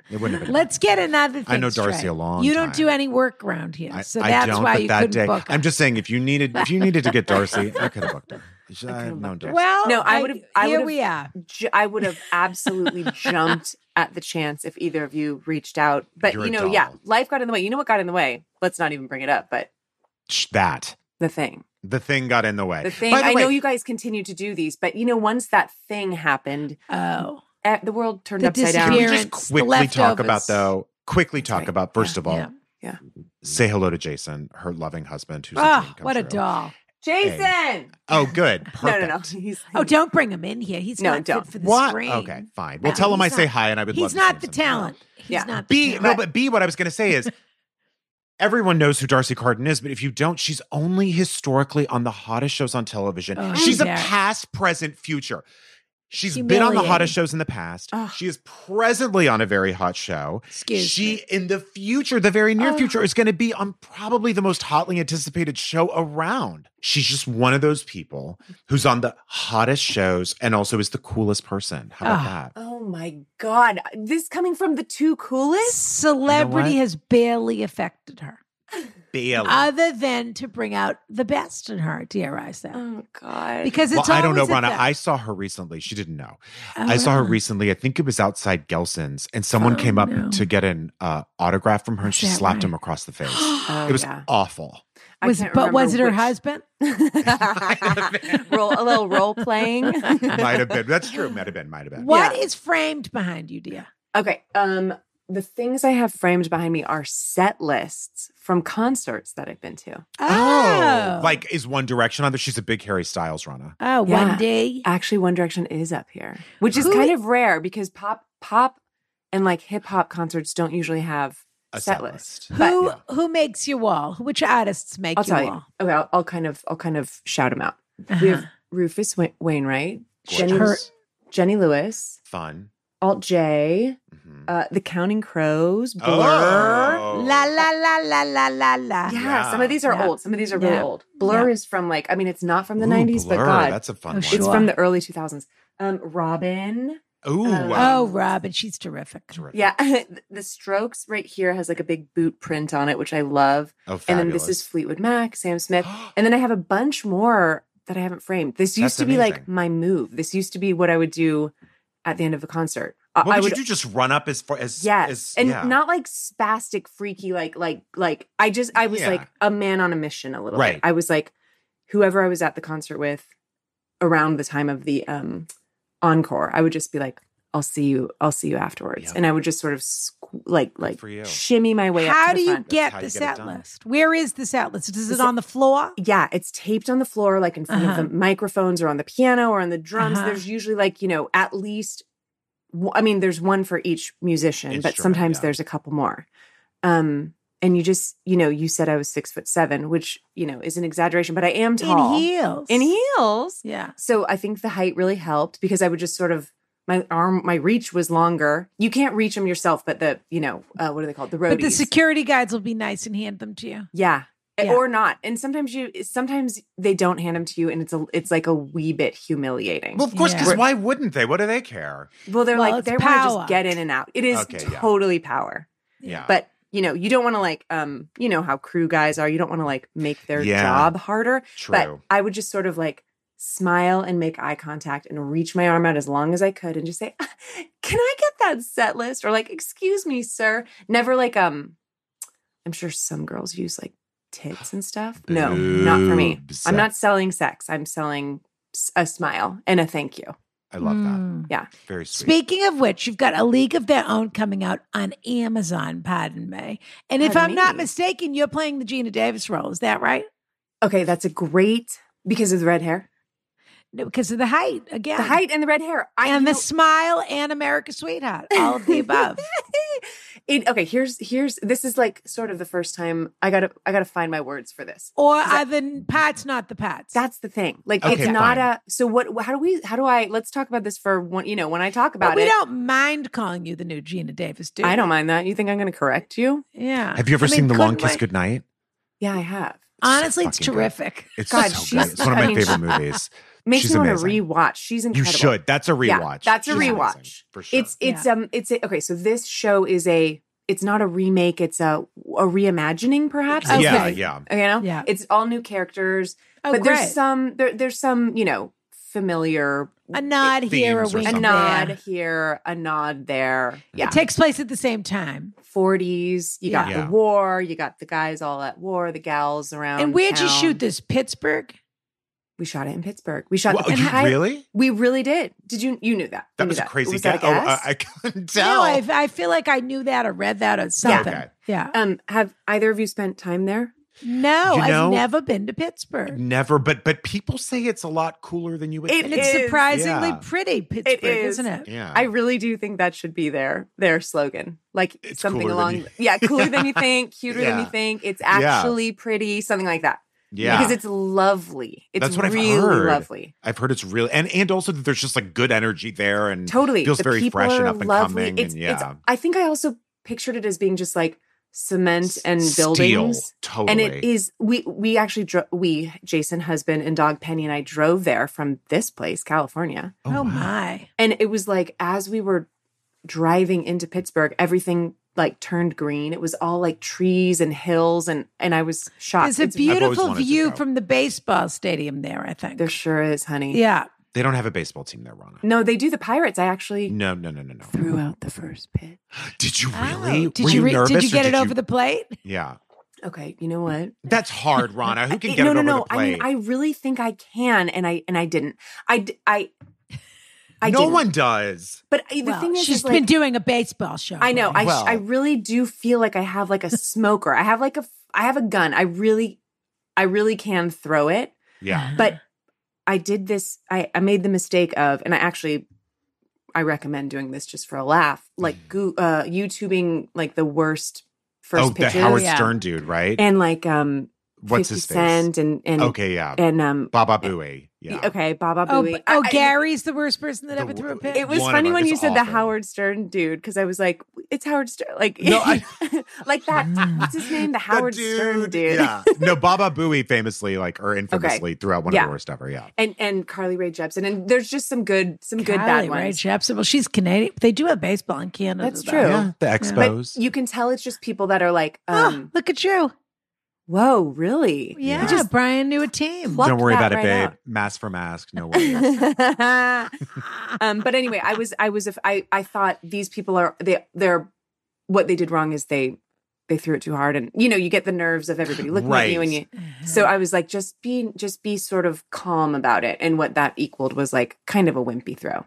[SPEAKER 2] It wouldn't have been.
[SPEAKER 1] Let's get another thing
[SPEAKER 2] I know Darcy
[SPEAKER 1] straight.
[SPEAKER 2] a long
[SPEAKER 1] You don't
[SPEAKER 2] time.
[SPEAKER 1] do any work around here.
[SPEAKER 2] I,
[SPEAKER 1] so
[SPEAKER 2] I
[SPEAKER 1] that's
[SPEAKER 2] don't,
[SPEAKER 1] why
[SPEAKER 2] but
[SPEAKER 1] you
[SPEAKER 2] that
[SPEAKER 1] couldn't
[SPEAKER 2] day,
[SPEAKER 1] book her.
[SPEAKER 2] I'm just saying, if you needed, if you needed to get Darcy, I could have booked her. I have
[SPEAKER 3] could've
[SPEAKER 2] known
[SPEAKER 3] booked her.
[SPEAKER 2] Darcy.
[SPEAKER 1] Well,
[SPEAKER 3] No, I would've- I
[SPEAKER 1] here
[SPEAKER 3] would've-
[SPEAKER 1] we are.
[SPEAKER 3] J- I would have absolutely jumped at the chance if either of you reached out. But
[SPEAKER 2] You're a
[SPEAKER 3] you know, yeah,
[SPEAKER 2] doll.
[SPEAKER 3] life got in the way. You know what got in the way? Let's not even bring it up. But
[SPEAKER 2] Sh- That
[SPEAKER 3] the thing,
[SPEAKER 2] the thing got in the way.
[SPEAKER 3] the thing.
[SPEAKER 2] By the
[SPEAKER 3] I
[SPEAKER 2] way,
[SPEAKER 3] know you guys continue to do these, but you know, once that thing happened,
[SPEAKER 1] Oh,
[SPEAKER 3] eh, the world turned
[SPEAKER 1] The
[SPEAKER 3] upside down.
[SPEAKER 2] Can we just
[SPEAKER 1] parents, the
[SPEAKER 2] quickly talk about
[SPEAKER 1] leftovers.
[SPEAKER 2] though? Quickly talk
[SPEAKER 3] right.
[SPEAKER 2] about first of all,
[SPEAKER 1] yeah.
[SPEAKER 2] say hello to Jason, her loving husband, who's a
[SPEAKER 1] oh
[SPEAKER 2] dream come
[SPEAKER 1] what a
[SPEAKER 2] true.
[SPEAKER 1] doll.
[SPEAKER 3] Jason.
[SPEAKER 2] Oh, good, perfect.
[SPEAKER 3] No, no, no. He's,
[SPEAKER 1] Oh, don't bring him in here. He's
[SPEAKER 3] No,
[SPEAKER 1] not
[SPEAKER 3] don't.
[SPEAKER 1] fit for the
[SPEAKER 2] What?
[SPEAKER 1] screen.
[SPEAKER 2] Okay, fine. Well,
[SPEAKER 1] No,
[SPEAKER 2] tell him I
[SPEAKER 1] he's
[SPEAKER 2] say
[SPEAKER 1] not-
[SPEAKER 2] hi, and I would. love
[SPEAKER 1] He's
[SPEAKER 2] to
[SPEAKER 1] not the
[SPEAKER 2] see him sometime.
[SPEAKER 1] talent. He's
[SPEAKER 3] Yeah.
[SPEAKER 1] not the
[SPEAKER 2] B,
[SPEAKER 1] talent.
[SPEAKER 2] no, but B, what I was going to say is everyone knows who Darcy Carden is, but if you don't, she's only historically on the hottest shows on television.
[SPEAKER 1] Oh,
[SPEAKER 2] she's a
[SPEAKER 1] yeah.
[SPEAKER 2] past, present, future. She's been on the hottest
[SPEAKER 1] Humiliating.
[SPEAKER 2] shows in the past.
[SPEAKER 3] Ugh.
[SPEAKER 2] She is presently on a very hot show.
[SPEAKER 1] Excuse
[SPEAKER 2] she
[SPEAKER 1] me.
[SPEAKER 2] in the future, the very near
[SPEAKER 1] Ugh.
[SPEAKER 2] future, is going to be on probably the most hotly anticipated show around. She's just one of those people who's on the hottest shows and also is the coolest person. How about
[SPEAKER 1] Ugh.
[SPEAKER 2] that?
[SPEAKER 3] oh my God. This coming from the two coolest?
[SPEAKER 1] Celebrity
[SPEAKER 2] You know what?
[SPEAKER 1] has barely affected her,
[SPEAKER 2] Bailey.
[SPEAKER 1] other than to bring out the best in her. Dearize that
[SPEAKER 3] Oh God.
[SPEAKER 1] because it's
[SPEAKER 2] well, I don't know,
[SPEAKER 1] always a
[SPEAKER 2] Rana.
[SPEAKER 1] thing.
[SPEAKER 2] I saw her recently. She didn't know.
[SPEAKER 1] Oh,
[SPEAKER 2] I saw her
[SPEAKER 1] wow.
[SPEAKER 2] recently. I think it was outside Gelson's, and someone
[SPEAKER 1] Oh,
[SPEAKER 2] came up
[SPEAKER 1] no.
[SPEAKER 2] to get an uh, autograph from her.
[SPEAKER 1] Is
[SPEAKER 2] she
[SPEAKER 1] that
[SPEAKER 2] slapped
[SPEAKER 1] right?
[SPEAKER 2] him across the face.
[SPEAKER 3] Oh,
[SPEAKER 2] it was
[SPEAKER 3] yeah.
[SPEAKER 2] awful.
[SPEAKER 3] I
[SPEAKER 1] Was,
[SPEAKER 3] can't
[SPEAKER 1] but was it her
[SPEAKER 3] remember which-
[SPEAKER 1] husband?
[SPEAKER 3] roll a little role playing.
[SPEAKER 2] Might have been. That's true. Might have been. Might have been.
[SPEAKER 1] What is
[SPEAKER 3] Yeah.
[SPEAKER 1] framed behind you, dear?
[SPEAKER 3] okay. Um, the things I have framed behind me are set lists from concerts that I've been to.
[SPEAKER 2] Oh, like is One Direction on there? She's a big Harry Styles, Rana.
[SPEAKER 1] oh,
[SPEAKER 3] Yeah.
[SPEAKER 1] one day.
[SPEAKER 3] Actually, One Direction is up here, which is
[SPEAKER 1] Who-
[SPEAKER 3] kind of rare because pop, pop, and like hip hop concerts don't usually have
[SPEAKER 2] A
[SPEAKER 3] set,
[SPEAKER 2] set
[SPEAKER 3] list.
[SPEAKER 2] list.
[SPEAKER 3] But
[SPEAKER 1] who
[SPEAKER 2] Yeah.
[SPEAKER 1] who makes your wall? Which artists make
[SPEAKER 3] I'll
[SPEAKER 1] your
[SPEAKER 3] tell you.
[SPEAKER 1] wall?
[SPEAKER 3] Okay, I'll, I'll kind of, I'll kind of shout them out. We
[SPEAKER 1] Uh-huh.
[SPEAKER 3] have Rufus Wa- Wainwright, Jenny,
[SPEAKER 2] Gorgeous.
[SPEAKER 3] Jenny Lewis,
[SPEAKER 2] Fun.
[SPEAKER 3] Alt J,
[SPEAKER 2] Mhm.
[SPEAKER 3] uh, The Counting Crows, Blur.
[SPEAKER 2] Oh.
[SPEAKER 1] La la la la la la la.
[SPEAKER 3] Yeah,
[SPEAKER 2] Yeah.
[SPEAKER 3] some of these are
[SPEAKER 1] Yeah.
[SPEAKER 3] old. Some of these are really
[SPEAKER 1] Yeah.
[SPEAKER 3] old. Blur
[SPEAKER 1] Yeah.
[SPEAKER 3] is from like, I mean, it's not from the
[SPEAKER 2] Ooh,
[SPEAKER 3] 90s, but
[SPEAKER 2] Blur,
[SPEAKER 3] God,
[SPEAKER 2] that's a fun
[SPEAKER 1] Oh,
[SPEAKER 2] one.
[SPEAKER 3] it's
[SPEAKER 1] sure.
[SPEAKER 3] from the early 2000s. Um, Robin.
[SPEAKER 2] Ooh,
[SPEAKER 3] Um,
[SPEAKER 2] wow.
[SPEAKER 1] Oh, Robin, she's terrific.
[SPEAKER 2] Terrific.
[SPEAKER 3] Yeah, the Strokes right here has like a big boot print on it, which I love.
[SPEAKER 2] Oh,
[SPEAKER 3] And then this is
[SPEAKER 2] fabulous.
[SPEAKER 3] Fleetwood Mac, Sam Smith. And then I have a bunch more that I haven't framed. This used
[SPEAKER 2] That's
[SPEAKER 3] to be like
[SPEAKER 2] amazing.
[SPEAKER 3] my move. This used to be what I would do at the end of a concert. I-
[SPEAKER 2] What would,
[SPEAKER 3] I
[SPEAKER 2] you do? Just run up as far as
[SPEAKER 3] Yes.
[SPEAKER 2] as-
[SPEAKER 3] and
[SPEAKER 2] yeah.
[SPEAKER 3] not like spastic, freaky, like, like, like, I just, I was
[SPEAKER 2] Yeah.
[SPEAKER 3] like a man on a mission a little
[SPEAKER 2] Right.
[SPEAKER 3] bit. I was like, whoever I was at the concert with around the time of the um encore, I would just be like, I'll see you, I'll see you afterwards.
[SPEAKER 2] Yeah.
[SPEAKER 3] And I would just sort of squ- like, like,
[SPEAKER 2] for you.
[SPEAKER 3] shimmy my way up.
[SPEAKER 1] How
[SPEAKER 3] to the
[SPEAKER 1] do you
[SPEAKER 3] front.
[SPEAKER 1] get
[SPEAKER 2] how
[SPEAKER 1] the
[SPEAKER 2] you get it
[SPEAKER 1] set
[SPEAKER 2] done.
[SPEAKER 1] list? Where is the set list? Is
[SPEAKER 3] Is
[SPEAKER 1] it
[SPEAKER 3] it-
[SPEAKER 1] on the floor?
[SPEAKER 3] Yeah, it's taped on the floor, like in front
[SPEAKER 1] Uh-huh.
[SPEAKER 3] of the microphones or on the piano or on the drums.
[SPEAKER 1] Uh-huh.
[SPEAKER 3] There's usually like, you know, at least, w- I mean, there's one for each musician, but
[SPEAKER 2] Instrument,
[SPEAKER 3] sometimes
[SPEAKER 2] yeah.
[SPEAKER 3] there's a couple more. Um, and you just, you know, you said I was six foot seven, which, you know, is an exaggeration, but I am tall.
[SPEAKER 1] In heels.
[SPEAKER 3] In heels.
[SPEAKER 1] Yeah.
[SPEAKER 3] So I think the height really helped because I would just sort of, my arm, my reach was longer. You can't reach them yourself, but the, you know, uh, what are they called? The roadies.
[SPEAKER 1] But the security guides will be nice and hand them to you.
[SPEAKER 3] Yeah.
[SPEAKER 1] Yeah.
[SPEAKER 3] Or not. And sometimes you sometimes they don't hand them to you and it's a it's like a wee bit humiliating.
[SPEAKER 2] Well, of course,
[SPEAKER 1] Yeah.
[SPEAKER 2] because why wouldn't they? What do they care?
[SPEAKER 3] Well, they're
[SPEAKER 1] Well,
[SPEAKER 3] like
[SPEAKER 1] it's
[SPEAKER 3] they want to
[SPEAKER 1] power.
[SPEAKER 3] just get in and out. It is
[SPEAKER 2] Okay, yeah.
[SPEAKER 3] totally power.
[SPEAKER 2] Yeah.
[SPEAKER 3] But you know, you don't want to like um you know how crew guys are. You don't want to like make their
[SPEAKER 2] Yeah.
[SPEAKER 3] job harder. But
[SPEAKER 2] True.
[SPEAKER 3] I would just sort of like smile and make eye contact and reach my arm out as long as I could and just say, "Ah, "Can I get that set list?" or like, "Excuse me, sir." Never like um I'm sure some girls use like tits and stuff. No, not for me.
[SPEAKER 2] Boobs.
[SPEAKER 3] I'm not selling sex. I'm selling s- a smile and a thank you.
[SPEAKER 2] I love that.
[SPEAKER 3] Hmm.
[SPEAKER 1] Mm.
[SPEAKER 2] Very sweet.
[SPEAKER 1] Speaking of which, you've got a league of their own coming out on Amazon, pardon me. And if
[SPEAKER 3] Pardon
[SPEAKER 1] I'm not
[SPEAKER 3] me.
[SPEAKER 1] mistaken, you're playing the Gina Davis role. Is that right?
[SPEAKER 3] Okay, that's a great because of the red hair.
[SPEAKER 1] No, because of the height again.
[SPEAKER 3] The height and the red hair. I
[SPEAKER 1] and
[SPEAKER 3] you
[SPEAKER 1] the
[SPEAKER 3] know-
[SPEAKER 1] smile and America's Sweetheart, all of the above.
[SPEAKER 3] it, okay, here's here's this is like sort of the first time I got to I got to find my words for this.
[SPEAKER 1] Or
[SPEAKER 3] Is that-
[SPEAKER 1] are the parts not the parts?
[SPEAKER 3] That's the thing. Like
[SPEAKER 2] Okay,
[SPEAKER 3] it's not
[SPEAKER 2] fine.
[SPEAKER 3] a so what how do we how do I let's talk about this for one you know when I talk
[SPEAKER 1] but
[SPEAKER 3] about
[SPEAKER 1] we
[SPEAKER 3] it.
[SPEAKER 1] don't mind calling you the new Gina Davis, do
[SPEAKER 3] I don't mind that. You think I'm going to correct you?
[SPEAKER 1] Yeah.
[SPEAKER 2] Have you ever
[SPEAKER 1] I mean,
[SPEAKER 2] seen The Long
[SPEAKER 1] couldn't
[SPEAKER 2] Kiss
[SPEAKER 1] we-
[SPEAKER 2] Goodnight?
[SPEAKER 3] Yeah, I have.
[SPEAKER 1] Honestly, it's
[SPEAKER 2] fucking good.
[SPEAKER 1] terrific.
[SPEAKER 2] It's
[SPEAKER 3] God,
[SPEAKER 2] so
[SPEAKER 3] she's-
[SPEAKER 2] good. It's one of
[SPEAKER 3] I
[SPEAKER 2] my
[SPEAKER 3] mean,
[SPEAKER 2] favorite movies.
[SPEAKER 3] Makes
[SPEAKER 2] She's
[SPEAKER 3] me want to
[SPEAKER 2] amazing.
[SPEAKER 3] rewatch. She's
[SPEAKER 2] You
[SPEAKER 3] incredible.
[SPEAKER 2] should. That's a rewatch.
[SPEAKER 3] Yeah, that's a
[SPEAKER 2] She's amazing,
[SPEAKER 3] rewatch.
[SPEAKER 2] for sure.
[SPEAKER 3] It's it's um it's a, okay. So this show is a it's not a remake. It's a a reimagining, perhaps.
[SPEAKER 1] Okay.
[SPEAKER 2] yeah, yeah.
[SPEAKER 3] You know,
[SPEAKER 1] Yeah.
[SPEAKER 3] It's all new characters,
[SPEAKER 1] Oh,
[SPEAKER 3] but
[SPEAKER 1] great.
[SPEAKER 3] there's some there, there's some you know familiar
[SPEAKER 1] a nod here, a
[SPEAKER 2] themes or
[SPEAKER 1] wink
[SPEAKER 3] a
[SPEAKER 2] something.
[SPEAKER 3] nod
[SPEAKER 1] there.
[SPEAKER 3] here, a nod there. Yeah,
[SPEAKER 1] It takes place at the same time.
[SPEAKER 3] 40s. You got
[SPEAKER 2] Yeah. Yeah.
[SPEAKER 3] the war. You got the guys all at war. The gals around.
[SPEAKER 1] and where'd you
[SPEAKER 3] town.
[SPEAKER 1] shoot this? Pittsburgh.
[SPEAKER 3] We shot it in Pittsburgh. We shot.
[SPEAKER 2] Well,
[SPEAKER 3] the
[SPEAKER 2] you
[SPEAKER 3] entire-
[SPEAKER 2] really?
[SPEAKER 3] We really did. Did you? You knew that. You
[SPEAKER 2] That
[SPEAKER 3] knew
[SPEAKER 2] was a crazy
[SPEAKER 3] Was
[SPEAKER 2] guess.
[SPEAKER 3] that a guess?
[SPEAKER 2] Oh, I, I couldn't
[SPEAKER 1] You know,
[SPEAKER 2] tell.
[SPEAKER 1] I, I feel like I knew that or read that or something.
[SPEAKER 2] Okay.
[SPEAKER 1] Yeah.
[SPEAKER 3] um, have either of you spent time there?
[SPEAKER 1] No,
[SPEAKER 2] You know-
[SPEAKER 1] I've never been to Pittsburgh.
[SPEAKER 2] Never, but but people say it's a lot cooler than you would.
[SPEAKER 3] It
[SPEAKER 1] And
[SPEAKER 2] think.
[SPEAKER 1] it's
[SPEAKER 3] is.
[SPEAKER 1] surprisingly
[SPEAKER 2] Yeah.
[SPEAKER 1] pretty, Pittsburgh,
[SPEAKER 3] is.
[SPEAKER 1] is. not it?
[SPEAKER 2] yeah,
[SPEAKER 3] I really do think that should be their their slogan, like
[SPEAKER 2] It's
[SPEAKER 3] something
[SPEAKER 2] cooler than
[SPEAKER 3] along,
[SPEAKER 2] you-
[SPEAKER 3] yeah, cooler than you think, cuter than you
[SPEAKER 2] Yeah.
[SPEAKER 3] think. It's
[SPEAKER 2] Yeah.
[SPEAKER 3] actually pretty, something like that.
[SPEAKER 2] yeah.
[SPEAKER 3] because it's lovely. It's
[SPEAKER 2] That's what I've
[SPEAKER 3] really
[SPEAKER 2] heard.
[SPEAKER 3] lovely.
[SPEAKER 2] I've heard it's real, and and also that there's just like good energy there, and
[SPEAKER 3] Totally,
[SPEAKER 2] feels
[SPEAKER 3] The
[SPEAKER 2] very
[SPEAKER 3] people
[SPEAKER 2] fresh and
[SPEAKER 3] are
[SPEAKER 2] up and
[SPEAKER 3] lovely.
[SPEAKER 2] coming,
[SPEAKER 3] It's,
[SPEAKER 2] and
[SPEAKER 3] it's-
[SPEAKER 2] yeah.
[SPEAKER 3] I think I also pictured it as being just like cement and
[SPEAKER 2] Steel,
[SPEAKER 3] buildings.
[SPEAKER 2] totally.
[SPEAKER 3] And it is we we actually dro- we Jason husband and dog Penny and I drove there from this place California
[SPEAKER 1] Oh,
[SPEAKER 2] wow.
[SPEAKER 1] my.
[SPEAKER 3] And it was like as we were driving into Pittsburgh, everything like turned green. It was all like trees and hills, and and I was shocked.
[SPEAKER 1] There's a
[SPEAKER 3] It's-
[SPEAKER 2] always
[SPEAKER 1] beautiful
[SPEAKER 2] wanted to
[SPEAKER 1] view
[SPEAKER 2] go.
[SPEAKER 1] from the baseball stadium there, I think.
[SPEAKER 3] There sure is, honey.
[SPEAKER 1] yeah.
[SPEAKER 2] They don't have a baseball team there, Rana.
[SPEAKER 3] No, they do the Pirates. I actually
[SPEAKER 2] No, no, no, no, no.
[SPEAKER 3] threw out the first pitch.
[SPEAKER 2] Did you really?
[SPEAKER 1] Oh, did
[SPEAKER 2] Were
[SPEAKER 1] you,
[SPEAKER 2] you,
[SPEAKER 1] re-
[SPEAKER 2] nervous?
[SPEAKER 1] did you
[SPEAKER 2] or
[SPEAKER 1] get it over the plate?
[SPEAKER 2] Yeah,
[SPEAKER 3] Okay, you know what?
[SPEAKER 2] that's hard, Rana. Who can
[SPEAKER 3] It-
[SPEAKER 2] get
[SPEAKER 3] no,
[SPEAKER 2] it
[SPEAKER 3] no,
[SPEAKER 2] over
[SPEAKER 3] no.
[SPEAKER 2] the
[SPEAKER 3] I mean,
[SPEAKER 2] plate?
[SPEAKER 3] I really think I can, and I and I didn't. I d- I. I
[SPEAKER 2] no
[SPEAKER 3] didn't.
[SPEAKER 2] one does.
[SPEAKER 3] But I, the
[SPEAKER 1] Well,
[SPEAKER 3] thing is,
[SPEAKER 1] she's
[SPEAKER 3] is, like,
[SPEAKER 1] been doing a baseball show.
[SPEAKER 3] I know. I,
[SPEAKER 2] Well-
[SPEAKER 3] I really do feel like I have like a smoker. I have like a f- I have a gun. I really, I really can throw it.
[SPEAKER 2] Yeah,
[SPEAKER 3] But I did this. I I made the mistake of, and I actually, I recommend doing this just for a laugh. Like, goo, uh, YouTubing like the worst first
[SPEAKER 2] Mm. oh, the
[SPEAKER 3] pitches
[SPEAKER 2] Howard
[SPEAKER 1] Yeah.
[SPEAKER 2] Stern dude, right?
[SPEAKER 3] and like um
[SPEAKER 2] What's
[SPEAKER 3] 50
[SPEAKER 2] his face?
[SPEAKER 3] Cent and and
[SPEAKER 2] Okay, yeah,
[SPEAKER 3] and um
[SPEAKER 2] Baba Booey. Yeah,
[SPEAKER 3] okay Baba
[SPEAKER 1] Oh,
[SPEAKER 3] Booey.
[SPEAKER 1] but- oh
[SPEAKER 3] I- I-
[SPEAKER 1] Gary's the worst person that
[SPEAKER 2] The
[SPEAKER 1] ever threw a
[SPEAKER 2] wor-
[SPEAKER 1] pitch.
[SPEAKER 3] It was
[SPEAKER 2] One of
[SPEAKER 3] funny
[SPEAKER 2] them.
[SPEAKER 3] when you
[SPEAKER 2] It's
[SPEAKER 3] said the
[SPEAKER 2] awful.
[SPEAKER 3] Howard Stern dude because I was like, it's Howard Stern, like
[SPEAKER 2] No, I-
[SPEAKER 3] like that. What's his name? The
[SPEAKER 2] The
[SPEAKER 3] Howard Stern dude.
[SPEAKER 2] Yeah. No, Baba Booey famously, like, or infamously, threw out one of
[SPEAKER 3] Yeah.
[SPEAKER 2] the worst ever. Yeah.
[SPEAKER 3] And and Carly Rae Jepsen. And there's just some good, some good
[SPEAKER 1] Golly,
[SPEAKER 3] bad
[SPEAKER 1] Ray
[SPEAKER 3] ones.
[SPEAKER 1] Jepsen. Well, she's Canadian. They do have baseball in Canada.
[SPEAKER 3] That's
[SPEAKER 1] though.
[SPEAKER 3] true.
[SPEAKER 2] Yeah. The
[SPEAKER 3] But
[SPEAKER 2] Expos.
[SPEAKER 3] you can tell it's just people that are like,
[SPEAKER 1] Oh,
[SPEAKER 3] um,
[SPEAKER 1] look at you.
[SPEAKER 3] whoa, really?
[SPEAKER 1] Yeah,
[SPEAKER 2] Yeah.
[SPEAKER 1] just Brian knew a team.
[SPEAKER 3] Plucked
[SPEAKER 2] Don't worry
[SPEAKER 3] that
[SPEAKER 2] about it,
[SPEAKER 3] right
[SPEAKER 2] babe.
[SPEAKER 3] out.
[SPEAKER 2] Mask for mask. No worries.
[SPEAKER 3] um, but anyway, I was I was I I thought these people are they they're what they did wrong is they they threw it too hard and you know you get the nerves of everybody looking at you
[SPEAKER 2] Right. Mm-hmm.
[SPEAKER 3] and you So I was like, just be, just be sort of calm about it. And what that equaled was like kind of a wimpy throw.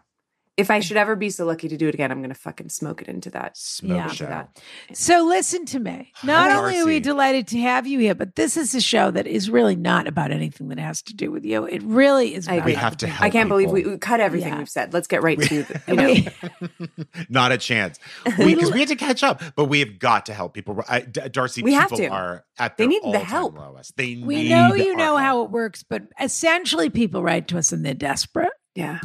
[SPEAKER 3] If I should ever be so lucky to do it again, I'm gonna fucking smoke it into that.
[SPEAKER 2] Smoke
[SPEAKER 1] Yeah.
[SPEAKER 2] show.
[SPEAKER 3] That.
[SPEAKER 1] So listen to me. Not
[SPEAKER 2] Oh,
[SPEAKER 1] only are we
[SPEAKER 2] Darcy.
[SPEAKER 1] delighted to have you here, but this is a show that is really not about anything that has to do with you. It really is.
[SPEAKER 3] I
[SPEAKER 1] about
[SPEAKER 3] agree.
[SPEAKER 2] We have to
[SPEAKER 1] the
[SPEAKER 2] help.
[SPEAKER 3] I can't believe we,
[SPEAKER 2] people.
[SPEAKER 3] we cut everything
[SPEAKER 1] Yeah.
[SPEAKER 3] we've said. Let's get right to the, you know.
[SPEAKER 1] people.
[SPEAKER 2] Not a chance. Because we, had to catch up, but we have got to help people. I, D- Darcy,
[SPEAKER 3] We have
[SPEAKER 2] people
[SPEAKER 3] to.
[SPEAKER 2] are at
[SPEAKER 3] They
[SPEAKER 2] their
[SPEAKER 3] need the
[SPEAKER 2] all-time
[SPEAKER 3] help.
[SPEAKER 2] lowest. They
[SPEAKER 1] We
[SPEAKER 2] need
[SPEAKER 1] know you
[SPEAKER 2] our
[SPEAKER 1] know
[SPEAKER 2] help.
[SPEAKER 1] how it works, but essentially, people write to us and they're desperate.
[SPEAKER 3] yeah.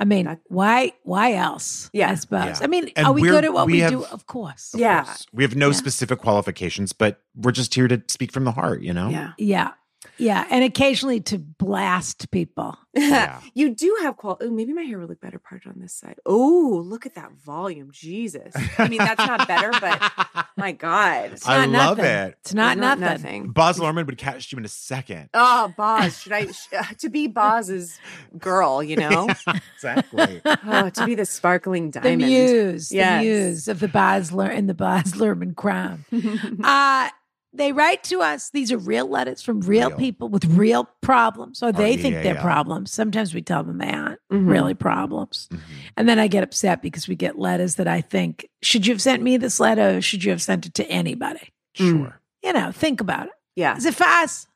[SPEAKER 1] I mean,
[SPEAKER 3] That-
[SPEAKER 1] why? Why else?
[SPEAKER 3] Yeah.
[SPEAKER 1] I suppose.
[SPEAKER 2] Yeah.
[SPEAKER 1] I mean,
[SPEAKER 2] And
[SPEAKER 1] are we
[SPEAKER 2] we're-
[SPEAKER 1] good at what
[SPEAKER 2] we
[SPEAKER 1] we,
[SPEAKER 2] have-
[SPEAKER 1] do? Of course.
[SPEAKER 2] Of
[SPEAKER 3] Yeah.
[SPEAKER 2] course. We have no
[SPEAKER 1] Yeah.
[SPEAKER 2] specific qualifications, but we're just here to speak from the heart, you know?
[SPEAKER 3] Yeah.
[SPEAKER 1] Yeah, yeah, and occasionally to blast people.
[SPEAKER 2] Yeah.
[SPEAKER 3] You do have qual oh, maybe my hair will look better parted on this side. Oh, look at that volume. Jesus. I mean, that's not better, but my God.
[SPEAKER 1] It's
[SPEAKER 2] I
[SPEAKER 1] not
[SPEAKER 2] love
[SPEAKER 1] nothing.
[SPEAKER 2] it.
[SPEAKER 1] It's not, nothing.
[SPEAKER 2] Boz Lerman would catch you in a second.
[SPEAKER 3] Oh, Boz. Should I sh- uh, to be Boz's girl, you know?
[SPEAKER 2] exactly.
[SPEAKER 3] Oh, to be the sparkling
[SPEAKER 1] The
[SPEAKER 3] diamond.
[SPEAKER 1] muse,
[SPEAKER 3] Yes.
[SPEAKER 1] the muse of the Bosler and the Boslerman crown.
[SPEAKER 3] Mm-hmm.
[SPEAKER 1] uh, they write to us. These are real letters from real,
[SPEAKER 2] Real. Oh,
[SPEAKER 1] people with real problems, or they think they're
[SPEAKER 2] R-E-A-L.
[SPEAKER 1] problems. Sometimes we tell them they aren't
[SPEAKER 3] Mhm.
[SPEAKER 1] really problems.
[SPEAKER 2] Mhm.
[SPEAKER 1] And then I get upset because we get letters that I think, should you have sent me this letter? Or should you have sent it to anybody?
[SPEAKER 2] Sure.
[SPEAKER 1] You know, think about it.
[SPEAKER 3] Yeah.
[SPEAKER 1] Is it for us?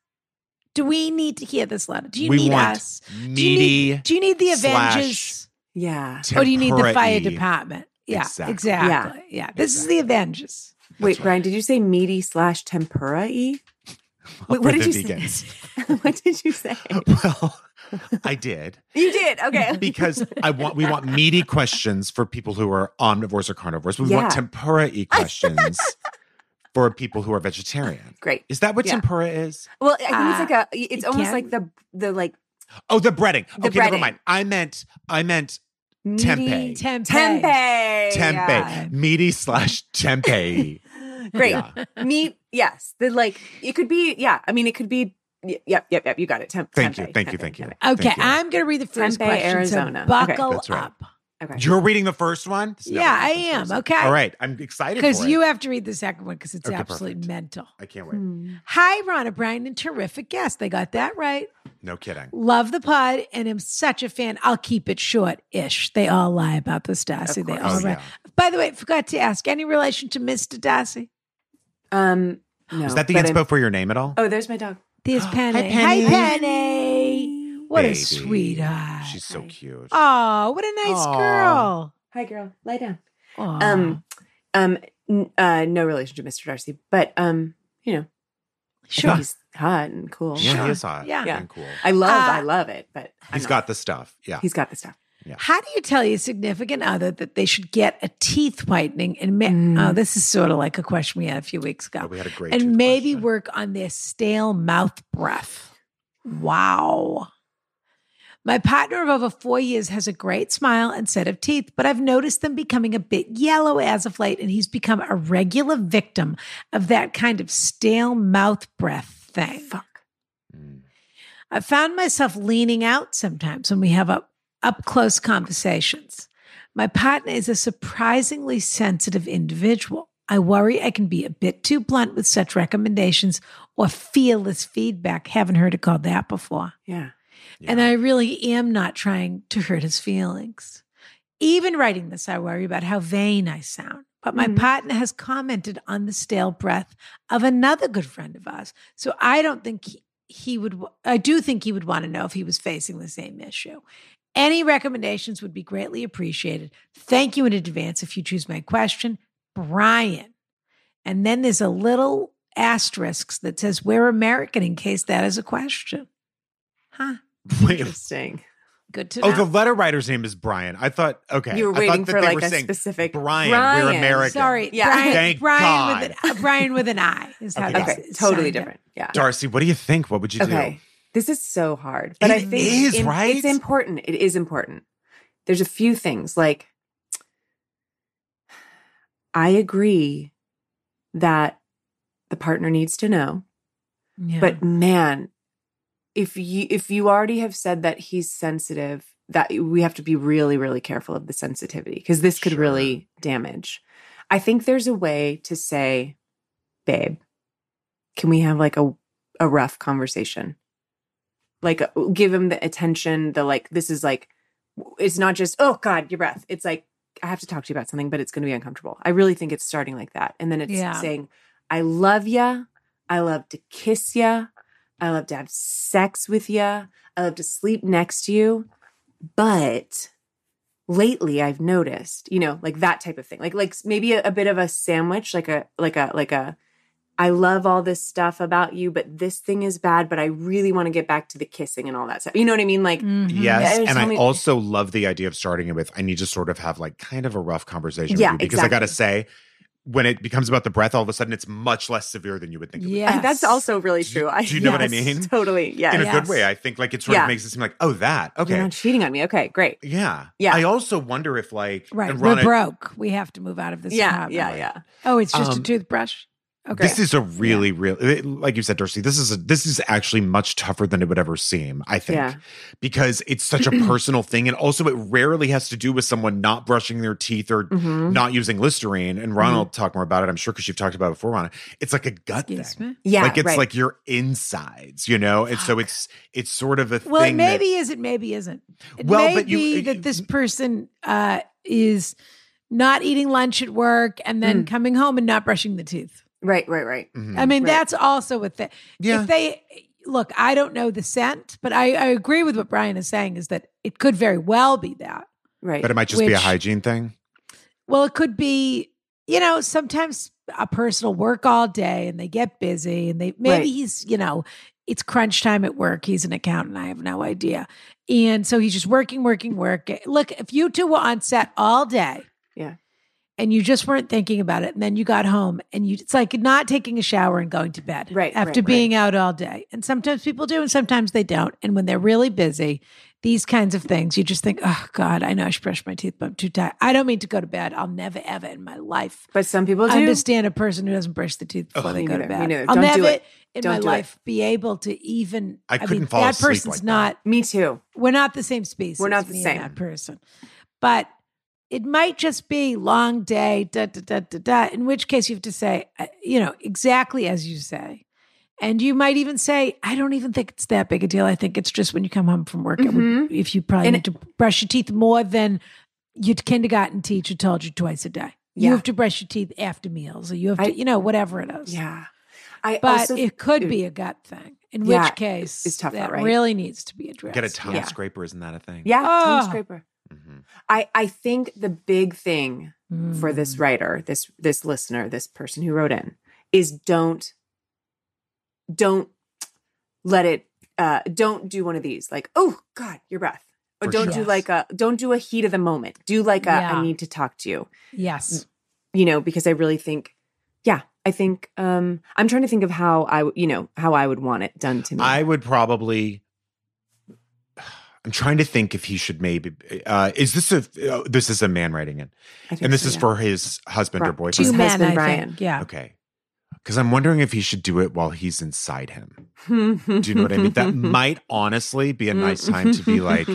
[SPEAKER 1] Do we need to hear this letter? Do you
[SPEAKER 2] We
[SPEAKER 1] need
[SPEAKER 2] want
[SPEAKER 1] us?
[SPEAKER 2] Meaty.
[SPEAKER 1] Do you need the
[SPEAKER 2] slash
[SPEAKER 1] Avengers?
[SPEAKER 3] Yeah.
[SPEAKER 1] Or do you need the fire
[SPEAKER 2] tempura-y.
[SPEAKER 1] department? Yeah,
[SPEAKER 2] Exactly.
[SPEAKER 1] exactly.
[SPEAKER 3] Yeah.
[SPEAKER 1] Yeah, this is the Avengers.
[SPEAKER 3] Wait, Brian, did you say meaty slash tempura e? Wait,
[SPEAKER 2] For
[SPEAKER 3] what did
[SPEAKER 2] the
[SPEAKER 3] you
[SPEAKER 2] vegans.
[SPEAKER 3] say? what did you say?
[SPEAKER 2] well, I did
[SPEAKER 3] You did. Okay.
[SPEAKER 2] because I want we want meaty questions for people who are omnivores or carnivores. We
[SPEAKER 3] Yeah.
[SPEAKER 2] want tempura y questions for people who are vegetarian.
[SPEAKER 3] Great.
[SPEAKER 2] Is that what
[SPEAKER 3] Yeah.
[SPEAKER 2] tempura is?
[SPEAKER 3] Well, I think
[SPEAKER 1] Ah,
[SPEAKER 3] it's like a. It's
[SPEAKER 1] it
[SPEAKER 3] almost
[SPEAKER 1] can-
[SPEAKER 3] like the the like
[SPEAKER 2] Oh, the breading.
[SPEAKER 3] The
[SPEAKER 2] okay, never
[SPEAKER 3] breading.
[SPEAKER 2] mind. I meant I meant
[SPEAKER 3] meaty
[SPEAKER 2] tempeh.
[SPEAKER 1] Tempeh.
[SPEAKER 3] tempeh.
[SPEAKER 2] tempeh.
[SPEAKER 3] Yeah.
[SPEAKER 2] Meaty slash tempeh.
[SPEAKER 3] Great.
[SPEAKER 2] Yeah.
[SPEAKER 3] Meat. Yes. The like. It could be. Yeah. I mean, it could be. y- Yep. Yep. Yep. You got it. Temp-
[SPEAKER 2] Thank
[SPEAKER 3] tempeh,
[SPEAKER 2] you. Thank you.
[SPEAKER 3] tempeh,
[SPEAKER 2] Thank you.
[SPEAKER 3] tempeh.
[SPEAKER 2] Thank
[SPEAKER 1] Okay,
[SPEAKER 2] you.
[SPEAKER 1] I'm going to read the first
[SPEAKER 3] Tempe,
[SPEAKER 1] question.
[SPEAKER 3] Arizona.
[SPEAKER 1] So
[SPEAKER 3] Okay.
[SPEAKER 1] buckle
[SPEAKER 2] That's right.
[SPEAKER 1] up.
[SPEAKER 3] Okay.
[SPEAKER 2] You're reading the first one? This never
[SPEAKER 1] Yeah, I
[SPEAKER 2] happens
[SPEAKER 1] am.
[SPEAKER 2] first.
[SPEAKER 1] Okay.
[SPEAKER 2] All right. I'm excited
[SPEAKER 1] Because
[SPEAKER 2] for it.
[SPEAKER 1] you have to read the second one because it's
[SPEAKER 2] Okay,
[SPEAKER 1] absolutely
[SPEAKER 2] perfect.
[SPEAKER 1] mental.
[SPEAKER 2] I can't wait.
[SPEAKER 3] Hmm.
[SPEAKER 1] Hi, Ron O'Brien, and terrific guest. They got that right.
[SPEAKER 2] No kidding.
[SPEAKER 1] Love the pod and am such a fan. I'll keep it short ish. They all lie about this Darcy. They all
[SPEAKER 2] Oh,
[SPEAKER 1] lie.
[SPEAKER 2] yeah.
[SPEAKER 1] By the way, forgot to ask any relation to Mr. Darcy?
[SPEAKER 3] Um. No,
[SPEAKER 2] Is that the
[SPEAKER 3] but I'm-
[SPEAKER 2] inspo for your name at all?
[SPEAKER 3] Oh, there's my dog.
[SPEAKER 1] There's Penny.
[SPEAKER 2] Penny.
[SPEAKER 1] Hi, Penny. What a
[SPEAKER 2] Baby.
[SPEAKER 1] sweetheart.
[SPEAKER 2] She's so cute.
[SPEAKER 1] Oh, what a nice
[SPEAKER 2] Aw.
[SPEAKER 1] girl.
[SPEAKER 3] Hi, girl. Lie down.
[SPEAKER 1] Aw.
[SPEAKER 3] Um. Um. n- Uh. No relation to Mr. Darcy, but um. You know, I
[SPEAKER 1] sure.
[SPEAKER 3] think he's hot and cool.
[SPEAKER 2] Yeah,
[SPEAKER 1] Sure.
[SPEAKER 2] he is hot.
[SPEAKER 1] Yeah.
[SPEAKER 3] Yeah.
[SPEAKER 2] And cool.
[SPEAKER 3] I love.
[SPEAKER 1] Uh,
[SPEAKER 3] I love it, but I'm
[SPEAKER 2] He's
[SPEAKER 3] not-
[SPEAKER 2] got the stuff. Yeah.
[SPEAKER 3] He's got the stuff.
[SPEAKER 1] How do you tell your significant other that they should get a teeth whitening and ma-
[SPEAKER 3] Mm.
[SPEAKER 1] oh, this is sort of like a question we had a few weeks
[SPEAKER 2] Oh,
[SPEAKER 1] ago
[SPEAKER 2] we had a great tooth
[SPEAKER 1] and maybe
[SPEAKER 2] question.
[SPEAKER 1] work on their stale mouth breath. Wow. My partner of over four years has a great smile and set of teeth, but I've noticed them becoming a bit yellow as of late, and he's become a regular victim of that kind of stale mouth breath thing.
[SPEAKER 3] Fuck.
[SPEAKER 2] Mm.
[SPEAKER 1] I found myself leaning out sometimes when we have up, up close conversations. My partner is a surprisingly sensitive individual. I worry I can be a bit too blunt with such recommendations or fearless feedback. Haven't heard it called that before.
[SPEAKER 3] Yeah.
[SPEAKER 2] Yeah.
[SPEAKER 1] And I really am not trying to hurt his feelings. Even writing this, I worry about how vain I sound. But my
[SPEAKER 3] Mhm.
[SPEAKER 1] partner has commented on the stale breath of another good friend of ours. So I don't think he, he would, w- I do think he would want to know if he was facing the same issue. Any recommendations would be greatly appreciated. Thank you in advance if you choose my question, Brian. And then there's a little asterisk that says, We're American in case that is a question. Huh.
[SPEAKER 2] Wait.
[SPEAKER 3] Interesting.
[SPEAKER 1] Good to
[SPEAKER 2] Oh,
[SPEAKER 1] know.
[SPEAKER 2] the letter writer's name is Brian. I thought, okay.
[SPEAKER 3] You were
[SPEAKER 2] I thought
[SPEAKER 3] waiting
[SPEAKER 2] that
[SPEAKER 3] for
[SPEAKER 2] they
[SPEAKER 3] like
[SPEAKER 2] were
[SPEAKER 3] a
[SPEAKER 2] saying,
[SPEAKER 3] specific
[SPEAKER 2] Brian, we're
[SPEAKER 3] Brian.
[SPEAKER 2] American.
[SPEAKER 1] Sorry,
[SPEAKER 3] Yeah.
[SPEAKER 1] Brian,
[SPEAKER 2] Thank
[SPEAKER 1] Brian With an, uh, Brian with an I is how
[SPEAKER 2] Okay,
[SPEAKER 1] that's
[SPEAKER 3] Okay,
[SPEAKER 1] it's
[SPEAKER 3] totally
[SPEAKER 1] signed up.
[SPEAKER 3] different. Yeah.
[SPEAKER 2] Darcy, what do you think? What would you
[SPEAKER 3] Okay. This is so hard, but I
[SPEAKER 2] It
[SPEAKER 3] think
[SPEAKER 2] is,
[SPEAKER 3] im-
[SPEAKER 2] right?
[SPEAKER 3] it's important. It is important. There's a few things like I agree that the partner needs to know,
[SPEAKER 1] Yeah.
[SPEAKER 3] but man, if you if you already have said that he's sensitive, that we have to be really really careful of the sensitivity because this could
[SPEAKER 2] Sure.
[SPEAKER 3] really damage. I think there's a way to say, babe, can we have like a a rough conversation? Like uh, give him the attention, the like this is like it's not just oh god, your breath. It's like I have to talk to you about something, but it's going to be uncomfortable. I really think it's starting like that. And then it's
[SPEAKER 1] Yeah.
[SPEAKER 3] saying, I love ya. I love to kiss ya. I love to have sex with ya. I love to sleep next to you. But lately I've noticed, you know, like that type of thing. Like like maybe a, a bit of a sandwich, like a like a like a I love all this stuff about you, but this thing is bad, but I really want to get back to the kissing and all that stuff. You know what I mean? Like
[SPEAKER 2] do?
[SPEAKER 1] Mhm.
[SPEAKER 2] Yes.
[SPEAKER 3] Mm-hmm. Yeah, it was
[SPEAKER 2] and I
[SPEAKER 3] something-
[SPEAKER 2] also love the idea of starting it with I need to sort of have like kind of a rough conversation
[SPEAKER 3] Yeah,
[SPEAKER 2] with you because I got to say, when it becomes about the breath, all of a sudden it's much less severe than you would think. it would be.
[SPEAKER 1] Yes.
[SPEAKER 3] that's also really
[SPEAKER 2] Do you-
[SPEAKER 3] true. I,
[SPEAKER 2] do you know what I mean?
[SPEAKER 3] Totally. Yeah.
[SPEAKER 2] In a
[SPEAKER 1] Yes.
[SPEAKER 2] good way, I think like it sort
[SPEAKER 3] Yeah.
[SPEAKER 2] of makes it seem like, oh, that.
[SPEAKER 3] You're
[SPEAKER 2] Okay.
[SPEAKER 3] not cheating on me. Okay, great.
[SPEAKER 2] Yeah.
[SPEAKER 3] Yeah.
[SPEAKER 2] I also wonder if like,
[SPEAKER 1] Right.
[SPEAKER 2] and
[SPEAKER 1] We're
[SPEAKER 2] Ron, I-
[SPEAKER 1] broke. We have to move out of this
[SPEAKER 3] Yeah,
[SPEAKER 1] apartment.
[SPEAKER 3] yeah, yeah.
[SPEAKER 1] Oh, it's just a
[SPEAKER 2] Um,
[SPEAKER 1] toothbrush. Okay.
[SPEAKER 2] This is a really, real, really, like you said, Darcy. This is a, this is actually much tougher than it would ever seem. I think
[SPEAKER 3] Yeah.
[SPEAKER 2] because it's such a personal thing, and also it rarely has to do with someone not brushing their teeth or
[SPEAKER 3] Mhm.
[SPEAKER 2] not using Listerine. And
[SPEAKER 3] Mm-hmm.
[SPEAKER 2] Ron will talk more about it, I'm sure, because you've talked about it before, Ron. It's like a gut
[SPEAKER 1] Excuse
[SPEAKER 2] thing.
[SPEAKER 1] me.
[SPEAKER 3] Yeah.
[SPEAKER 2] like it's
[SPEAKER 3] right.
[SPEAKER 2] like your insides, you know, and so it's it's sort of a
[SPEAKER 1] Well, it
[SPEAKER 2] thing. that-
[SPEAKER 1] maybe is it maybe isn't. It
[SPEAKER 2] Well,
[SPEAKER 1] may
[SPEAKER 2] but you- uh,
[SPEAKER 1] be that this person uh, is not eating lunch at work and
[SPEAKER 3] Hmm.
[SPEAKER 1] then coming home and not brushing the teeth.
[SPEAKER 3] right, right, right.
[SPEAKER 2] Mhm.
[SPEAKER 1] I mean,
[SPEAKER 3] Right.
[SPEAKER 1] that's also a thing.
[SPEAKER 2] Yeah.
[SPEAKER 1] If they look, I don't know the scent, but I, I agree with what Brian is saying is that it could very well be that.
[SPEAKER 3] Right.
[SPEAKER 2] but it might just be a
[SPEAKER 1] which-
[SPEAKER 2] hygiene thing.
[SPEAKER 1] Well, it could be, you know, sometimes a person will work all day and they get busy and they maybe
[SPEAKER 3] Right.
[SPEAKER 1] he's, you know, it's crunch time at work. He's an accountant. I have no idea. And so he's just working, working, working. Look, if you two were on set all day.
[SPEAKER 3] Yeah.
[SPEAKER 1] and you just weren't thinking about it and then you got home and you it's like not taking a shower and going to bed
[SPEAKER 3] Right, right,
[SPEAKER 1] after
[SPEAKER 3] right.
[SPEAKER 1] being out all day and sometimes people do and sometimes they don't and when they're really busy these kinds of things you just think oh god i know i should brush my teeth but i'm too tired i don't mean to go to bed i'll never ever in my life
[SPEAKER 3] But some people do.
[SPEAKER 1] understand a person who doesn't brush the teeth before they
[SPEAKER 3] Me
[SPEAKER 1] go to
[SPEAKER 3] neither, me
[SPEAKER 1] bed
[SPEAKER 3] neither.
[SPEAKER 1] i'll
[SPEAKER 3] Don't
[SPEAKER 1] never
[SPEAKER 3] do it.
[SPEAKER 1] in
[SPEAKER 3] Don't
[SPEAKER 1] my
[SPEAKER 3] do it.
[SPEAKER 1] life be able to even
[SPEAKER 2] I couldn't
[SPEAKER 1] mean,
[SPEAKER 2] fall
[SPEAKER 1] that
[SPEAKER 2] asleep
[SPEAKER 1] person's
[SPEAKER 2] like that.
[SPEAKER 1] not
[SPEAKER 3] Me too.
[SPEAKER 1] we're not the same species.
[SPEAKER 3] We're not the
[SPEAKER 1] me and
[SPEAKER 3] same.
[SPEAKER 1] that person. But it might just be long day, da da da da da. In which case, you have to say, uh, you know, exactly as you say, and you might even say, I don't even think it's that big a deal. I think it's just when you come home from work, it would, if you probably
[SPEAKER 3] Mm-hmm. And-
[SPEAKER 1] need to brush your teeth more than your kindergarten teacher told you twice a day. You
[SPEAKER 3] Yeah.
[SPEAKER 1] have to brush your teeth after meals, or you have to,
[SPEAKER 3] I-
[SPEAKER 1] you know, whatever it is.
[SPEAKER 3] Yeah. I
[SPEAKER 1] But
[SPEAKER 3] also
[SPEAKER 1] it could
[SPEAKER 3] it-
[SPEAKER 1] be a gut thing, in
[SPEAKER 3] Yeah,
[SPEAKER 1] which case
[SPEAKER 3] it's tougher,
[SPEAKER 1] that
[SPEAKER 3] right?
[SPEAKER 1] really needs to be addressed.
[SPEAKER 2] Get a tongue
[SPEAKER 3] Yeah.
[SPEAKER 2] scraper, isn't that a thing?
[SPEAKER 3] yeah, tongue
[SPEAKER 1] Ah.
[SPEAKER 3] scraper.
[SPEAKER 2] Mhm.
[SPEAKER 3] I I think the big thing for
[SPEAKER 1] Mm.
[SPEAKER 3] this
[SPEAKER 2] Hmm.
[SPEAKER 3] writer, this this listener, this person who wrote in is don't don't let it uh don't do one of these like oh god your breath or
[SPEAKER 2] For
[SPEAKER 3] don't
[SPEAKER 2] sure.
[SPEAKER 3] do like a don't do a heat of the moment do like a I
[SPEAKER 1] Yeah.
[SPEAKER 3] need to talk to you
[SPEAKER 1] Yes.
[SPEAKER 3] you know because i really think yeah i think um i'm trying to think of how i w- you know how i would want it done to me
[SPEAKER 2] I would probably. I'm trying to think if he should maybe. Uh, is this a uh, this is a man writing in,
[SPEAKER 3] I think
[SPEAKER 2] and this
[SPEAKER 3] so,
[SPEAKER 2] is
[SPEAKER 3] yeah.
[SPEAKER 2] for his husband or
[SPEAKER 3] Right.
[SPEAKER 2] boyfriend?
[SPEAKER 3] Two
[SPEAKER 1] Two
[SPEAKER 3] His
[SPEAKER 1] men,
[SPEAKER 3] husband,
[SPEAKER 1] I
[SPEAKER 3] Brian.
[SPEAKER 1] think. Yeah.
[SPEAKER 2] Okay, because I'm wondering if he should do it while he's inside him. Do you know what I mean? That might honestly be a nice time to be like,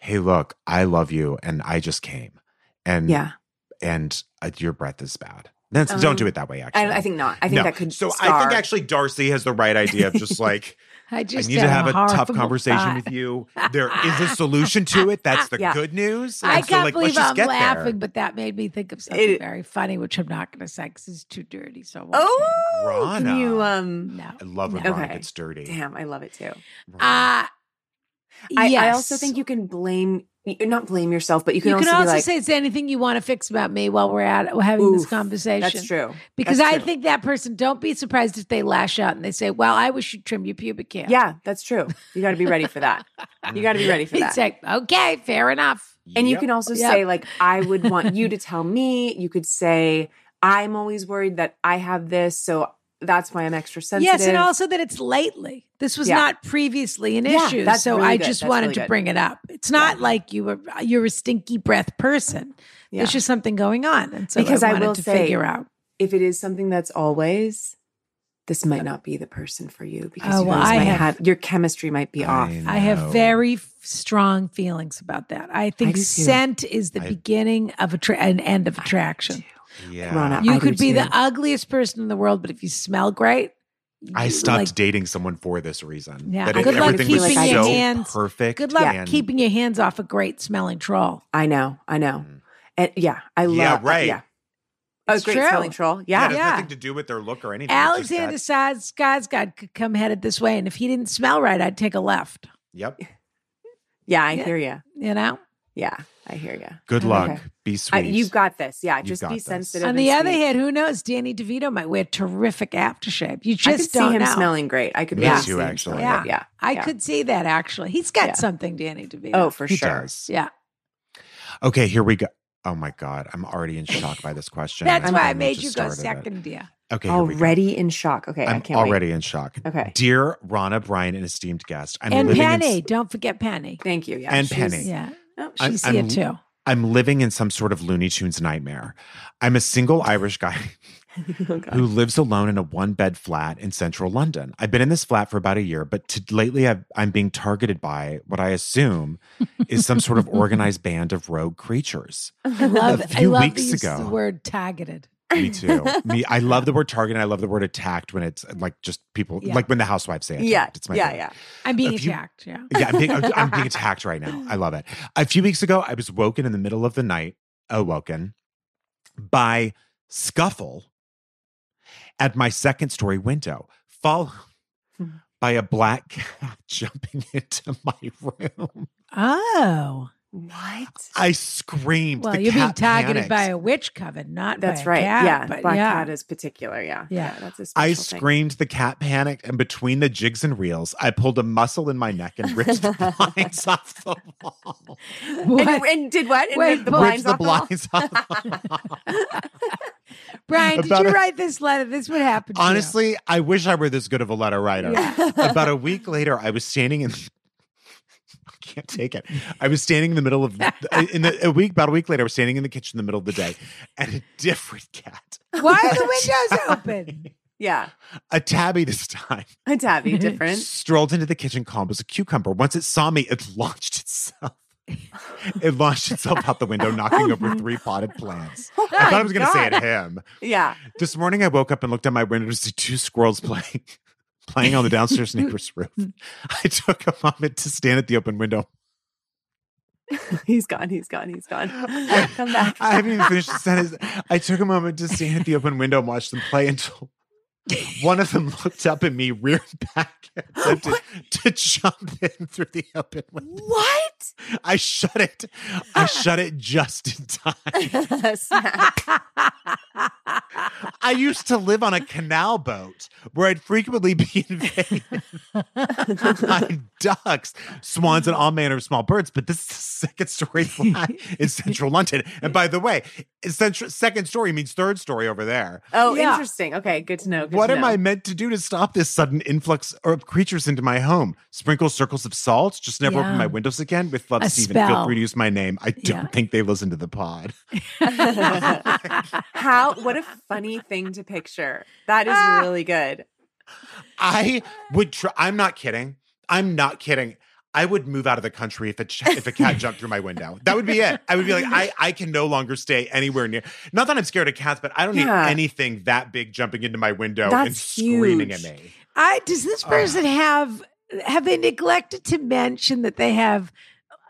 [SPEAKER 2] "Hey, look, I love you, and I just came, and
[SPEAKER 3] yeah
[SPEAKER 2] and uh, your breath is bad." That's, don't do
[SPEAKER 3] Um,
[SPEAKER 2] it that way. Actually,
[SPEAKER 3] I, I think not i think
[SPEAKER 2] No.
[SPEAKER 3] that could
[SPEAKER 2] So I
[SPEAKER 3] scar.
[SPEAKER 2] think actually Darcy has the right idea of just like.
[SPEAKER 1] I just
[SPEAKER 2] I need to
[SPEAKER 1] had
[SPEAKER 2] have a tough
[SPEAKER 1] horrible
[SPEAKER 2] conversation
[SPEAKER 1] thought.
[SPEAKER 2] with you. There is a solution to it. That's the
[SPEAKER 3] Yeah.
[SPEAKER 2] good news.
[SPEAKER 1] I can't
[SPEAKER 2] And so, like, let's
[SPEAKER 1] believe
[SPEAKER 2] just
[SPEAKER 1] I'm
[SPEAKER 2] get
[SPEAKER 1] laughing,
[SPEAKER 2] there.
[SPEAKER 1] but that made me think of something
[SPEAKER 3] It-
[SPEAKER 1] very funny, which I'm not going to say because it's too dirty. So I won't say
[SPEAKER 3] oh
[SPEAKER 2] Rana.
[SPEAKER 3] can you um
[SPEAKER 1] it. no.
[SPEAKER 2] I love when
[SPEAKER 3] Okay.
[SPEAKER 2] Ron gets dirty.
[SPEAKER 3] damn i love it too
[SPEAKER 1] Uh,
[SPEAKER 3] I,
[SPEAKER 1] yes.
[SPEAKER 3] I also think you can blame not blame yourself but you can
[SPEAKER 1] You
[SPEAKER 3] also, be like
[SPEAKER 1] say it's anything you want to fix about me while we're at we're having this
[SPEAKER 3] Oof,
[SPEAKER 1] conversation.
[SPEAKER 3] that's true
[SPEAKER 1] Because I
[SPEAKER 3] That's true.
[SPEAKER 1] think that person, don't be surprised if they lash out and they say, "Well, I wish you'd trim your pubic hair."
[SPEAKER 3] yeah. that's true you got to be ready for that you got to be ready for that
[SPEAKER 1] it's like, okay, fair enough.
[SPEAKER 3] And you
[SPEAKER 2] Yep.
[SPEAKER 3] can also
[SPEAKER 1] Yep.
[SPEAKER 3] say, like, I would want you to tell me. You could say, I'm always worried that I have this. So that's why I'm extra sensitive.
[SPEAKER 1] Yes, and also that it's lately. This was
[SPEAKER 3] Yeah.
[SPEAKER 1] not previously an
[SPEAKER 3] Yeah,
[SPEAKER 1] issue,
[SPEAKER 3] that's
[SPEAKER 1] so
[SPEAKER 3] really
[SPEAKER 1] I
[SPEAKER 3] good.
[SPEAKER 1] just
[SPEAKER 3] That's
[SPEAKER 1] wanted
[SPEAKER 3] really
[SPEAKER 1] to
[SPEAKER 3] good.
[SPEAKER 1] bring it up. It's not like you were you're a stinky breath person.
[SPEAKER 3] Yeah.
[SPEAKER 1] There's just something going on, and so
[SPEAKER 3] Because
[SPEAKER 1] I
[SPEAKER 3] I
[SPEAKER 1] wanted
[SPEAKER 3] will
[SPEAKER 1] to
[SPEAKER 3] say-
[SPEAKER 1] figure out.
[SPEAKER 3] if it is something that's always, this might not be the person for you because
[SPEAKER 1] Oh,
[SPEAKER 3] you
[SPEAKER 1] well,
[SPEAKER 3] guys
[SPEAKER 1] I
[SPEAKER 3] might
[SPEAKER 1] have-
[SPEAKER 3] have, your chemistry might be off.
[SPEAKER 2] I
[SPEAKER 1] I have
[SPEAKER 2] know.
[SPEAKER 1] very f- strong feelings about that. I think
[SPEAKER 3] do too.
[SPEAKER 1] scent is the
[SPEAKER 2] I-
[SPEAKER 1] beginning of a tra- an end of attraction.
[SPEAKER 2] Yeah.
[SPEAKER 3] Rana.
[SPEAKER 1] You
[SPEAKER 3] I do
[SPEAKER 1] could be the
[SPEAKER 3] too.
[SPEAKER 1] ugliest person in the world, but if you smell great,
[SPEAKER 2] I
[SPEAKER 1] you-
[SPEAKER 2] stopped
[SPEAKER 1] like,
[SPEAKER 2] dating someone for this reason.
[SPEAKER 1] Yeah. Oh,
[SPEAKER 2] That
[SPEAKER 3] Good luck
[SPEAKER 2] everything was
[SPEAKER 3] keeping
[SPEAKER 2] so
[SPEAKER 3] your
[SPEAKER 1] hands-
[SPEAKER 2] perfect.
[SPEAKER 1] Good luck
[SPEAKER 2] and-
[SPEAKER 1] keeping your hands off a great smelling troll.
[SPEAKER 3] I know. I know.
[SPEAKER 2] mm.
[SPEAKER 3] And yeah, I love
[SPEAKER 2] Yeah, right.
[SPEAKER 3] yeah. A
[SPEAKER 1] It's
[SPEAKER 3] great
[SPEAKER 1] true.
[SPEAKER 3] smelling
[SPEAKER 2] Yeah,
[SPEAKER 3] troll.
[SPEAKER 2] it
[SPEAKER 3] Yeah.
[SPEAKER 2] has
[SPEAKER 1] Yeah.
[SPEAKER 2] nothing to do with their look or anything. It's just
[SPEAKER 1] Alexander
[SPEAKER 2] that-
[SPEAKER 1] Saz Skarsgård could come headed this way, and if he didn't smell right, I'd take a left.
[SPEAKER 2] Yep.
[SPEAKER 3] Yeah, I
[SPEAKER 1] Yeah.
[SPEAKER 3] hear you.
[SPEAKER 1] You know.
[SPEAKER 3] Yeah, I hear you.
[SPEAKER 2] Good luck.
[SPEAKER 3] Okay.
[SPEAKER 2] Be sweet.
[SPEAKER 3] You've got this. Yeah,
[SPEAKER 2] You've
[SPEAKER 3] just
[SPEAKER 2] got
[SPEAKER 3] be
[SPEAKER 2] this.
[SPEAKER 3] sensitive.
[SPEAKER 1] On
[SPEAKER 3] and
[SPEAKER 1] the other
[SPEAKER 3] sweet.
[SPEAKER 1] hand, who knows? Danny DeVito might wear terrific aftershave. You
[SPEAKER 3] I could
[SPEAKER 1] just
[SPEAKER 3] see
[SPEAKER 1] don't
[SPEAKER 3] him
[SPEAKER 1] know.
[SPEAKER 3] smelling great. I could
[SPEAKER 2] Me
[SPEAKER 3] really
[SPEAKER 2] too,
[SPEAKER 3] see him
[SPEAKER 2] actually.
[SPEAKER 3] smelling
[SPEAKER 1] Yeah.
[SPEAKER 3] good. Yeah.
[SPEAKER 1] I
[SPEAKER 3] Yeah.
[SPEAKER 1] could see that actually. He's got
[SPEAKER 3] Yeah.
[SPEAKER 1] something, Danny DeVito.
[SPEAKER 3] Oh, for
[SPEAKER 2] He
[SPEAKER 3] sure.
[SPEAKER 2] does.
[SPEAKER 1] yeah.
[SPEAKER 2] Okay, here we go. Oh my God. I'm already in shock by this question.
[SPEAKER 1] That's
[SPEAKER 2] and
[SPEAKER 1] why I
[SPEAKER 2] only
[SPEAKER 1] made
[SPEAKER 2] just
[SPEAKER 1] you go
[SPEAKER 2] started it.
[SPEAKER 1] second, dear.
[SPEAKER 2] Okay, here we go.
[SPEAKER 3] already in shock. Okay, I
[SPEAKER 2] I'm
[SPEAKER 3] can't
[SPEAKER 2] already in shock.
[SPEAKER 3] wait. Okay,
[SPEAKER 2] Dear Ronna, Brian, and esteemed guest, I'm
[SPEAKER 1] and
[SPEAKER 2] living
[SPEAKER 1] Penny.
[SPEAKER 2] in
[SPEAKER 1] don't forget Penny.
[SPEAKER 3] thank you. Yeah,
[SPEAKER 2] And
[SPEAKER 3] she's-
[SPEAKER 2] Penny.
[SPEAKER 1] Yeah.
[SPEAKER 3] Oh,
[SPEAKER 2] I'm-
[SPEAKER 1] She's
[SPEAKER 2] I'm-
[SPEAKER 1] here too.
[SPEAKER 2] I'm living in some sort of Looney Tunes nightmare. I'm a single Irish guy
[SPEAKER 3] oh, God.
[SPEAKER 2] who lives alone in a one bed flat in central London. I've been in this flat for about a year, but to, lately I've, I'm being targeted by what I assume is some sort of organized band of rogue creatures.
[SPEAKER 1] I love. I
[SPEAKER 2] few
[SPEAKER 1] love
[SPEAKER 2] weeks
[SPEAKER 1] the use of
[SPEAKER 2] ago-
[SPEAKER 1] the word targeted.
[SPEAKER 2] Me too. Me, I love the word targeted. I love the word attacked when it's like just people,
[SPEAKER 1] Yeah.
[SPEAKER 2] like when the housewives say attacked.
[SPEAKER 3] yeah,
[SPEAKER 2] It's my
[SPEAKER 3] yeah,
[SPEAKER 2] favorite.
[SPEAKER 3] yeah.
[SPEAKER 1] I'm being
[SPEAKER 2] A few-
[SPEAKER 1] attacked. Yeah.
[SPEAKER 2] Yeah, I'm being, I'm being attacked right now. I love it. A few weeks ago, I was woken in the middle of the night, awoken by scuffle at my second story window, followed
[SPEAKER 3] Hmm.
[SPEAKER 2] by a black cat jumping into my room.
[SPEAKER 1] Oh.
[SPEAKER 3] What?
[SPEAKER 2] I screamed.
[SPEAKER 1] Well,
[SPEAKER 2] The
[SPEAKER 1] you're being
[SPEAKER 2] cat
[SPEAKER 1] targeted by
[SPEAKER 2] panicked.
[SPEAKER 1] a witch coven, not by
[SPEAKER 3] That's
[SPEAKER 1] a
[SPEAKER 3] right.
[SPEAKER 1] cat,
[SPEAKER 3] yeah.
[SPEAKER 1] but
[SPEAKER 3] Black
[SPEAKER 1] yeah.
[SPEAKER 3] cat is particular. Yeah.
[SPEAKER 1] Yeah.
[SPEAKER 3] that's a special
[SPEAKER 2] I
[SPEAKER 3] thing.
[SPEAKER 2] screamed. The cat panicked, and between the jigs and reels, I pulled a muscle in my neck and ripped the blinds off the wall.
[SPEAKER 3] And,
[SPEAKER 1] What?
[SPEAKER 3] and did what? And
[SPEAKER 1] Wait,
[SPEAKER 3] ripped the
[SPEAKER 1] what?
[SPEAKER 3] blinds
[SPEAKER 2] Ripped the
[SPEAKER 3] off the wall?
[SPEAKER 2] blinds off the wall.
[SPEAKER 1] Brian, did
[SPEAKER 2] About
[SPEAKER 1] you
[SPEAKER 2] a-
[SPEAKER 1] write this letter? This would happen. to you.
[SPEAKER 2] Honestly, I wish I were this good of a letter writer. About a week later, I was standing in. I can't take it. I was standing in the middle of in the a week about a week later. I was standing in the kitchen in the middle of the day, and a different cat,
[SPEAKER 1] why are the windows open?
[SPEAKER 3] Yeah.
[SPEAKER 2] a tabby this time,
[SPEAKER 3] A tabby different.
[SPEAKER 2] strolled into the kitchen calm as a cucumber. Once it saw me, it launched itself. It launched itself out the window, knocking over three potted plants. I thought I was going
[SPEAKER 1] Oh,
[SPEAKER 2] to say it him.
[SPEAKER 3] Yeah.
[SPEAKER 2] This morning I woke up and looked out my window to see two squirrels playing playing on the downstairs neighbor's roof. I took a moment to stand at the open window.
[SPEAKER 3] He's gone. He's gone. He's gone.
[SPEAKER 2] I,
[SPEAKER 3] Come back.
[SPEAKER 2] I haven't even finished the sentence. I took a moment to stand at the open window and watch them play until one of them looked up at me, reared back, and attempted to jump in through the open window.
[SPEAKER 3] What? Uh.
[SPEAKER 2] I shut it. I shut it just in time.
[SPEAKER 3] Snap.
[SPEAKER 2] I used to live on a canal boat where I'd frequently be invaded by ducks, swans, and all manner of small birds. But this is the second story flat in central London. And by the way, central, second story means third story over there.
[SPEAKER 3] Oh,
[SPEAKER 1] Yeah.
[SPEAKER 3] interesting. Okay, good to know. good
[SPEAKER 2] What
[SPEAKER 3] to
[SPEAKER 2] am
[SPEAKER 3] know.
[SPEAKER 2] I meant to do to stop this sudden influx of creatures into my home? Sprinkle circles of salt? Just never
[SPEAKER 1] Yeah.
[SPEAKER 2] open my windows again? With love,
[SPEAKER 1] A
[SPEAKER 2] Stephen.
[SPEAKER 1] spell.
[SPEAKER 2] Feel free to use my name. I don't
[SPEAKER 1] Yeah.
[SPEAKER 2] think they listen to the pod.
[SPEAKER 3] How? What a funny thing to picture. That
[SPEAKER 1] Ah.
[SPEAKER 3] is really good.
[SPEAKER 2] I would try. I'm not kidding. I'm not kidding. I would move out of the country if a ch- if a cat jumped through my window. That would be it. I would be like, I I can no longer stay anywhere near. Not that I'm scared of cats, but I don't
[SPEAKER 3] Yeah.
[SPEAKER 2] need anything that big jumping into my window and
[SPEAKER 3] That's
[SPEAKER 2] screaming
[SPEAKER 3] huge.
[SPEAKER 2] at me.
[SPEAKER 1] I does
[SPEAKER 2] Uh.
[SPEAKER 1] this person have have they neglected to mention that they have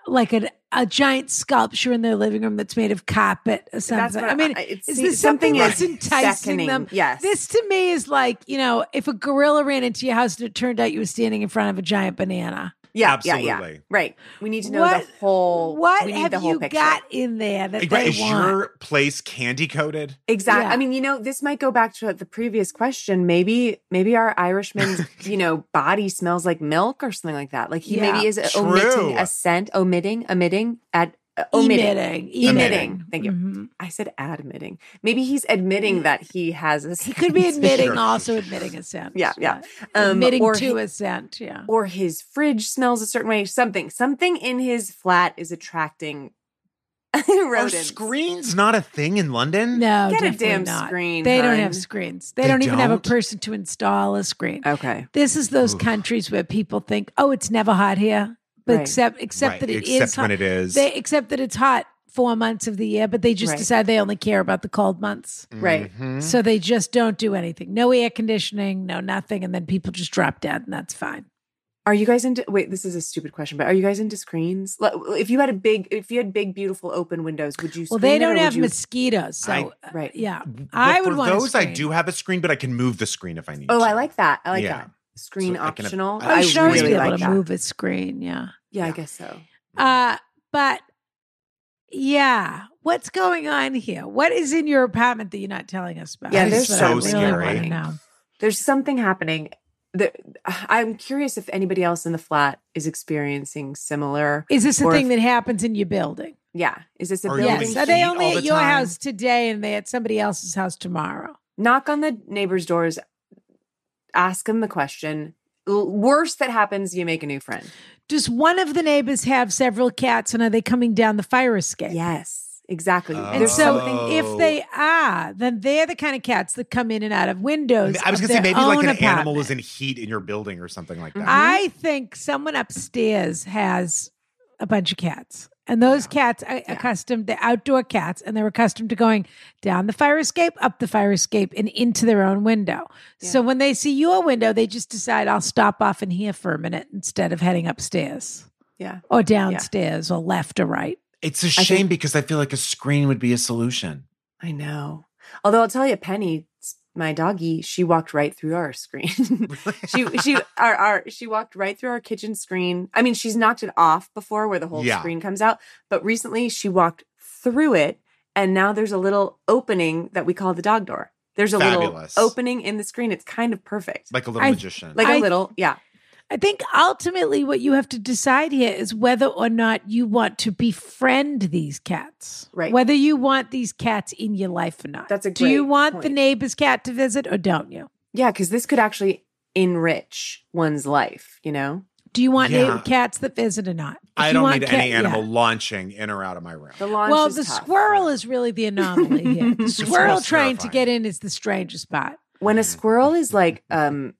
[SPEAKER 1] like an, a giant sculpture in their living room that's made of carpet or something?
[SPEAKER 3] That's what
[SPEAKER 1] I mean,
[SPEAKER 3] it's
[SPEAKER 1] is this something that's enticing them?
[SPEAKER 3] Yes.
[SPEAKER 1] This to me is like you know, if a gorilla ran into your house and it turned out you were standing in front of a giant banana.
[SPEAKER 3] yeah,
[SPEAKER 2] Absolutely.
[SPEAKER 3] Yeah, yeah. Right. We need to know
[SPEAKER 1] What-
[SPEAKER 3] the whole.
[SPEAKER 1] What
[SPEAKER 3] we need
[SPEAKER 1] have
[SPEAKER 3] the whole
[SPEAKER 1] you
[SPEAKER 3] picture.
[SPEAKER 1] got in there that
[SPEAKER 2] Like,
[SPEAKER 1] they
[SPEAKER 2] is
[SPEAKER 1] want?
[SPEAKER 2] your place candy coated?
[SPEAKER 3] Exactly.
[SPEAKER 1] Yeah.
[SPEAKER 3] I mean, you know, this might go back to the previous question. Maybe, maybe our Irishman's, you know, body smells like milk or something like that. Like he
[SPEAKER 1] Yeah.
[SPEAKER 3] maybe is
[SPEAKER 2] True.
[SPEAKER 3] omitting a scent, omitting, omitting, at uh, omitting.
[SPEAKER 1] emitting,
[SPEAKER 3] Emitting. Mm-hmm. Thank you.
[SPEAKER 1] Mhm.
[SPEAKER 3] I said admitting. Maybe he's admitting that he has a.
[SPEAKER 1] He could be
[SPEAKER 3] scent.
[SPEAKER 1] admitting,
[SPEAKER 2] Sure.
[SPEAKER 1] also admitting a scent.
[SPEAKER 3] Yeah, yeah. Um,
[SPEAKER 1] admitting
[SPEAKER 3] or
[SPEAKER 1] to
[SPEAKER 3] he-
[SPEAKER 1] a scent. Yeah.
[SPEAKER 3] or his fridge smells a certain way. Something, something in his flat is attracting
[SPEAKER 2] Are
[SPEAKER 3] rodents.
[SPEAKER 2] screens not a thing in London?
[SPEAKER 1] No,
[SPEAKER 3] Get a
[SPEAKER 1] definitely
[SPEAKER 3] damn
[SPEAKER 1] not.
[SPEAKER 3] screen.
[SPEAKER 1] They don't
[SPEAKER 3] hun. Oh.
[SPEAKER 1] have screens. They,
[SPEAKER 2] They
[SPEAKER 1] don't even have a
[SPEAKER 2] don't?
[SPEAKER 1] person to install a screen.
[SPEAKER 3] Okay.
[SPEAKER 1] This is those
[SPEAKER 2] Oof.
[SPEAKER 1] countries where people think, "Oh, it's never hot here," but
[SPEAKER 3] Right.
[SPEAKER 1] except except
[SPEAKER 2] Right,
[SPEAKER 1] that it is
[SPEAKER 2] except
[SPEAKER 1] hot.
[SPEAKER 2] when it is.
[SPEAKER 1] They except that it's hot four months of the year, but they just
[SPEAKER 3] Right.
[SPEAKER 1] decide they only care about the cold months,
[SPEAKER 3] Right.
[SPEAKER 2] Mhm.
[SPEAKER 1] so they just don't do anything. No air conditioning, no nothing, and then people just drop dead, and that's fine.
[SPEAKER 3] Are you guys into? Wait, this is a stupid question, but are you guys into screens? Like, If you had a big, if you had big, beautiful open windows, would you?
[SPEAKER 1] Well,
[SPEAKER 3] screen
[SPEAKER 1] they
[SPEAKER 3] it, or
[SPEAKER 1] don't
[SPEAKER 3] would
[SPEAKER 1] have
[SPEAKER 3] you-
[SPEAKER 1] mosquitoes, so
[SPEAKER 2] I-
[SPEAKER 1] uh,
[SPEAKER 3] right.
[SPEAKER 1] yeah,
[SPEAKER 2] But
[SPEAKER 1] I would
[SPEAKER 2] for
[SPEAKER 1] want a
[SPEAKER 2] those. I
[SPEAKER 1] screen.
[SPEAKER 2] do have a screen, but I can move the screen if I need.
[SPEAKER 3] Oh,
[SPEAKER 2] to.
[SPEAKER 3] I like that. I like
[SPEAKER 2] Yeah.
[SPEAKER 3] that. Screen
[SPEAKER 2] So I can-
[SPEAKER 3] optional.
[SPEAKER 2] I-
[SPEAKER 1] Oh, you
[SPEAKER 3] I
[SPEAKER 1] should always
[SPEAKER 3] really
[SPEAKER 1] be able
[SPEAKER 3] like
[SPEAKER 1] to
[SPEAKER 3] that.
[SPEAKER 1] move a screen. Yeah.
[SPEAKER 3] Yeah, I
[SPEAKER 2] Yeah.
[SPEAKER 3] guess so.
[SPEAKER 1] Uh, but yeah, what's going on here? What is in your apartment that you're not telling us about?
[SPEAKER 3] Yeah,
[SPEAKER 1] That's
[SPEAKER 3] there's
[SPEAKER 1] what I
[SPEAKER 3] so
[SPEAKER 1] really
[SPEAKER 3] scary.
[SPEAKER 1] wanna know.
[SPEAKER 3] There's something happening. There, I'm curious if anybody else in the flat is experiencing similar.
[SPEAKER 1] Is this a
[SPEAKER 3] Or
[SPEAKER 1] thing
[SPEAKER 3] if-
[SPEAKER 1] that happens in your building?
[SPEAKER 3] Yeah, is this a
[SPEAKER 2] Are you
[SPEAKER 3] building?
[SPEAKER 1] Yes.
[SPEAKER 2] feet
[SPEAKER 1] Are they
[SPEAKER 2] all
[SPEAKER 1] only
[SPEAKER 2] the
[SPEAKER 1] at your
[SPEAKER 2] time?
[SPEAKER 1] house today and they at somebody else's house tomorrow?
[SPEAKER 3] knock on the neighbor's doors, ask them the question. L- Worst that happens, you make a new friend.
[SPEAKER 1] Does one of the neighbors have several cats and are they coming down the fire escape?
[SPEAKER 3] Yes, exactly.
[SPEAKER 2] Uh,
[SPEAKER 1] And
[SPEAKER 3] There's
[SPEAKER 1] so,
[SPEAKER 3] something.
[SPEAKER 1] if they are, then they're the kind of cats that come in and out of windows.
[SPEAKER 2] I was
[SPEAKER 1] of
[SPEAKER 2] gonna say
[SPEAKER 1] their
[SPEAKER 2] maybe like
[SPEAKER 1] own
[SPEAKER 2] an animal
[SPEAKER 1] apartment.
[SPEAKER 2] was in heat in your building or something like that.
[SPEAKER 3] Mm-hmm.
[SPEAKER 1] I think someone upstairs has a bunch of cats. And those cats are accustomed to outdoor cats, and they're accustomed to going down the fire escape, up the fire escape, and into their own window. So when they see your window, they just decide, I'll stop off in here for a minute instead of heading upstairs
[SPEAKER 3] Yeah.
[SPEAKER 1] or downstairs or left or right.
[SPEAKER 2] It's a
[SPEAKER 3] think-
[SPEAKER 2] shame because I feel like a screen would be a solution.
[SPEAKER 3] I know. Although I'll tell you, Penny s- my doggy, she walked right through our screen. she she our, our she walked right through our kitchen screen. I mean, she's knocked it off before where the whole
[SPEAKER 2] Yeah.
[SPEAKER 3] screen comes out, but recently she walked through it and now there's a little opening that we call the dog door. There's a
[SPEAKER 2] Fabulous.
[SPEAKER 3] little opening in the screen. It's kind of perfect.
[SPEAKER 2] like a little
[SPEAKER 1] I-
[SPEAKER 2] magician.
[SPEAKER 3] Like a
[SPEAKER 1] I-
[SPEAKER 3] little, yeah.
[SPEAKER 1] I think ultimately what you have to decide here is whether or not you want to befriend these cats.
[SPEAKER 3] Right.
[SPEAKER 1] Whether you want these cats in your life or not.
[SPEAKER 3] That's a
[SPEAKER 1] Do you
[SPEAKER 3] great
[SPEAKER 1] want the
[SPEAKER 3] point.
[SPEAKER 1] neighbor's cat to visit or don't you?
[SPEAKER 3] Yeah, cuz this could actually enrich one's life, you know?
[SPEAKER 1] Do you want
[SPEAKER 2] Yeah.
[SPEAKER 1] neighbor cats that visit or not? If
[SPEAKER 2] I
[SPEAKER 1] you
[SPEAKER 2] don't
[SPEAKER 1] want
[SPEAKER 2] need
[SPEAKER 1] cat-
[SPEAKER 2] any
[SPEAKER 1] yeah.
[SPEAKER 2] animal launching in or out of my room.
[SPEAKER 3] The launch
[SPEAKER 1] Well,
[SPEAKER 3] is
[SPEAKER 1] the
[SPEAKER 3] tough.
[SPEAKER 1] squirrel is really the anomaly here. The
[SPEAKER 3] The
[SPEAKER 1] squirrel
[SPEAKER 2] squirrel's
[SPEAKER 1] trying to
[SPEAKER 2] terrifying.
[SPEAKER 1] get in is the strangest part.
[SPEAKER 3] when a squirrel is like um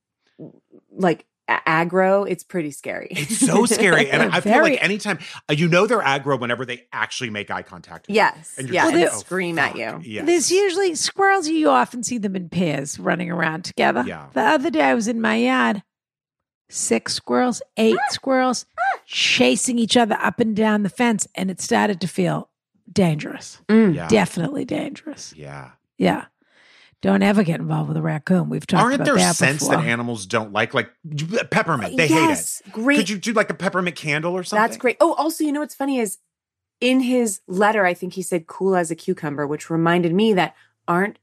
[SPEAKER 3] like a- aggro it's pretty scary
[SPEAKER 2] It's so scary. And I feel
[SPEAKER 1] Very-
[SPEAKER 2] like anytime uh, you know they're aggro whenever they actually make eye contact. with you.
[SPEAKER 3] yes
[SPEAKER 2] And you're
[SPEAKER 3] yeah
[SPEAKER 2] just
[SPEAKER 3] and
[SPEAKER 2] like, "Oh,
[SPEAKER 3] scream
[SPEAKER 2] fuck."
[SPEAKER 3] at you
[SPEAKER 2] Yes.
[SPEAKER 1] There's usually squirrels, you often see them in pairs running around together.
[SPEAKER 2] Yeah.
[SPEAKER 1] The other day I was in my yard, six squirrels, eight squirrels chasing each other up and down the fence, and it started to feel dangerous.
[SPEAKER 3] Mm.
[SPEAKER 2] Yeah.
[SPEAKER 1] Definitely dangerous.
[SPEAKER 2] Yeah.
[SPEAKER 1] Yeah. Don't ever get involved with a raccoon. We've talked
[SPEAKER 2] Aren't
[SPEAKER 1] about
[SPEAKER 2] there
[SPEAKER 1] that
[SPEAKER 2] scents
[SPEAKER 1] before.
[SPEAKER 2] that animals don't like? Like you- uh, peppermint. They
[SPEAKER 3] Uh, yes
[SPEAKER 2] hate it.
[SPEAKER 3] great
[SPEAKER 2] Could you do like a peppermint candle or something?
[SPEAKER 3] that's great oh also you know what's funny is in his letter i think he said cool as a cucumber which reminded me that aren't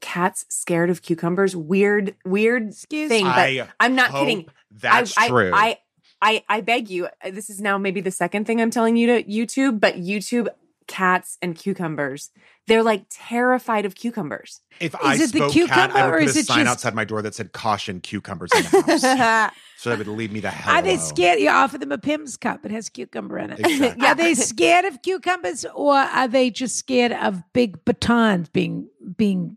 [SPEAKER 3] cats scared of cucumbers weird weird
[SPEAKER 1] Excuse
[SPEAKER 3] thing
[SPEAKER 1] me.
[SPEAKER 3] but
[SPEAKER 2] I
[SPEAKER 3] i'm not
[SPEAKER 2] hope
[SPEAKER 3] kidding
[SPEAKER 2] That's
[SPEAKER 3] I,
[SPEAKER 2] true.
[SPEAKER 3] I, I, I, I beg you. uh, This is now maybe the second thing I'm telling you to YouTube, but YouTube cats and cucumbers. They're like terrified of cucumbers.
[SPEAKER 2] if I
[SPEAKER 1] Is it the
[SPEAKER 2] spoke cat,
[SPEAKER 1] cucumber
[SPEAKER 2] I
[SPEAKER 1] or
[SPEAKER 2] would put
[SPEAKER 1] is
[SPEAKER 2] a
[SPEAKER 1] it
[SPEAKER 2] sign
[SPEAKER 1] just-
[SPEAKER 2] outside my door that said "Caution: Cucumbers in the house,"
[SPEAKER 3] yeah,
[SPEAKER 2] so that would lead me to hell.
[SPEAKER 1] Are they
[SPEAKER 2] alone.
[SPEAKER 1] scared? You offer them a Pim's cup. It has cucumber in it.
[SPEAKER 2] Exactly.
[SPEAKER 1] Are they scared of cucumbers, or are they just scared of big batons being being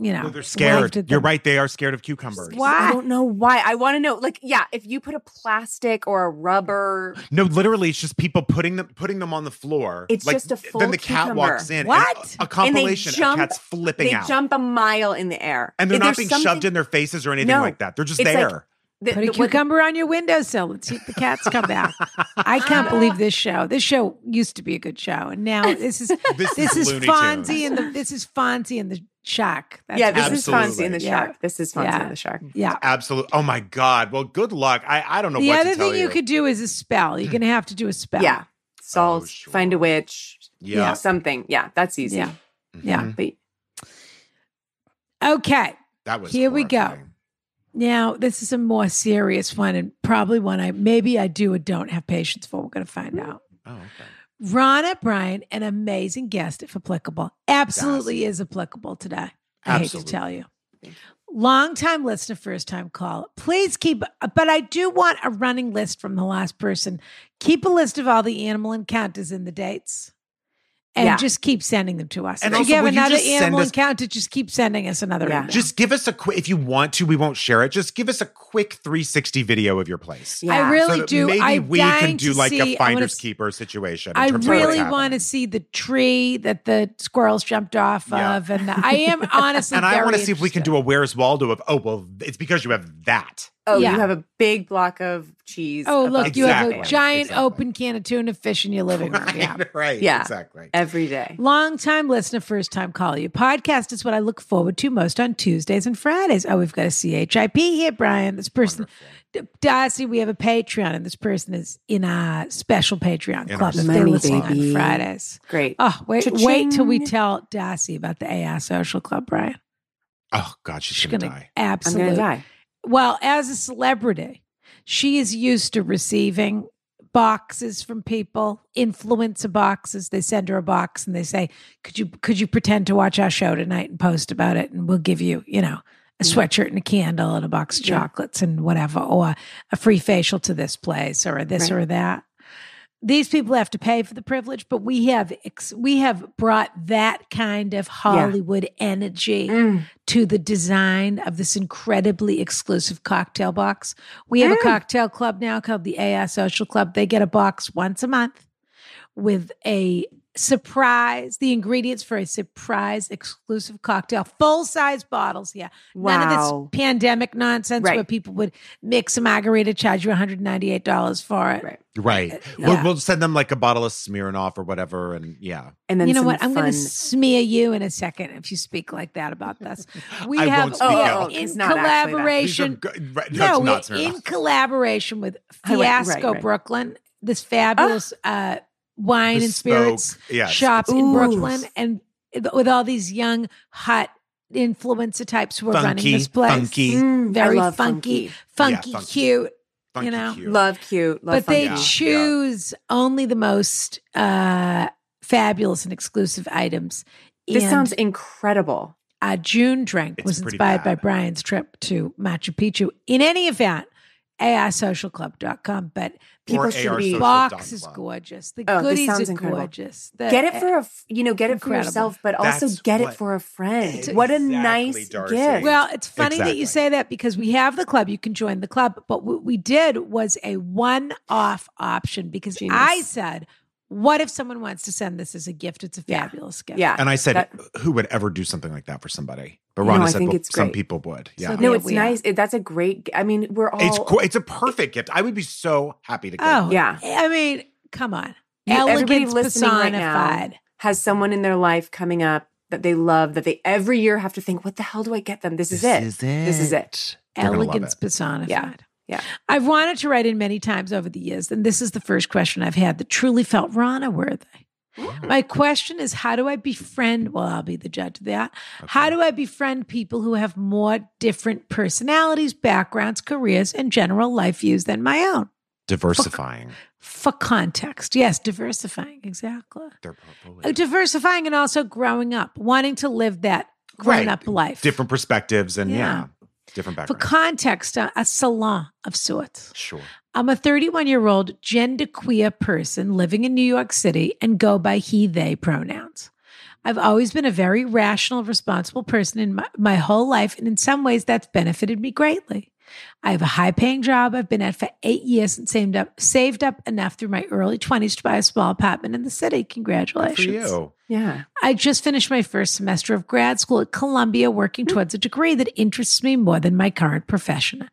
[SPEAKER 1] you know?
[SPEAKER 2] No,
[SPEAKER 1] waved
[SPEAKER 2] they're
[SPEAKER 1] at
[SPEAKER 2] scared. You're
[SPEAKER 1] them?
[SPEAKER 2] right. They are scared of cucumbers.
[SPEAKER 1] Why?
[SPEAKER 3] I don't know why. I want to know. Like, yeah, if you put a plastic or a rubber,
[SPEAKER 2] No, literally, it's just people putting them putting them on the floor.
[SPEAKER 3] It's just a full
[SPEAKER 2] Then the cat
[SPEAKER 3] cucumber.
[SPEAKER 2] walks in. and
[SPEAKER 1] What?
[SPEAKER 2] A, a
[SPEAKER 3] And they
[SPEAKER 2] compilation
[SPEAKER 3] jump-
[SPEAKER 2] of cats flipping
[SPEAKER 3] they
[SPEAKER 2] out,
[SPEAKER 3] jump a mile in the air,
[SPEAKER 2] and they're
[SPEAKER 3] If
[SPEAKER 2] not
[SPEAKER 3] there's
[SPEAKER 2] being shoved
[SPEAKER 3] something-
[SPEAKER 2] in their faces or anything
[SPEAKER 3] No.
[SPEAKER 2] like that. They're just
[SPEAKER 3] It's like-
[SPEAKER 2] there.
[SPEAKER 3] the-
[SPEAKER 1] Put a
[SPEAKER 3] the- what-
[SPEAKER 1] cucumber on your windowsill. Let's see if the cats come back. I can't believe this show. This show used to be a good show, and now this is
[SPEAKER 2] This,
[SPEAKER 1] this
[SPEAKER 2] is
[SPEAKER 1] is
[SPEAKER 2] Looney
[SPEAKER 1] Fonzie
[SPEAKER 2] Tunes.
[SPEAKER 1] and the this is Fonzie and the Shock. That's
[SPEAKER 3] yeah,
[SPEAKER 1] what
[SPEAKER 3] this
[SPEAKER 1] it
[SPEAKER 3] is
[SPEAKER 2] Absolutely.
[SPEAKER 3] Fonzie and the
[SPEAKER 1] Yeah.
[SPEAKER 3] shark. This is Fonzie
[SPEAKER 1] Yeah.
[SPEAKER 3] and the shark.
[SPEAKER 1] yeah.
[SPEAKER 2] Absolutely. Oh my God. Well, good luck. I, I don't know
[SPEAKER 1] The
[SPEAKER 2] what
[SPEAKER 1] other
[SPEAKER 2] to tell
[SPEAKER 1] thing you. could do is a spell. You're going to have to do a spell.
[SPEAKER 3] Yeah, solve,
[SPEAKER 2] Oh, sure.
[SPEAKER 3] find a witch,
[SPEAKER 2] Yeah.
[SPEAKER 3] something. Yeah, that's easy.
[SPEAKER 1] Yeah. Yeah.
[SPEAKER 2] Mhm.
[SPEAKER 3] But
[SPEAKER 1] Okay.
[SPEAKER 2] That was
[SPEAKER 1] Here we go.
[SPEAKER 2] horrifying.
[SPEAKER 1] Now, this is a more serious one and probably one I maybe I do or don't have patience for. We're going to find out.
[SPEAKER 2] Oh, okay.
[SPEAKER 1] Ronna Bryan, an amazing guest, if applicable, absolutely is applicable today. I hate
[SPEAKER 2] Absolutely.
[SPEAKER 1] to tell you. Long time listener, first time call. Please keep, but I do want a running list from the last person. Keep a list of all the animal encounters and the dates. And
[SPEAKER 3] Yeah.
[SPEAKER 1] just keep sending them to us.
[SPEAKER 2] And
[SPEAKER 1] if
[SPEAKER 2] also,
[SPEAKER 1] you have
[SPEAKER 2] will you
[SPEAKER 1] another
[SPEAKER 2] just send
[SPEAKER 1] animal
[SPEAKER 2] us-
[SPEAKER 1] encounter, just keep sending us another
[SPEAKER 3] Yeah.
[SPEAKER 1] email.
[SPEAKER 2] Just give us a quick, if you want to, we won't share it. Just give us a quick 360 video of your place.
[SPEAKER 3] Yeah.
[SPEAKER 1] I
[SPEAKER 3] So
[SPEAKER 1] really
[SPEAKER 2] so that
[SPEAKER 1] do.
[SPEAKER 2] Maybe
[SPEAKER 1] I'm
[SPEAKER 2] we
[SPEAKER 1] dying
[SPEAKER 2] can do
[SPEAKER 1] to
[SPEAKER 2] like
[SPEAKER 1] see,
[SPEAKER 2] a
[SPEAKER 1] I wanna
[SPEAKER 2] finder's
[SPEAKER 1] s-
[SPEAKER 2] keeper situation. in
[SPEAKER 1] I
[SPEAKER 2] terms of what's
[SPEAKER 1] really
[SPEAKER 2] happening.
[SPEAKER 1] want to see the tree that the squirrels jumped off
[SPEAKER 2] Yeah.
[SPEAKER 1] of, and the, I am honestly.
[SPEAKER 2] And I
[SPEAKER 1] want to
[SPEAKER 2] see if we can do a Where's Waldo of, oh, well, it's because you have that.
[SPEAKER 3] Oh,
[SPEAKER 1] Yeah.
[SPEAKER 3] you have a big block of cheese.
[SPEAKER 1] Oh,
[SPEAKER 3] above
[SPEAKER 1] look! You have a
[SPEAKER 2] Exactly.
[SPEAKER 3] your head
[SPEAKER 1] giant
[SPEAKER 2] Exactly.
[SPEAKER 1] open can of tuna fish in your living room. Yeah.
[SPEAKER 2] Right, right.
[SPEAKER 3] Yeah.
[SPEAKER 2] Exactly.
[SPEAKER 3] every day.
[SPEAKER 1] Long time listener, first time caller. Your podcast is what I look forward to most on Tuesdays and Fridays. Oh, we've got a CHIP here, Brian. This person, D- Darcy, we have a Patreon, and this person is in our special Patreon
[SPEAKER 2] In our
[SPEAKER 1] club if they're
[SPEAKER 3] Money,
[SPEAKER 1] listening on
[SPEAKER 3] baby.
[SPEAKER 1] Fridays.
[SPEAKER 3] Great.
[SPEAKER 1] Oh, wait, wait till we
[SPEAKER 3] Cha-ching.
[SPEAKER 1] tell Darcy about the AI Social Club, Brian.
[SPEAKER 2] Oh, God, she's,
[SPEAKER 1] She's
[SPEAKER 2] going to
[SPEAKER 1] gonna
[SPEAKER 2] die.
[SPEAKER 3] I'm
[SPEAKER 1] absolutely.
[SPEAKER 3] going to die.
[SPEAKER 1] Well, as a celebrity, she is used to receiving boxes from people, influencer boxes. They send her a box and they say, "Could you could you pretend to watch our show tonight and post about it, and we'll give you, you know." A sweatshirt and a candle and a box of
[SPEAKER 3] Mm-hmm. Yeah.
[SPEAKER 1] chocolates and whatever, or a free facial to this place or this
[SPEAKER 3] Right.
[SPEAKER 1] or that. These people have to pay for the privilege, but we have ex- we have brought that kind of Hollywood energy
[SPEAKER 3] Mm.
[SPEAKER 1] to the design of this incredibly exclusive cocktail box. We have a
[SPEAKER 3] Mm.
[SPEAKER 1] cocktail club now called the AI Social Club. They get a box once a month with a surprise, the ingredients for a surprise exclusive cocktail, full size bottles. Yeah. None
[SPEAKER 3] Wow.
[SPEAKER 1] of this pandemic nonsense
[SPEAKER 3] Right.
[SPEAKER 1] where people would mix a margarita, charge you $198 for it. Uh,
[SPEAKER 3] Right.
[SPEAKER 2] Right.
[SPEAKER 1] Yeah.
[SPEAKER 2] We'll, we'll send them like a bottle of Smirnoff or whatever. And yeah.
[SPEAKER 3] And then
[SPEAKER 1] you know
[SPEAKER 3] some
[SPEAKER 1] what? I'm
[SPEAKER 3] fun-
[SPEAKER 1] going to smear you in a second if you speak like that about this. We
[SPEAKER 2] I
[SPEAKER 1] have
[SPEAKER 2] won't speak
[SPEAKER 3] out. Oh,
[SPEAKER 1] in
[SPEAKER 3] it's not actually that. These are
[SPEAKER 2] These are
[SPEAKER 1] collaboration.
[SPEAKER 2] good- right,
[SPEAKER 1] No,
[SPEAKER 2] no, it's
[SPEAKER 1] we're
[SPEAKER 2] not Smirnoff.
[SPEAKER 1] in collaboration with
[SPEAKER 3] Oh, right, right,
[SPEAKER 1] Fiasco
[SPEAKER 3] right. Ah!
[SPEAKER 1] Brooklyn, this fabulous uh, wine and
[SPEAKER 2] Bespoke.
[SPEAKER 1] spirits
[SPEAKER 2] Yes.
[SPEAKER 1] shop in
[SPEAKER 3] Ooh.
[SPEAKER 1] Brooklyn, and with all these young, hot influencer types who are running
[SPEAKER 2] Funky,
[SPEAKER 1] this place.
[SPEAKER 2] funky,
[SPEAKER 3] Mm, I
[SPEAKER 1] Very
[SPEAKER 3] love
[SPEAKER 1] funky,
[SPEAKER 2] funky.
[SPEAKER 1] funky,
[SPEAKER 2] Yeah, funky.
[SPEAKER 1] cute.
[SPEAKER 2] funky
[SPEAKER 1] you know,
[SPEAKER 2] cute.
[SPEAKER 3] Love cute. Love
[SPEAKER 1] but they
[SPEAKER 2] Yeah, yeah.
[SPEAKER 3] funky.
[SPEAKER 1] choose only the most uh, fabulous and exclusive items.
[SPEAKER 3] This
[SPEAKER 1] And
[SPEAKER 3] sounds incredible.
[SPEAKER 1] uh, June Drink
[SPEAKER 2] It's
[SPEAKER 1] was
[SPEAKER 2] pretty
[SPEAKER 1] inspired by
[SPEAKER 2] bad.
[SPEAKER 1] Brian's trip to Machu Picchu. In any event, arsocialclub.com, but
[SPEAKER 2] Or
[SPEAKER 3] People should be-
[SPEAKER 2] ARSocial.club.
[SPEAKER 1] box is gorgeous. The
[SPEAKER 3] Oh, this
[SPEAKER 1] goodies
[SPEAKER 3] sounds
[SPEAKER 1] are
[SPEAKER 3] incredible.
[SPEAKER 1] gorgeous. The- e
[SPEAKER 3] Get it for a f- you know, get it
[SPEAKER 1] Incredible.
[SPEAKER 3] for yourself, but also
[SPEAKER 2] That's
[SPEAKER 3] get
[SPEAKER 2] what-
[SPEAKER 3] it for a friend.
[SPEAKER 2] Exactly,
[SPEAKER 3] what a nice
[SPEAKER 2] Darcy.
[SPEAKER 3] gift.
[SPEAKER 1] Well, it's funny that
[SPEAKER 2] Exactly.
[SPEAKER 1] you say that because we have the club. You can join the club. But what we did was a one off option because
[SPEAKER 3] Genius.
[SPEAKER 1] I said, what if someone wants to send this as a gift? It's a
[SPEAKER 3] Yeah.
[SPEAKER 1] fabulous gift.
[SPEAKER 3] yeah.
[SPEAKER 2] And I said,
[SPEAKER 3] That-
[SPEAKER 2] who would ever do something like that for somebody? But
[SPEAKER 3] No,
[SPEAKER 2] Rhonda
[SPEAKER 3] I
[SPEAKER 2] said,
[SPEAKER 3] think
[SPEAKER 2] well,
[SPEAKER 3] it's
[SPEAKER 2] some
[SPEAKER 3] great.
[SPEAKER 2] people would. Yeah.
[SPEAKER 1] So
[SPEAKER 3] no,
[SPEAKER 1] there
[SPEAKER 3] it's
[SPEAKER 1] we are.
[SPEAKER 3] nice. It, that's a great. g- I mean, we're all.
[SPEAKER 2] it's qu- it's a perfect gift. I would be so happy to give
[SPEAKER 1] Oh,
[SPEAKER 3] Yeah.
[SPEAKER 1] I mean, come on.
[SPEAKER 3] You- everybody
[SPEAKER 1] Elegance
[SPEAKER 3] listening right now-
[SPEAKER 1] personified.
[SPEAKER 3] has someone in their life coming up that they love that they every year have to think, what the hell do I get them? This is it. This is it.
[SPEAKER 2] They're gonna love
[SPEAKER 1] elegance
[SPEAKER 2] it.
[SPEAKER 1] personified.
[SPEAKER 3] Yeah. Yeah.
[SPEAKER 1] I've wanted to write in many times over the years, and this is the first question I've had that truly felt Rana worthy. My question is how do I befriend? Well, I'll be the judge of that. How do I befriend people who have more different personalities, backgrounds, careers, and general life views than my own?
[SPEAKER 2] Diversifying
[SPEAKER 1] For context, yes, diversifying, exactly.
[SPEAKER 2] their portfolio.
[SPEAKER 1] Uh, Diversifying and also growing up, wanting to live that grown
[SPEAKER 2] Right.
[SPEAKER 1] up life.
[SPEAKER 2] different perspectives and yeah,
[SPEAKER 1] Yeah.
[SPEAKER 2] different
[SPEAKER 1] For
[SPEAKER 2] backgrounds.
[SPEAKER 1] context, a, a salon of sorts.
[SPEAKER 2] sure.
[SPEAKER 1] I'm a 31 year old genderqueer person living in New York City and go by he, they pronouns. I've always been a very rational, responsible person in my, my whole life, and in some ways that's benefited me greatly. I have a high paying job I've been at for eight years and saved up, saved up enough through my early 20s to buy a small apartment in the city.
[SPEAKER 2] Good for
[SPEAKER 1] Congratulations.
[SPEAKER 2] you.
[SPEAKER 3] Yeah.
[SPEAKER 1] I just finished my first semester of grad school at Columbia working
[SPEAKER 2] Hmm.
[SPEAKER 1] towards a degree that interests me more than my current profession.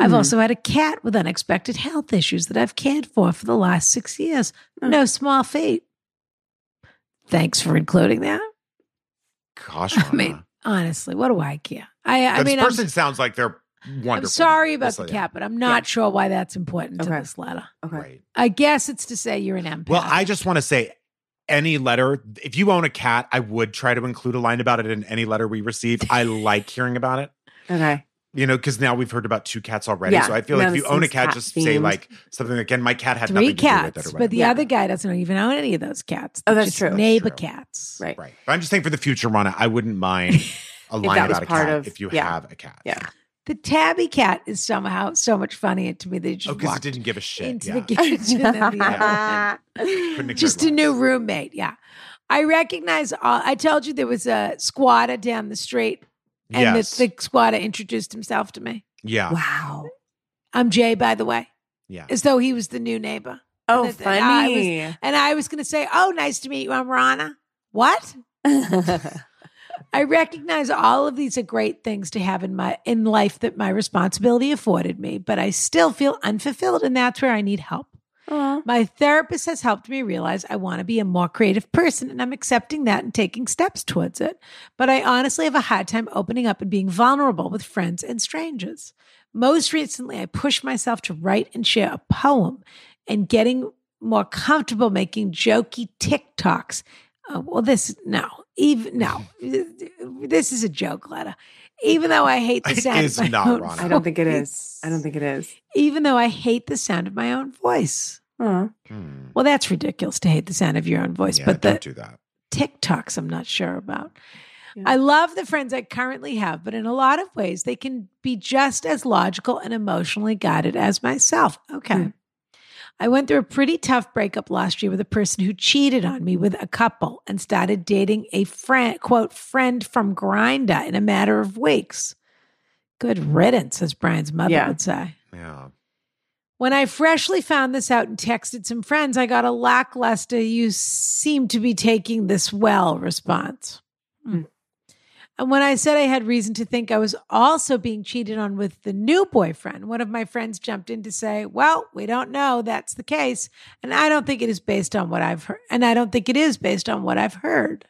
[SPEAKER 1] I've
[SPEAKER 2] Hmm.
[SPEAKER 3] Mm.
[SPEAKER 1] also had a cat with unexpected health issues that I've cared for for the last six years.
[SPEAKER 2] Hmm.
[SPEAKER 1] No small feat. Thanks for including that.
[SPEAKER 2] Gosh,
[SPEAKER 1] I mean, honestly, what do I care? I, I
[SPEAKER 2] this
[SPEAKER 1] mean, I'm,
[SPEAKER 2] person sounds like they're wonderful.
[SPEAKER 1] I'm sorry about
[SPEAKER 2] Let's
[SPEAKER 1] the
[SPEAKER 2] say
[SPEAKER 1] cat, but I'm not sure why that's important to
[SPEAKER 3] Okay.
[SPEAKER 1] this letter.
[SPEAKER 2] that.
[SPEAKER 3] Okay.
[SPEAKER 2] Right.
[SPEAKER 1] I guess it's to say you're an empath.
[SPEAKER 2] Well, I just want to say any letter, if you own a cat, I would try to include a line about it in any letter we receive. I like hearing about it,
[SPEAKER 3] Okay.
[SPEAKER 2] you know, because now we've heard about two cats already.
[SPEAKER 3] Yeah.
[SPEAKER 2] So I feel like
[SPEAKER 3] No,
[SPEAKER 2] if you
[SPEAKER 3] this
[SPEAKER 2] own a
[SPEAKER 3] is
[SPEAKER 2] cat,
[SPEAKER 3] cat
[SPEAKER 2] just say
[SPEAKER 3] themed.
[SPEAKER 2] like something like, and my cat had
[SPEAKER 1] three
[SPEAKER 2] nothing to do
[SPEAKER 1] cats,
[SPEAKER 2] with it or
[SPEAKER 1] but
[SPEAKER 2] whatever.
[SPEAKER 1] the
[SPEAKER 3] Yeah.
[SPEAKER 1] other guy doesn't even own any of those cats.
[SPEAKER 3] Oh,
[SPEAKER 1] They're
[SPEAKER 3] that's
[SPEAKER 1] just
[SPEAKER 3] true.
[SPEAKER 1] Neighbor
[SPEAKER 2] True.
[SPEAKER 1] cats.
[SPEAKER 3] Right.
[SPEAKER 2] Right. But I'm just saying for the future, Rana, I wouldn't mind a line
[SPEAKER 3] that was
[SPEAKER 2] about a
[SPEAKER 3] part
[SPEAKER 2] cat
[SPEAKER 3] of-
[SPEAKER 2] if you
[SPEAKER 3] yeah.
[SPEAKER 2] have a cat.
[SPEAKER 3] Yeah.
[SPEAKER 1] The tabby cat is somehow so much funnier to me. They just
[SPEAKER 2] Oh, because it
[SPEAKER 1] walked
[SPEAKER 2] didn't give a shit.
[SPEAKER 1] into
[SPEAKER 2] yeah.
[SPEAKER 1] the kitchen. than the other one.
[SPEAKER 3] Uh,
[SPEAKER 2] Couldn't have
[SPEAKER 1] Just a
[SPEAKER 2] cared
[SPEAKER 1] new
[SPEAKER 2] less.
[SPEAKER 1] roommate. Yeah. I recognize all. I told you there was a squatter down the street, and
[SPEAKER 2] Yes.
[SPEAKER 1] the, the squatter introduced himself to me.
[SPEAKER 2] yeah.
[SPEAKER 3] wow.
[SPEAKER 1] I'm Jay, by the way,
[SPEAKER 2] Yeah.
[SPEAKER 1] as though he was the new neighbor.
[SPEAKER 3] Oh,
[SPEAKER 1] That- that I
[SPEAKER 3] funny.
[SPEAKER 1] And I was going to say, Oh, nice to meet you. I'm Rana. What? I recognize all of these are great things to have in my in life that my responsibility afforded me, but I still feel unfulfilled and that's where I need help.
[SPEAKER 3] Aw.
[SPEAKER 1] My therapist has helped me realize I want to be a more creative person and I'm accepting that and taking steps towards it. But I honestly have a hard time opening up and being vulnerable with friends and strangers. Most recently, I pushed myself to write and share a poem and getting more comfortable making jokey TikToks. Uh, well, this, no, even, no, this is a joke letter. Even though I hate the
[SPEAKER 2] It
[SPEAKER 1] sound
[SPEAKER 2] is
[SPEAKER 1] of my
[SPEAKER 2] not,
[SPEAKER 1] own
[SPEAKER 2] Ronna.
[SPEAKER 3] I don't think it
[SPEAKER 1] voice.
[SPEAKER 3] is. I don't think it is.
[SPEAKER 1] Even though I hate the sound of my own voice.
[SPEAKER 3] Aw.
[SPEAKER 2] Hmm.
[SPEAKER 1] Well, that's ridiculous to hate the sound of your own voice,
[SPEAKER 2] Yeah,
[SPEAKER 1] but
[SPEAKER 2] don't
[SPEAKER 1] the
[SPEAKER 2] do that.
[SPEAKER 1] TikToks I'm not sure about.
[SPEAKER 3] Yeah.
[SPEAKER 1] I love the friends I currently have, but in a lot of ways, they can be just as logical and emotionally guided as myself. Okay.
[SPEAKER 3] Hmm.
[SPEAKER 1] I went through a pretty tough breakup last year with a person who cheated on me with a couple and started dating a friend, quote, friend from Grinder in a matter of weeks. Good riddance, as Brian's mother
[SPEAKER 3] Yeah.
[SPEAKER 1] would say.
[SPEAKER 2] Yeah.
[SPEAKER 1] When I freshly found this out and texted some friends, I got a lackluster, you seem to be taking this well response.
[SPEAKER 3] Hmm.
[SPEAKER 1] And when I said I had reason to think I was also being cheated on with the new boyfriend, one of my friends jumped in to say, Well, we don't know that's the case. And I don't think it is based on what I've heard. And I don't think it is based on what I've heard.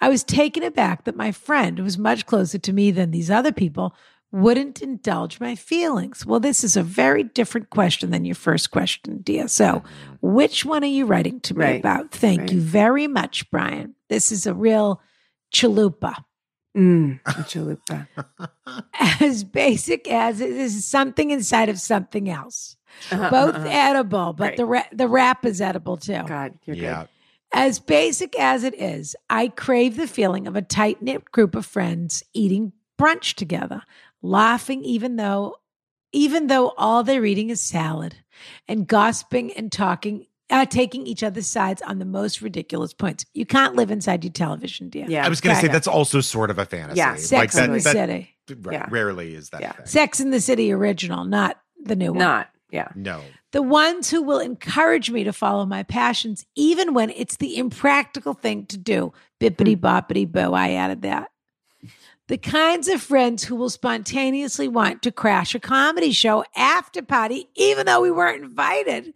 [SPEAKER 1] I was taken aback that my friend, who was much closer to me than these other people, wouldn't indulge my feelings. Well, this is a very different question than your first question, dear. So, which one are you writing to me
[SPEAKER 3] Mm-hmm. Right.
[SPEAKER 1] about? Thank
[SPEAKER 3] Right.
[SPEAKER 1] you very much, Brian. This is a real chalupa.
[SPEAKER 3] Mm, a chalupa.
[SPEAKER 1] As basic as it is something inside of something else.
[SPEAKER 3] Uh-huh,
[SPEAKER 1] Both
[SPEAKER 3] uh-huh.
[SPEAKER 1] edible, but the ra- the wrap is edible too.
[SPEAKER 3] God, you're
[SPEAKER 2] yeah.
[SPEAKER 1] As basic as it is, I crave the feeling of a tight knit group of friends eating brunch together, laughing even though even though all they're eating is salad and gossiping and talking uh, taking each other's sides on the most ridiculous points. You can't live inside your television, dear.
[SPEAKER 3] good. Yeah.
[SPEAKER 2] I was going to say
[SPEAKER 3] Yeah.
[SPEAKER 2] that's also sort of a fantasy.
[SPEAKER 3] Yeah.
[SPEAKER 1] Sex
[SPEAKER 3] Like
[SPEAKER 1] in the
[SPEAKER 3] that-
[SPEAKER 1] City.
[SPEAKER 2] right,
[SPEAKER 3] Yeah.
[SPEAKER 2] Rarely is that. a
[SPEAKER 3] Yeah.
[SPEAKER 2] thing.
[SPEAKER 1] Sex in the City original, not the new one.
[SPEAKER 3] not. Yeah.
[SPEAKER 2] No.
[SPEAKER 1] The ones who will encourage me to follow my passions, even when it's the impractical thing to do. Bippity
[SPEAKER 3] Hmm.
[SPEAKER 1] boppity boo, I added that. The kinds of friends who will spontaneously want to crash a comedy show after party, even though we weren't invited.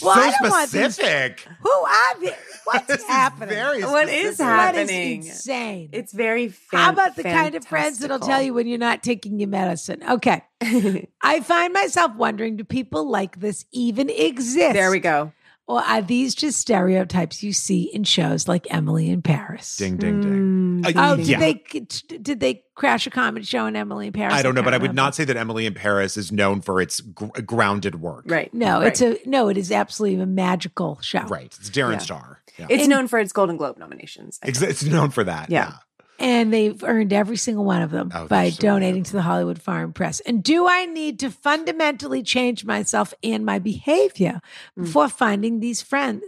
[SPEAKER 1] Well, I
[SPEAKER 2] so
[SPEAKER 1] don't want these-
[SPEAKER 2] specific.
[SPEAKER 1] Who are they? What's
[SPEAKER 2] This is
[SPEAKER 1] happening?
[SPEAKER 2] very
[SPEAKER 3] What
[SPEAKER 2] specific.
[SPEAKER 3] is
[SPEAKER 1] that is
[SPEAKER 3] happening?
[SPEAKER 1] insane.
[SPEAKER 3] It's very fan-
[SPEAKER 1] How about the kind of friends that'll tell you when you're not taking your medicine? Okay.
[SPEAKER 3] fantastical.
[SPEAKER 1] I find myself wondering do people like this even exist?
[SPEAKER 3] there we go.
[SPEAKER 1] Or are these just stereotypes you see in shows like Emily in Paris?
[SPEAKER 2] Ding ding ding.
[SPEAKER 3] Mm,
[SPEAKER 2] Uh,
[SPEAKER 3] ding,
[SPEAKER 1] Oh,
[SPEAKER 3] ding,
[SPEAKER 1] did
[SPEAKER 2] Yeah.
[SPEAKER 3] ding.
[SPEAKER 1] they did they crash a comedy show in Emily in Paris?
[SPEAKER 2] I don't know,
[SPEAKER 1] can't
[SPEAKER 2] but I would
[SPEAKER 1] remember.
[SPEAKER 2] not say that Emily in Paris is known for its gr- grounded work.
[SPEAKER 3] Right.
[SPEAKER 1] No,
[SPEAKER 3] right.
[SPEAKER 1] it's a no. It is absolutely a magical show.
[SPEAKER 2] Right. It's Darren
[SPEAKER 3] Yeah.
[SPEAKER 2] Star. Yeah.
[SPEAKER 3] It's
[SPEAKER 1] And-
[SPEAKER 3] known for its Golden Globe nominations. I
[SPEAKER 2] Ex-
[SPEAKER 3] think.
[SPEAKER 2] it's known for that.
[SPEAKER 3] Yeah.
[SPEAKER 1] and they've earned every single one of them
[SPEAKER 2] Oh,
[SPEAKER 1] by
[SPEAKER 2] they're so
[SPEAKER 1] donating
[SPEAKER 2] good.
[SPEAKER 1] to the Hollywood Foreign Press. And do I need to fundamentally change myself and my behavior
[SPEAKER 3] Mm.
[SPEAKER 1] before finding these friends?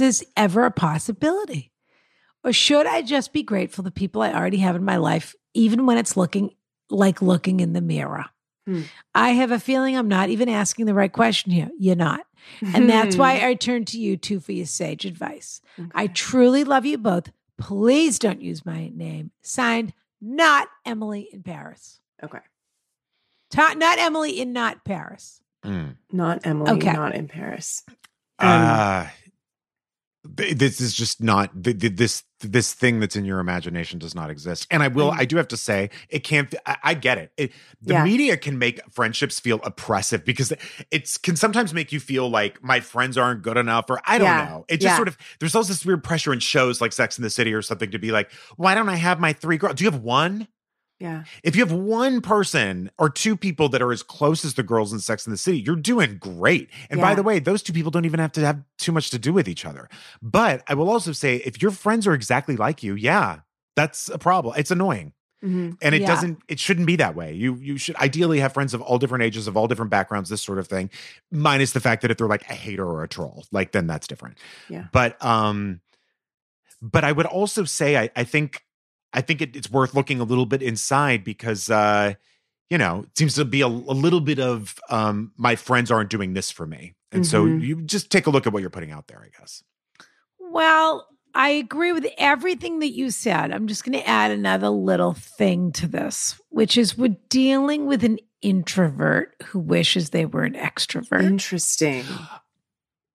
[SPEAKER 1] Is ever a possibility? Or should I just be grateful the people I already have in my life, even when it's looking like looking in the mirror?
[SPEAKER 3] Hmm.
[SPEAKER 1] I have a feeling I'm not even asking the right question here. You're not. And that's
[SPEAKER 3] Hmm.
[SPEAKER 1] why I turn to you two for your sage advice. I truly love you both. Please don't use my name. Signed, not Emily in Paris.
[SPEAKER 3] okay.
[SPEAKER 1] Ta- not Emily in not Paris.
[SPEAKER 2] Yeah. Mm.
[SPEAKER 3] Not Emily.
[SPEAKER 1] Okay.
[SPEAKER 3] Not in Paris.
[SPEAKER 2] Ah. th- this is just not th- th- this this thing that's in your imagination does not exist and i will
[SPEAKER 3] Mm.
[SPEAKER 2] i do have to say it can't I, I get it. it the
[SPEAKER 3] Yeah.
[SPEAKER 2] media can make friendships feel oppressive because it can sometimes make you feel like my friends aren't good enough or i don't
[SPEAKER 3] Yeah.
[SPEAKER 2] know it just
[SPEAKER 3] Yeah.
[SPEAKER 2] sort of there's also this weird pressure in shows like sex in the city or something to be like why don't i have my three girls do you have one
[SPEAKER 3] Yeah.
[SPEAKER 2] if you have one person or two people that are as close as the girls in Sex in the City, you're doing great. And by
[SPEAKER 3] Yeah.
[SPEAKER 2] the way, those two people don't even have to have too much to do with each other. But I will also say, if your friends are exactly like you, yeah, that's a problem. It's annoying,
[SPEAKER 3] hmm
[SPEAKER 2] and it
[SPEAKER 1] Yeah.
[SPEAKER 2] doesn't. It shouldn't be that way. You you should ideally have friends of all different ages, of all different backgrounds, this sort of thing. Minus the fact that if they're like a hater or a troll, like then that's different.
[SPEAKER 3] Yeah.
[SPEAKER 2] But um, but I would also say I I think I think it, it's worth looking a little bit inside because uh, you know it seems to be a, a little bit of um, my friends aren't doing this for me, and so
[SPEAKER 3] Mhm.
[SPEAKER 2] you just take a look at what you're putting out there. I guess.
[SPEAKER 1] Well, I agree with everything that you said. I'm just going to add another little thing to this, which is we're dealing with an introvert who wishes they were an extrovert.
[SPEAKER 3] Interesting.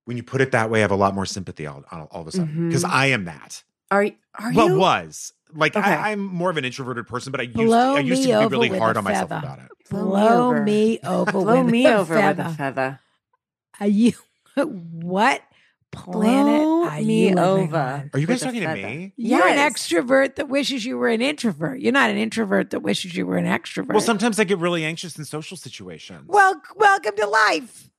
[SPEAKER 2] When you put it that way, I have a lot more sympathy all, all, all of a sudden because
[SPEAKER 3] Mhm.
[SPEAKER 2] I am that.
[SPEAKER 3] Are y- are
[SPEAKER 2] well,
[SPEAKER 3] you?
[SPEAKER 2] was like
[SPEAKER 3] Okay.
[SPEAKER 2] I, I'm more of an introverted person, but I used
[SPEAKER 1] Blow
[SPEAKER 2] I used
[SPEAKER 1] me
[SPEAKER 2] to be
[SPEAKER 1] over
[SPEAKER 2] really
[SPEAKER 1] with
[SPEAKER 2] hard
[SPEAKER 1] a
[SPEAKER 2] on myself
[SPEAKER 1] feather.
[SPEAKER 2] about it.
[SPEAKER 1] Blow me over.
[SPEAKER 3] Blow
[SPEAKER 1] with
[SPEAKER 3] me
[SPEAKER 1] a
[SPEAKER 3] over
[SPEAKER 1] feather.
[SPEAKER 3] with a feather.
[SPEAKER 1] Are you what planet
[SPEAKER 3] Blow
[SPEAKER 1] are
[SPEAKER 3] me
[SPEAKER 1] you living
[SPEAKER 3] over.
[SPEAKER 1] on?
[SPEAKER 2] Are you
[SPEAKER 3] With
[SPEAKER 2] guys
[SPEAKER 3] a
[SPEAKER 2] talking to
[SPEAKER 3] feather.
[SPEAKER 2] me?
[SPEAKER 1] You're an
[SPEAKER 3] Yes.
[SPEAKER 1] extrovert that wishes you were an introvert. You're not an introvert that wishes you were an extrovert.
[SPEAKER 2] Well, sometimes I get really anxious in social situations.
[SPEAKER 1] Well, welcome to life.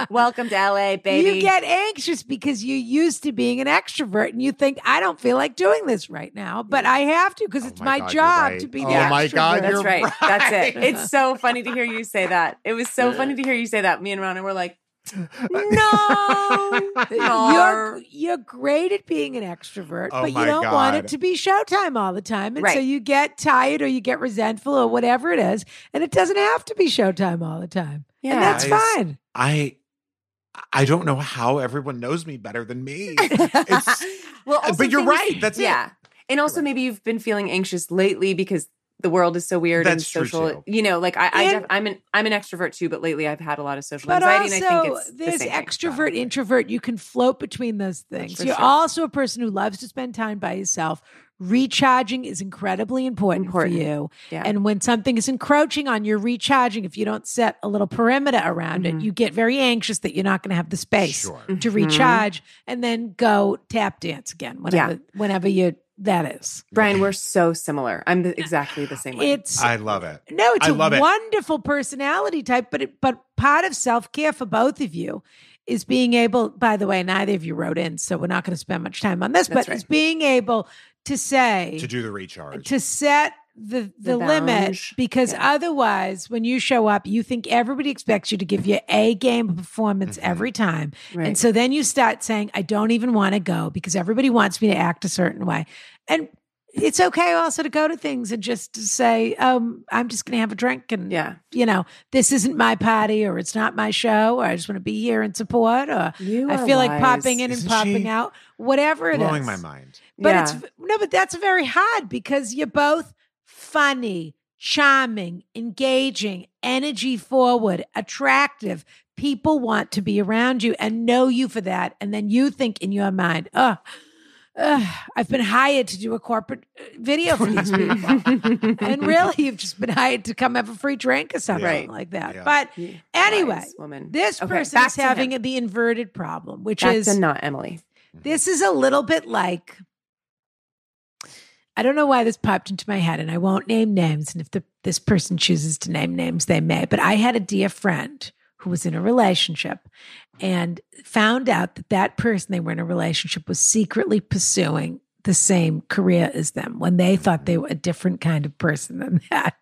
[SPEAKER 3] Welcome to LA, baby.
[SPEAKER 1] You get anxious because you used to being an extrovert and you think, I don't feel like doing this right now, but I have to because
[SPEAKER 2] Oh
[SPEAKER 1] it's my
[SPEAKER 2] my God, you're
[SPEAKER 1] job
[SPEAKER 2] right.
[SPEAKER 1] to be
[SPEAKER 2] Oh
[SPEAKER 1] the
[SPEAKER 2] my God,
[SPEAKER 1] extrovert.
[SPEAKER 3] That's
[SPEAKER 2] You're
[SPEAKER 3] right. That's it.
[SPEAKER 2] right.
[SPEAKER 3] It's so funny to hear you say that. It was so funny to hear you say that. Me and Rana were like,
[SPEAKER 2] Uh,
[SPEAKER 3] no.
[SPEAKER 1] You're, you're great at being an extrovert,
[SPEAKER 2] Oh
[SPEAKER 1] but you
[SPEAKER 2] my
[SPEAKER 1] don't want it
[SPEAKER 2] God.
[SPEAKER 1] to be showtime all the time. And so
[SPEAKER 3] Right.
[SPEAKER 1] you get tired or you get resentful or whatever it is. And it doesn't have to be showtime all the time.
[SPEAKER 3] Yeah.
[SPEAKER 1] and that's
[SPEAKER 2] Guys.
[SPEAKER 1] fine.
[SPEAKER 2] I I don't know how everyone knows me better than me. It's- uh,
[SPEAKER 3] well, also
[SPEAKER 2] but you're
[SPEAKER 3] things-
[SPEAKER 2] right. That's it.
[SPEAKER 3] yeah. And also,
[SPEAKER 2] right.
[SPEAKER 3] maybe you've been feeling anxious lately because the world is so weird and
[SPEAKER 2] That's true,
[SPEAKER 3] social.
[SPEAKER 2] too.
[SPEAKER 3] You know, like I, I
[SPEAKER 1] And-
[SPEAKER 3] def- I'm an I'm an extrovert too, but lately I've had a lot of social
[SPEAKER 1] But
[SPEAKER 3] anxiety, and I think
[SPEAKER 1] also,
[SPEAKER 3] it's the
[SPEAKER 1] there's
[SPEAKER 3] same thing.
[SPEAKER 1] extrovert, introvert. You can float between those things.
[SPEAKER 3] for
[SPEAKER 1] You're
[SPEAKER 3] sure.
[SPEAKER 1] also a person who loves to spend time by yourself. Recharging is incredibly important,
[SPEAKER 3] Important.
[SPEAKER 1] for you.
[SPEAKER 3] Yeah.
[SPEAKER 1] And when something is encroaching on your recharging, if you don't set a little perimeter around
[SPEAKER 3] Mhm.
[SPEAKER 1] it, you get very anxious that you're not going to have the space
[SPEAKER 2] Sure.
[SPEAKER 1] to
[SPEAKER 3] Mhm.
[SPEAKER 1] recharge and then go tap dance again whenever whenever you that is.
[SPEAKER 3] Brian, we're so similar. I'm the, exactly the same way.
[SPEAKER 1] It's
[SPEAKER 2] I love it.
[SPEAKER 1] No, it's
[SPEAKER 2] I
[SPEAKER 1] a
[SPEAKER 2] love it.
[SPEAKER 1] wonderful personality type, but it, but part of self care for both of you is being able. By the way, neither of you wrote in, so we're not going to spend much time on this.
[SPEAKER 3] That's
[SPEAKER 1] but it's being able to say
[SPEAKER 2] To do the recharge.
[SPEAKER 1] to set the the,
[SPEAKER 3] The
[SPEAKER 1] limit
[SPEAKER 3] bounds.
[SPEAKER 1] because
[SPEAKER 3] Yeah.
[SPEAKER 1] otherwise, when you show up, you think everybody expects you to give your a game performance
[SPEAKER 2] Mhm.
[SPEAKER 1] every time,
[SPEAKER 3] right.
[SPEAKER 1] and so then you start saying, I don't even want to go because everybody wants me to act a certain way. And it's okay also to go to things and just to say, um, I'm just going to have a drink and,
[SPEAKER 3] yeah.
[SPEAKER 1] you know, this isn't my party or it's not my show or I just want to be here and support or
[SPEAKER 3] You
[SPEAKER 1] I
[SPEAKER 3] are
[SPEAKER 1] feel like
[SPEAKER 3] wise.
[SPEAKER 1] popping in and
[SPEAKER 2] Isn't
[SPEAKER 1] popping
[SPEAKER 2] she
[SPEAKER 1] out, whatever it is.
[SPEAKER 2] Blowing my mind.
[SPEAKER 1] But
[SPEAKER 3] Yeah.
[SPEAKER 1] it's no, but that's very hard because you're both funny, charming, engaging, energy forward, attractive. People want to be around you and know you for that. And then you think in your mind, oh, I've been hired to do a corporate uh, video for these people. and really, you've just been hired to come have a free drink or something
[SPEAKER 3] Right.
[SPEAKER 1] like that.
[SPEAKER 2] Yeah.
[SPEAKER 1] But
[SPEAKER 3] You
[SPEAKER 1] anyway,
[SPEAKER 3] wise woman.
[SPEAKER 1] this
[SPEAKER 3] Okay,
[SPEAKER 1] person
[SPEAKER 3] back
[SPEAKER 1] is
[SPEAKER 3] to him.
[SPEAKER 1] having the inverted problem, which
[SPEAKER 3] Back
[SPEAKER 1] is
[SPEAKER 3] to not Emily.
[SPEAKER 1] this is a little bit like I don't know why this popped into my head, and I won't name names. And if the, this person chooses to name names, they may. But I had a dear friend who was in a relationship and found out that that person they were in a relationship was secretly pursuing the same career as them when they thought they were a different kind of person than that.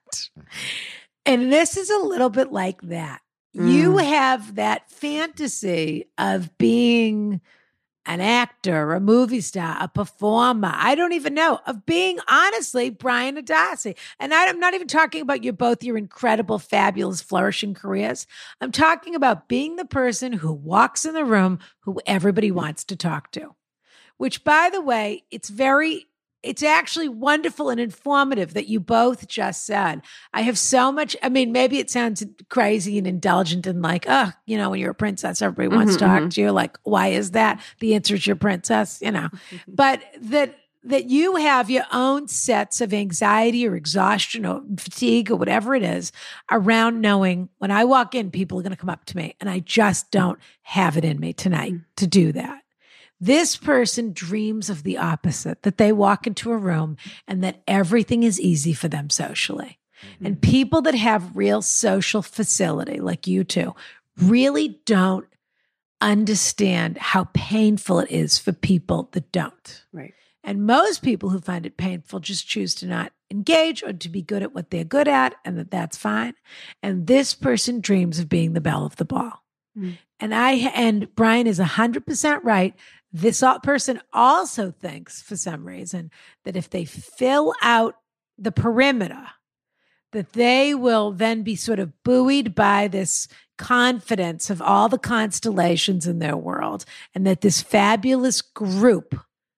[SPEAKER 1] And this is a little bit like that. You have that fantasy of being an actor, a movie star, a performer. I don't even know of being honestly Brian Adasi. And I- I'm not even talking about your both your incredible, fabulous, flourishing careers. I'm talking about being the person who walks in the room who everybody wants to talk to. Which, by the way, it's very, it's actually wonderful and informative that you both just said. I have so much. I mean, maybe it sounds crazy and indulgent and like, oh, you know, when you're a princess, everybody wants to
[SPEAKER 3] Mhm,
[SPEAKER 1] talk to you. Like, why is that? The answer is you're a princess, you know. But that that you have your own sets of anxiety or exhaustion or fatigue or whatever it is around knowing when I walk in, people are going to come up to me, and I just don't have it in me tonight to do that. This person dreams of the opposite that they walk into a room and that everything is easy for them socially. And people that have real social facility, like you two, really don't understand how painful it is for people that don't.
[SPEAKER 3] Right.
[SPEAKER 1] And most people who find it painful just choose to not engage or to be good at what they're good at, and that that's fine. And this person dreams of being the belle of the ball.
[SPEAKER 3] Mm.
[SPEAKER 1] And I and Brian is hundred percent right. This al- person also thinks, for some reason, that if they fill out the perimeter, that they will then be sort of buoyed by this confidence of all the constellations in their world, and that this fabulous group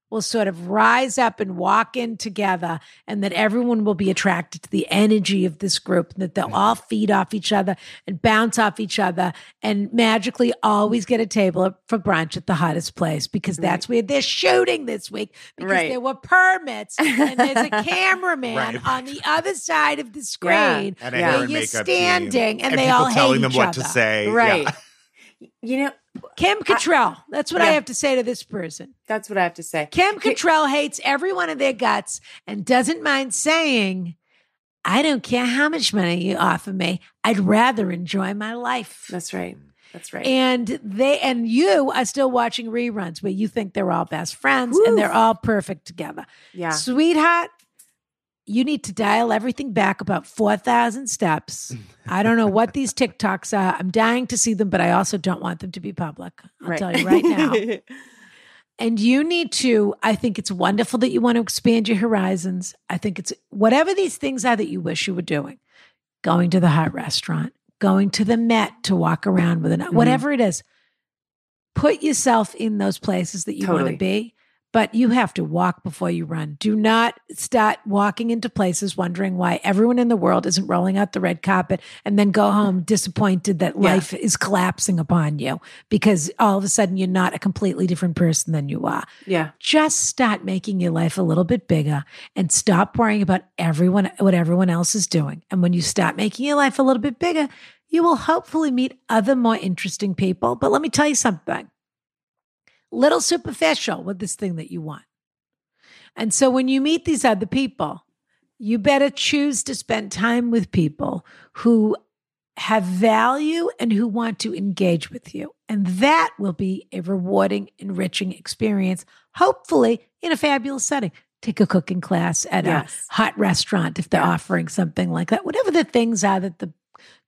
[SPEAKER 1] will sort of rise up and walk in together, and that everyone will be attracted to the energy of this group, and that they'll all feed off each other and bounce off each other, and magically always get a table for brunch at the hottest place because that's where they're shooting this week because
[SPEAKER 3] Right.
[SPEAKER 1] there were permits and there's a cameraman
[SPEAKER 2] Right.
[SPEAKER 1] on the other side of the screen
[SPEAKER 3] Yeah.
[SPEAKER 2] And a
[SPEAKER 3] Yeah.
[SPEAKER 2] hair
[SPEAKER 1] where
[SPEAKER 2] and
[SPEAKER 1] you're
[SPEAKER 2] makeup
[SPEAKER 1] standing
[SPEAKER 2] team.
[SPEAKER 1] and, they
[SPEAKER 2] people
[SPEAKER 1] all
[SPEAKER 2] telling
[SPEAKER 1] hate
[SPEAKER 2] them
[SPEAKER 1] each
[SPEAKER 2] what
[SPEAKER 1] other.
[SPEAKER 2] to say.
[SPEAKER 3] Right.
[SPEAKER 2] Yeah.
[SPEAKER 3] You know,
[SPEAKER 1] Kim Cattrall. that's what I
[SPEAKER 3] Yeah.
[SPEAKER 1] have to say to this person.
[SPEAKER 3] that's what I have to say.
[SPEAKER 1] Kim Cattrall hates every one of their guts and doesn't mind saying, "I don't care how much money you offer me. I'd rather enjoy my life."
[SPEAKER 3] That's right. That's right.
[SPEAKER 1] And they and you are still watching reruns where you think they're all best friends
[SPEAKER 3] Woof.
[SPEAKER 1] and they're all perfect together.
[SPEAKER 3] yeah.
[SPEAKER 1] Sweetheart, you need to dial everything back about 4,000 steps. I don't know what these TikToks are. I'm dying to see them, but I also don't want them to be public. I'll tell you right now. And you need to, I think it's wonderful that you want to expand your horizons. I think it's whatever these things are that you wish you were doing going to the hot restaurant, going to the Met to walk around with it,
[SPEAKER 3] Mm.
[SPEAKER 1] whatever it is. Put yourself in those places that you want
[SPEAKER 3] Totally.
[SPEAKER 1] to be, but you have to walk before you run. Do not start walking into places wondering why everyone in the world isn't rolling out the red carpet and then go home disappointed that
[SPEAKER 3] Yeah.
[SPEAKER 1] life is collapsing upon you because all of a sudden you're not a completely different person than you are
[SPEAKER 3] Yeah.
[SPEAKER 1] just start making your life a little bit bigger and stop worrying about everyone what everyone else is doing and when you start making your life a little bit bigger you will hopefully meet other more interesting people but let me tell you something little superficial with this thing that you want and so when you meet these other people you better choose to spend time with people who have value and who want to engage with you. And that will be a rewarding, enriching experience, hopefully in a fabulous setting. Take a cooking class at
[SPEAKER 3] Yes.
[SPEAKER 1] a hot restaurant if they're
[SPEAKER 3] Yeah.
[SPEAKER 1] offering something like that, whatever the things are that the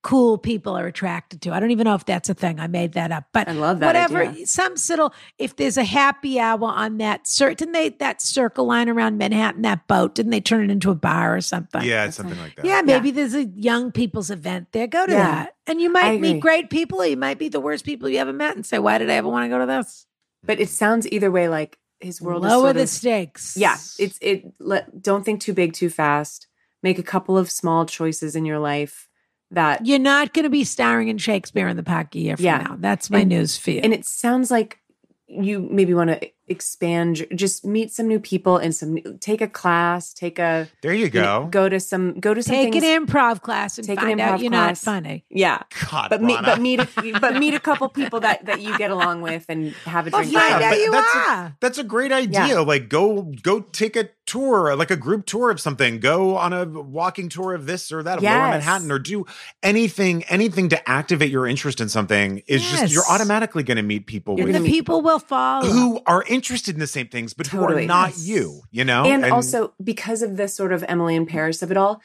[SPEAKER 1] cool people are attracted to. I don't even know if that's a thing. I made that up, but
[SPEAKER 3] I love that
[SPEAKER 1] whatever
[SPEAKER 3] idea.
[SPEAKER 1] some little if there's a happy hour on that cir- didn't they that circle line around Manhattan that boat didn't they turn it into a bar or something?
[SPEAKER 2] yeah, it's something like that.
[SPEAKER 1] Yeah, maybe there's a young people's event there. Go to
[SPEAKER 3] Yeah.
[SPEAKER 1] that. And you
[SPEAKER 3] I
[SPEAKER 1] might
[SPEAKER 3] agree.
[SPEAKER 1] meet great people or you might meet the worst people you ever met and say, Why did I ever want to go to this?
[SPEAKER 3] But it sounds either way like his world is
[SPEAKER 1] Lower
[SPEAKER 3] sort
[SPEAKER 1] the
[SPEAKER 3] of-
[SPEAKER 1] stakes.
[SPEAKER 3] yeah it's it let, don't think too big too fast make a couple of small choices in your life that
[SPEAKER 1] You're not going to be starring in Shakespeare in the Park a year from
[SPEAKER 3] Yeah.
[SPEAKER 1] now. That's my
[SPEAKER 3] And-
[SPEAKER 1] news for you.
[SPEAKER 3] and it sounds like you maybe want to expand your- just meet some new people and some new- take a class take a
[SPEAKER 2] There you go.
[SPEAKER 3] go to some go to some
[SPEAKER 1] Take
[SPEAKER 3] things-
[SPEAKER 1] an improv class and
[SPEAKER 3] Take an
[SPEAKER 1] find out
[SPEAKER 3] improv
[SPEAKER 1] you're
[SPEAKER 3] class.
[SPEAKER 1] not funny.
[SPEAKER 3] yeah
[SPEAKER 2] God,
[SPEAKER 3] but meet
[SPEAKER 2] Lana.
[SPEAKER 3] but meet a, but meet a couple people that that you get along with and have a
[SPEAKER 2] Well,
[SPEAKER 3] drink
[SPEAKER 2] yeah,
[SPEAKER 1] Find
[SPEAKER 3] together.
[SPEAKER 1] out
[SPEAKER 2] but
[SPEAKER 1] you
[SPEAKER 2] that's a-
[SPEAKER 1] are.
[SPEAKER 2] That's a great idea. Like go go take a tour, like a group tour of something. Go on a walking tour of this or that of Lower
[SPEAKER 3] Yes.
[SPEAKER 2] Manhattan or do anything anything to activate your interest in something is just you're
[SPEAKER 1] Yes.
[SPEAKER 2] automatically going to meet people
[SPEAKER 3] You're
[SPEAKER 2] with
[SPEAKER 1] the
[SPEAKER 3] gonna meet
[SPEAKER 1] people will follow.
[SPEAKER 2] who are interested in the same things but who are
[SPEAKER 3] Totally.
[SPEAKER 2] not
[SPEAKER 1] Yes.
[SPEAKER 2] you, you know?
[SPEAKER 3] and, also because of this sort of Emily in Paris of it all,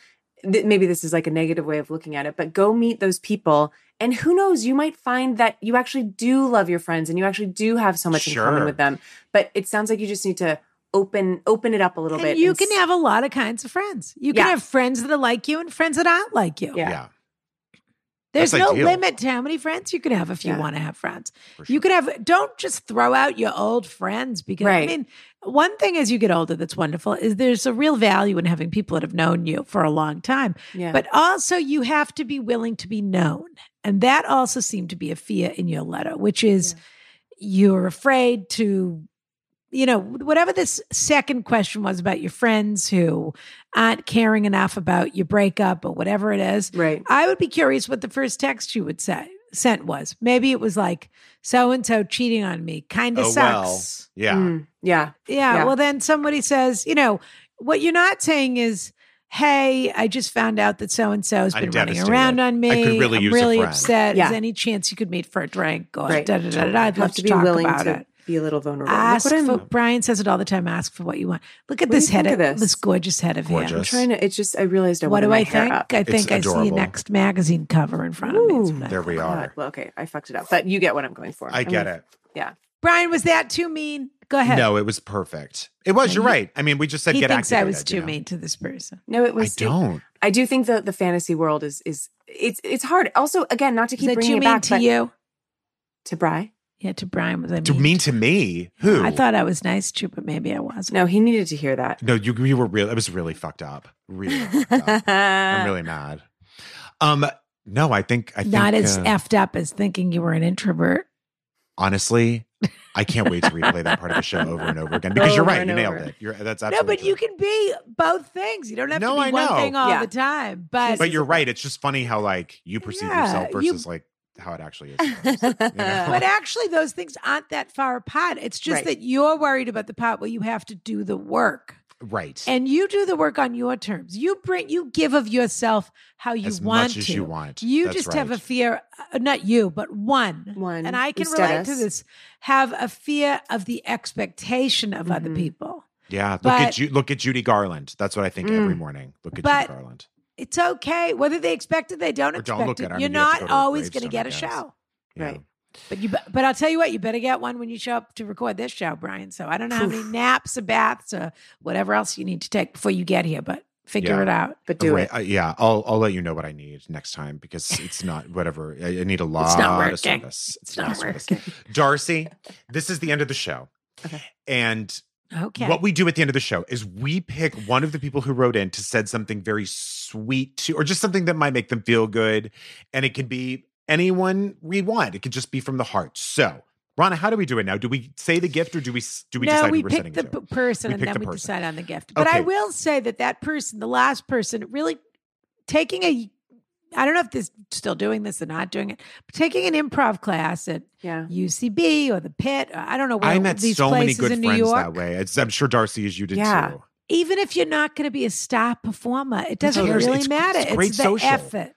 [SPEAKER 3] th- maybe this is like a negative way of looking at it, but go meet those people. And who knows, you might find that you actually do love your friends and you actually do have so much in
[SPEAKER 2] Sure.
[SPEAKER 3] common with them. But it sounds like you just need to open open it up a little
[SPEAKER 1] and
[SPEAKER 3] bit.
[SPEAKER 1] you
[SPEAKER 3] and
[SPEAKER 1] can
[SPEAKER 3] s-
[SPEAKER 1] have a lot of kinds of friends. You can
[SPEAKER 3] Yeah.
[SPEAKER 1] have friends that are like you and friends that aren't like you.
[SPEAKER 3] yeah.
[SPEAKER 2] yeah.
[SPEAKER 1] There's
[SPEAKER 2] That's
[SPEAKER 1] no
[SPEAKER 2] ideal.
[SPEAKER 1] limit to how many friends you can have if you
[SPEAKER 3] Yeah.
[SPEAKER 1] want to have friends.
[SPEAKER 2] For
[SPEAKER 1] You can have don't just throw out your old friends because I
[SPEAKER 3] Right.
[SPEAKER 1] mean, one thing as you get older that's wonderful is there's a real value in having people that have known you for a long time.
[SPEAKER 3] yeah.
[SPEAKER 1] But also you have to be willing to be known. And that also seemed to be a fear in your letter, which is you're afraid to you know, whatever this second question was about your friends who aren't caring enough about your breakup or whatever it is.
[SPEAKER 3] right.
[SPEAKER 1] I would be curious what the first text you would say sent was. Maybe it was like so and so cheating on me. Kind of
[SPEAKER 2] Oh, well.
[SPEAKER 1] sucks.
[SPEAKER 2] Yeah.
[SPEAKER 3] Mm, yeah.
[SPEAKER 1] Yeah,
[SPEAKER 3] Yeah.
[SPEAKER 1] Well, then somebody says, you know, what you're not saying is, hey, I just found out that so and so has
[SPEAKER 2] I'm
[SPEAKER 1] been running
[SPEAKER 2] devastated.
[SPEAKER 1] around on me.
[SPEAKER 2] I could really
[SPEAKER 1] am
[SPEAKER 2] use a
[SPEAKER 1] really
[SPEAKER 2] friend."
[SPEAKER 1] upset.
[SPEAKER 3] Yeah.
[SPEAKER 1] Is there any chance you could meet for a drink? Or
[SPEAKER 3] Right.
[SPEAKER 1] da, da, da, da, da. I'd
[SPEAKER 3] You
[SPEAKER 1] love to,
[SPEAKER 3] have to be
[SPEAKER 1] talk
[SPEAKER 3] willing
[SPEAKER 1] about
[SPEAKER 3] to
[SPEAKER 1] it.
[SPEAKER 3] be a little vulnerable. Look
[SPEAKER 1] Ask
[SPEAKER 3] what I'm,
[SPEAKER 1] for, Brian says it all the time. Ask for what you want. Look at
[SPEAKER 3] What do
[SPEAKER 1] this
[SPEAKER 3] you think
[SPEAKER 1] head,
[SPEAKER 3] of
[SPEAKER 1] of,
[SPEAKER 3] this?
[SPEAKER 1] this gorgeous head of
[SPEAKER 2] Gorgeous.
[SPEAKER 1] him.
[SPEAKER 3] I'm trying to. It's just I realized I
[SPEAKER 1] What
[SPEAKER 3] wanted
[SPEAKER 1] do
[SPEAKER 3] my
[SPEAKER 1] I
[SPEAKER 3] hair
[SPEAKER 1] think?
[SPEAKER 3] up.
[SPEAKER 1] I think I see
[SPEAKER 2] adorable.
[SPEAKER 1] a next magazine cover in front of me. It's
[SPEAKER 3] Ooh.
[SPEAKER 1] what I
[SPEAKER 2] There
[SPEAKER 1] think.
[SPEAKER 2] we
[SPEAKER 3] God,
[SPEAKER 2] are.
[SPEAKER 3] well, okay, I fucked it up, but you get what I'm going for.
[SPEAKER 2] I get it.
[SPEAKER 1] Brian, was that too mean? Go ahead.
[SPEAKER 2] No, it was perfect. It was, you're right. I mean, we just said
[SPEAKER 1] he
[SPEAKER 2] get
[SPEAKER 1] thinks I
[SPEAKER 2] activated,
[SPEAKER 1] was
[SPEAKER 2] you
[SPEAKER 1] too
[SPEAKER 2] know?
[SPEAKER 1] mean to this person.
[SPEAKER 3] No, it
[SPEAKER 2] I
[SPEAKER 3] was. it-
[SPEAKER 2] don't.
[SPEAKER 3] I do think that the fantasy world is is it's it's hard. Also, again, not to
[SPEAKER 1] Was
[SPEAKER 3] keep
[SPEAKER 1] I
[SPEAKER 3] bringing
[SPEAKER 1] too
[SPEAKER 3] it
[SPEAKER 1] mean
[SPEAKER 3] back
[SPEAKER 1] to
[SPEAKER 3] but-
[SPEAKER 1] you?
[SPEAKER 3] to Bry.
[SPEAKER 1] Yeah, to Brian was I mean?
[SPEAKER 2] Too mean to me. Who?
[SPEAKER 1] I thought I was nice too, but maybe I wasn't.
[SPEAKER 3] No, he needed to hear that.
[SPEAKER 2] No, you you were real. It was really fucked up. Really fucked up. I'm really mad. Um, no, I think I think
[SPEAKER 1] Not as
[SPEAKER 2] uh,
[SPEAKER 1] effed up as thinking you were an introvert.
[SPEAKER 2] honestly, I can't wait to replay that part of the show over and over again because you're
[SPEAKER 3] Over
[SPEAKER 2] right.
[SPEAKER 3] and
[SPEAKER 2] You nailed
[SPEAKER 3] over.
[SPEAKER 2] it. You're that's
[SPEAKER 1] No,
[SPEAKER 2] absolutely
[SPEAKER 1] but you
[SPEAKER 2] true.
[SPEAKER 1] can be both things. You don't have
[SPEAKER 2] No,
[SPEAKER 1] to be
[SPEAKER 2] I
[SPEAKER 1] one
[SPEAKER 2] know.
[SPEAKER 1] thing all
[SPEAKER 3] Yeah.
[SPEAKER 1] the time. But,
[SPEAKER 2] But you're right. It's just funny how like you perceive
[SPEAKER 1] Yeah,
[SPEAKER 2] yourself
[SPEAKER 1] you-
[SPEAKER 2] versus like how it actually is. sometimes.
[SPEAKER 1] but actually, those things aren't that far apart. It's just
[SPEAKER 3] Right.
[SPEAKER 1] that you're worried about the part where you have to do the work.
[SPEAKER 2] right.
[SPEAKER 1] and you do the work on your terms. You bring, you give of yourself how you
[SPEAKER 2] as
[SPEAKER 1] want
[SPEAKER 2] much as
[SPEAKER 1] to.
[SPEAKER 2] you want.
[SPEAKER 1] You
[SPEAKER 2] That's
[SPEAKER 1] just
[SPEAKER 2] right.
[SPEAKER 1] have a fear, uh, not you, but one.
[SPEAKER 3] One,
[SPEAKER 1] And I can
[SPEAKER 3] who's
[SPEAKER 1] relate to
[SPEAKER 3] status.
[SPEAKER 1] this. Have a fear of the expectation of other
[SPEAKER 3] Mhm.
[SPEAKER 1] people.
[SPEAKER 2] yeah. Look
[SPEAKER 1] but- Mm,
[SPEAKER 2] at you. Look at Judy Garland. That's what I think every morning. Look at
[SPEAKER 1] But-
[SPEAKER 2] Judy Garland.
[SPEAKER 1] It's okay whether they expect it, they don't
[SPEAKER 2] Or
[SPEAKER 1] expect
[SPEAKER 2] don't look
[SPEAKER 1] it.
[SPEAKER 2] at it. I
[SPEAKER 1] You're
[SPEAKER 2] mean, you have
[SPEAKER 1] not
[SPEAKER 2] to go to a
[SPEAKER 1] always going to
[SPEAKER 2] gravestone,
[SPEAKER 1] get a
[SPEAKER 2] I guess.
[SPEAKER 1] show.
[SPEAKER 2] Yeah.
[SPEAKER 3] Right.
[SPEAKER 1] But you, be- but I'll tell you what, you better get one when you show up to record this show, Brian. So I don't know how many
[SPEAKER 3] Phew.
[SPEAKER 1] naps or baths or whatever else you need to take before you get here, but figure
[SPEAKER 2] Yeah.
[SPEAKER 1] it out.
[SPEAKER 3] but do
[SPEAKER 2] Right,
[SPEAKER 3] it.
[SPEAKER 2] uh, yeah, I'll I'll let you know what I need next time because it's not whatever. I, I need a lot
[SPEAKER 1] not
[SPEAKER 2] of
[SPEAKER 1] working.
[SPEAKER 2] service. It's,
[SPEAKER 1] not
[SPEAKER 2] a lot of service. Darcy, this is the end of the show.
[SPEAKER 3] Okay.
[SPEAKER 2] And
[SPEAKER 1] Okay.
[SPEAKER 2] what we do at the end of the show is we pick one of the people who wrote in to said something very sweet to, or just something that might make them feel good. And it can be anyone we want. It could just be from the heart. So, Rana, how do we do it now? Do we say the gift or do we s- do we
[SPEAKER 1] no,
[SPEAKER 2] decide
[SPEAKER 1] we
[SPEAKER 2] who we're
[SPEAKER 1] pick
[SPEAKER 2] sending
[SPEAKER 1] the
[SPEAKER 2] it
[SPEAKER 1] p-
[SPEAKER 2] to?
[SPEAKER 1] person
[SPEAKER 2] We
[SPEAKER 1] and
[SPEAKER 2] pick
[SPEAKER 1] then
[SPEAKER 2] the
[SPEAKER 1] we
[SPEAKER 2] person.
[SPEAKER 1] decide on the gift. But I
[SPEAKER 2] Okay.
[SPEAKER 1] will say that that person, the last person, really taking a, I don't know if this still doing this or not doing it, but taking an improv class at
[SPEAKER 3] Yeah.
[SPEAKER 1] UCB or the Pit. Or I don't know where
[SPEAKER 2] I met
[SPEAKER 1] these
[SPEAKER 2] so many
[SPEAKER 1] places
[SPEAKER 2] good
[SPEAKER 1] in
[SPEAKER 2] friends
[SPEAKER 1] New York.
[SPEAKER 2] that way. It's- I'm sure Darcy is you did
[SPEAKER 3] Yeah.
[SPEAKER 2] too.
[SPEAKER 1] Even if you're not going to be a star performer, it doesn't
[SPEAKER 2] cares?
[SPEAKER 1] really
[SPEAKER 2] It's-
[SPEAKER 1] matter.
[SPEAKER 2] it's
[SPEAKER 1] It's,
[SPEAKER 2] great
[SPEAKER 1] the
[SPEAKER 2] social.
[SPEAKER 1] effort.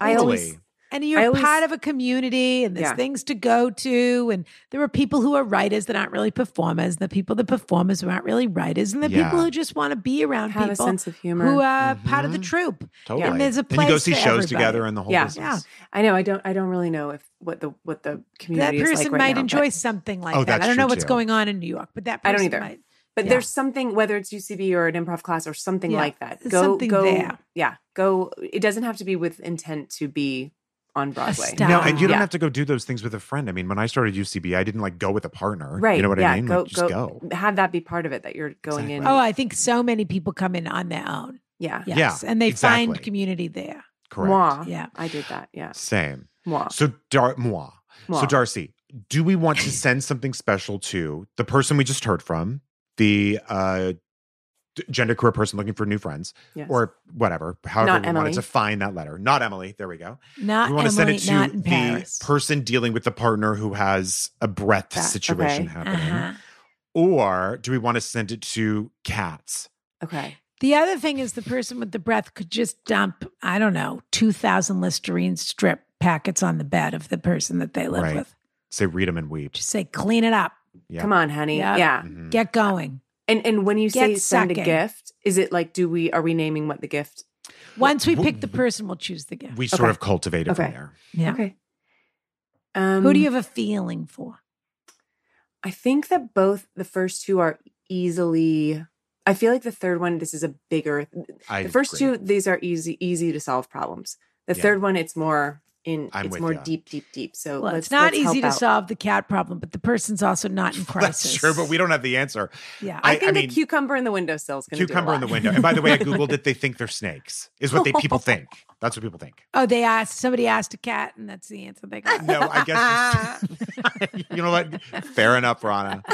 [SPEAKER 3] I always-
[SPEAKER 2] Totally.
[SPEAKER 1] And you're
[SPEAKER 3] I always-
[SPEAKER 1] part of a community and there's
[SPEAKER 3] Yeah.
[SPEAKER 1] things to go to. And there are people who are writers that aren't really performers, and the people that performers who aren't really writers, and the people
[SPEAKER 2] Yeah.
[SPEAKER 1] who just want to be around
[SPEAKER 3] Have a
[SPEAKER 1] people
[SPEAKER 3] sense of humor.
[SPEAKER 1] who are part of the
[SPEAKER 2] Mhm.
[SPEAKER 1] troupe.
[SPEAKER 2] Totally.
[SPEAKER 1] And there's a
[SPEAKER 2] And you go
[SPEAKER 1] place
[SPEAKER 2] see
[SPEAKER 1] for
[SPEAKER 2] shows
[SPEAKER 1] everybody.
[SPEAKER 2] together and the whole
[SPEAKER 3] Yeah.
[SPEAKER 2] business.
[SPEAKER 3] I know. I don't. I don't really know if what the what the
[SPEAKER 1] That
[SPEAKER 3] community is
[SPEAKER 1] person
[SPEAKER 3] like right
[SPEAKER 1] might
[SPEAKER 3] now,
[SPEAKER 1] enjoy
[SPEAKER 3] But,
[SPEAKER 1] something like
[SPEAKER 2] Oh,
[SPEAKER 1] that. I
[SPEAKER 2] that's
[SPEAKER 1] don't know
[SPEAKER 2] true,
[SPEAKER 1] what's
[SPEAKER 2] too.
[SPEAKER 1] going on in New York, but that
[SPEAKER 3] I
[SPEAKER 1] person
[SPEAKER 3] don't either.
[SPEAKER 1] might.
[SPEAKER 3] but
[SPEAKER 1] yeah.
[SPEAKER 3] there's something, whether it's UCB or an improv class or something
[SPEAKER 1] Yeah,
[SPEAKER 3] like that.
[SPEAKER 1] there's
[SPEAKER 3] Go.
[SPEAKER 1] something
[SPEAKER 3] go.
[SPEAKER 1] there.
[SPEAKER 3] Yeah. Go. It doesn't have to be with intent to be on Broadway.
[SPEAKER 1] star.
[SPEAKER 2] No, and you don't
[SPEAKER 3] Yeah.
[SPEAKER 2] have to go do those things with a friend. I mean, when I started UCB, I didn't like go with a partner.
[SPEAKER 3] Right.
[SPEAKER 2] You know what
[SPEAKER 3] yeah,
[SPEAKER 2] I mean?
[SPEAKER 3] Go,
[SPEAKER 2] like, just go.
[SPEAKER 3] Have that be part of it that you're going in.
[SPEAKER 2] Exactly.
[SPEAKER 1] Oh, I think so many people come in on their own.
[SPEAKER 3] yeah.
[SPEAKER 2] Yeah,
[SPEAKER 1] Yes. and they find
[SPEAKER 2] exactly.
[SPEAKER 1] community there.
[SPEAKER 2] Correct.
[SPEAKER 3] Moi.
[SPEAKER 1] Yeah.
[SPEAKER 3] I did that. Yeah.
[SPEAKER 2] Same.
[SPEAKER 3] Moi.
[SPEAKER 2] So, Dar- moi.
[SPEAKER 3] Moi.
[SPEAKER 2] So, Darcy, do we want to send something special to the person we just heard from, the uh, gender queer person looking for new friends,
[SPEAKER 3] Yes.
[SPEAKER 2] or whatever, however
[SPEAKER 3] Not
[SPEAKER 2] we wanted
[SPEAKER 3] Emily.
[SPEAKER 2] to find that letter? Not Emily. There we go.
[SPEAKER 1] Not
[SPEAKER 2] we want
[SPEAKER 1] Emily,
[SPEAKER 2] to send
[SPEAKER 1] not
[SPEAKER 2] it to
[SPEAKER 1] in
[SPEAKER 2] the
[SPEAKER 1] Paris.
[SPEAKER 2] person dealing with the partner who has a breath
[SPEAKER 3] That-
[SPEAKER 2] situation
[SPEAKER 3] okay.
[SPEAKER 2] happening.
[SPEAKER 1] uh-huh.
[SPEAKER 2] Or do we want to send it to cats?
[SPEAKER 3] okay.
[SPEAKER 1] The other thing is the person with the breath could just dump, I don't know, 2,000 Listerine strip packets on the bed of the person that they live
[SPEAKER 2] Right.
[SPEAKER 1] with.
[SPEAKER 2] Say, read them and weep.
[SPEAKER 1] Just say, clean it up,
[SPEAKER 2] Yeah.
[SPEAKER 3] Come on, honey.
[SPEAKER 1] Yeah.
[SPEAKER 3] Yeah.
[SPEAKER 2] Mhm.
[SPEAKER 1] get going.
[SPEAKER 3] And and when you
[SPEAKER 1] Get
[SPEAKER 3] say send
[SPEAKER 1] sucking.
[SPEAKER 3] a gift, is it like do we are we naming what the gift?
[SPEAKER 1] Once we
[SPEAKER 2] W-
[SPEAKER 1] pick the person, we'll choose the gift.
[SPEAKER 2] We sort
[SPEAKER 3] Okay.
[SPEAKER 2] of cultivated from
[SPEAKER 3] Okay.
[SPEAKER 2] there.
[SPEAKER 1] yeah.
[SPEAKER 3] Okay. Um,
[SPEAKER 1] Who do you have a feeling for?
[SPEAKER 3] I think that both the first two are easily. I feel like the third one. This is a bigger.
[SPEAKER 2] I
[SPEAKER 3] the first
[SPEAKER 2] agree.
[SPEAKER 3] two. These are easy, easy to solve problems. The
[SPEAKER 2] Yeah.
[SPEAKER 3] third one, it's more in.
[SPEAKER 2] I'm
[SPEAKER 3] it's
[SPEAKER 2] with
[SPEAKER 3] more
[SPEAKER 2] ya.
[SPEAKER 3] deep, deep, deep. So
[SPEAKER 1] Well,
[SPEAKER 3] let's,
[SPEAKER 1] it's not
[SPEAKER 3] let's help
[SPEAKER 1] easy to
[SPEAKER 3] out.
[SPEAKER 1] solve the cat problem, but the person's also not in crisis.
[SPEAKER 2] That's true, but we don't have the answer.
[SPEAKER 1] Yeah.
[SPEAKER 2] I-
[SPEAKER 3] I,
[SPEAKER 2] I
[SPEAKER 3] think the
[SPEAKER 2] mean-
[SPEAKER 3] cucumber in the windowsill is going to
[SPEAKER 2] Cucumber in the window. And by the way, I googled it. They think they're snakes. Is what they people think. That's what people think.
[SPEAKER 1] oh, they asked, somebody asked a cat, and that's the answer they got.
[SPEAKER 2] No, I guess you, you know what? Fair enough, Rana.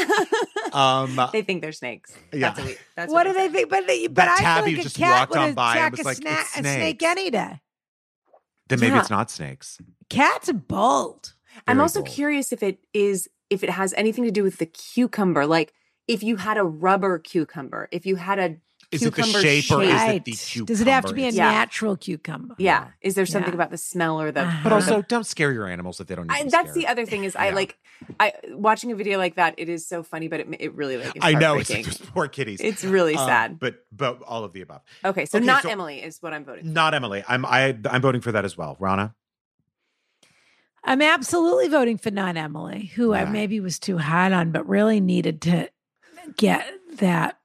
[SPEAKER 2] Um,
[SPEAKER 3] They think they're snakes.
[SPEAKER 2] Yeah.
[SPEAKER 3] That's what, we, that's
[SPEAKER 1] What
[SPEAKER 3] what
[SPEAKER 1] do they think? But, they, but
[SPEAKER 2] That
[SPEAKER 1] I
[SPEAKER 2] tabby
[SPEAKER 1] feel like a
[SPEAKER 2] just
[SPEAKER 1] cat
[SPEAKER 2] walked
[SPEAKER 1] would
[SPEAKER 2] on by and
[SPEAKER 1] attack a,
[SPEAKER 2] was like,
[SPEAKER 1] sna-
[SPEAKER 2] "It's
[SPEAKER 1] a snake
[SPEAKER 2] snakes."
[SPEAKER 1] any day.
[SPEAKER 2] then maybe
[SPEAKER 3] Yeah.
[SPEAKER 2] it's not snakes.
[SPEAKER 1] Cats are bold.
[SPEAKER 3] I'm
[SPEAKER 2] Very
[SPEAKER 3] also
[SPEAKER 2] bold.
[SPEAKER 3] curious if it is if it has anything to do with the cucumber. Like if you had a rubber cucumber, if you had a
[SPEAKER 2] Is it the
[SPEAKER 3] cucumber
[SPEAKER 2] shape or is it
[SPEAKER 1] Right.
[SPEAKER 2] the
[SPEAKER 1] Does it have to
[SPEAKER 2] cucumber
[SPEAKER 1] be a
[SPEAKER 3] itself? Yeah.
[SPEAKER 1] natural cucumber?
[SPEAKER 3] yeah,
[SPEAKER 2] Yeah.
[SPEAKER 3] is there something
[SPEAKER 1] Yeah.
[SPEAKER 3] about the smell or the?
[SPEAKER 1] Uh-huh.
[SPEAKER 2] But also, don't scare your animals if they don't. Need
[SPEAKER 3] I,
[SPEAKER 2] to be
[SPEAKER 3] that's the
[SPEAKER 2] scared.
[SPEAKER 3] other thing is I
[SPEAKER 2] Yeah.
[SPEAKER 3] like I watching a video like that. It is so funny, but it it really like is
[SPEAKER 2] I know it's like
[SPEAKER 3] heartbreaking.
[SPEAKER 2] those poor kitties.
[SPEAKER 3] It's really
[SPEAKER 2] Um,
[SPEAKER 3] sad.
[SPEAKER 2] but but all of the above.
[SPEAKER 3] Okay, so
[SPEAKER 2] okay,
[SPEAKER 3] not
[SPEAKER 2] so-
[SPEAKER 3] Emily is what I'm voting.
[SPEAKER 2] Not Emily. I'm I I'm voting for that as well. Rana.
[SPEAKER 1] I'm absolutely voting for not Emily, who I
[SPEAKER 2] Yeah.
[SPEAKER 1] maybe was too hot on, but really needed to get that.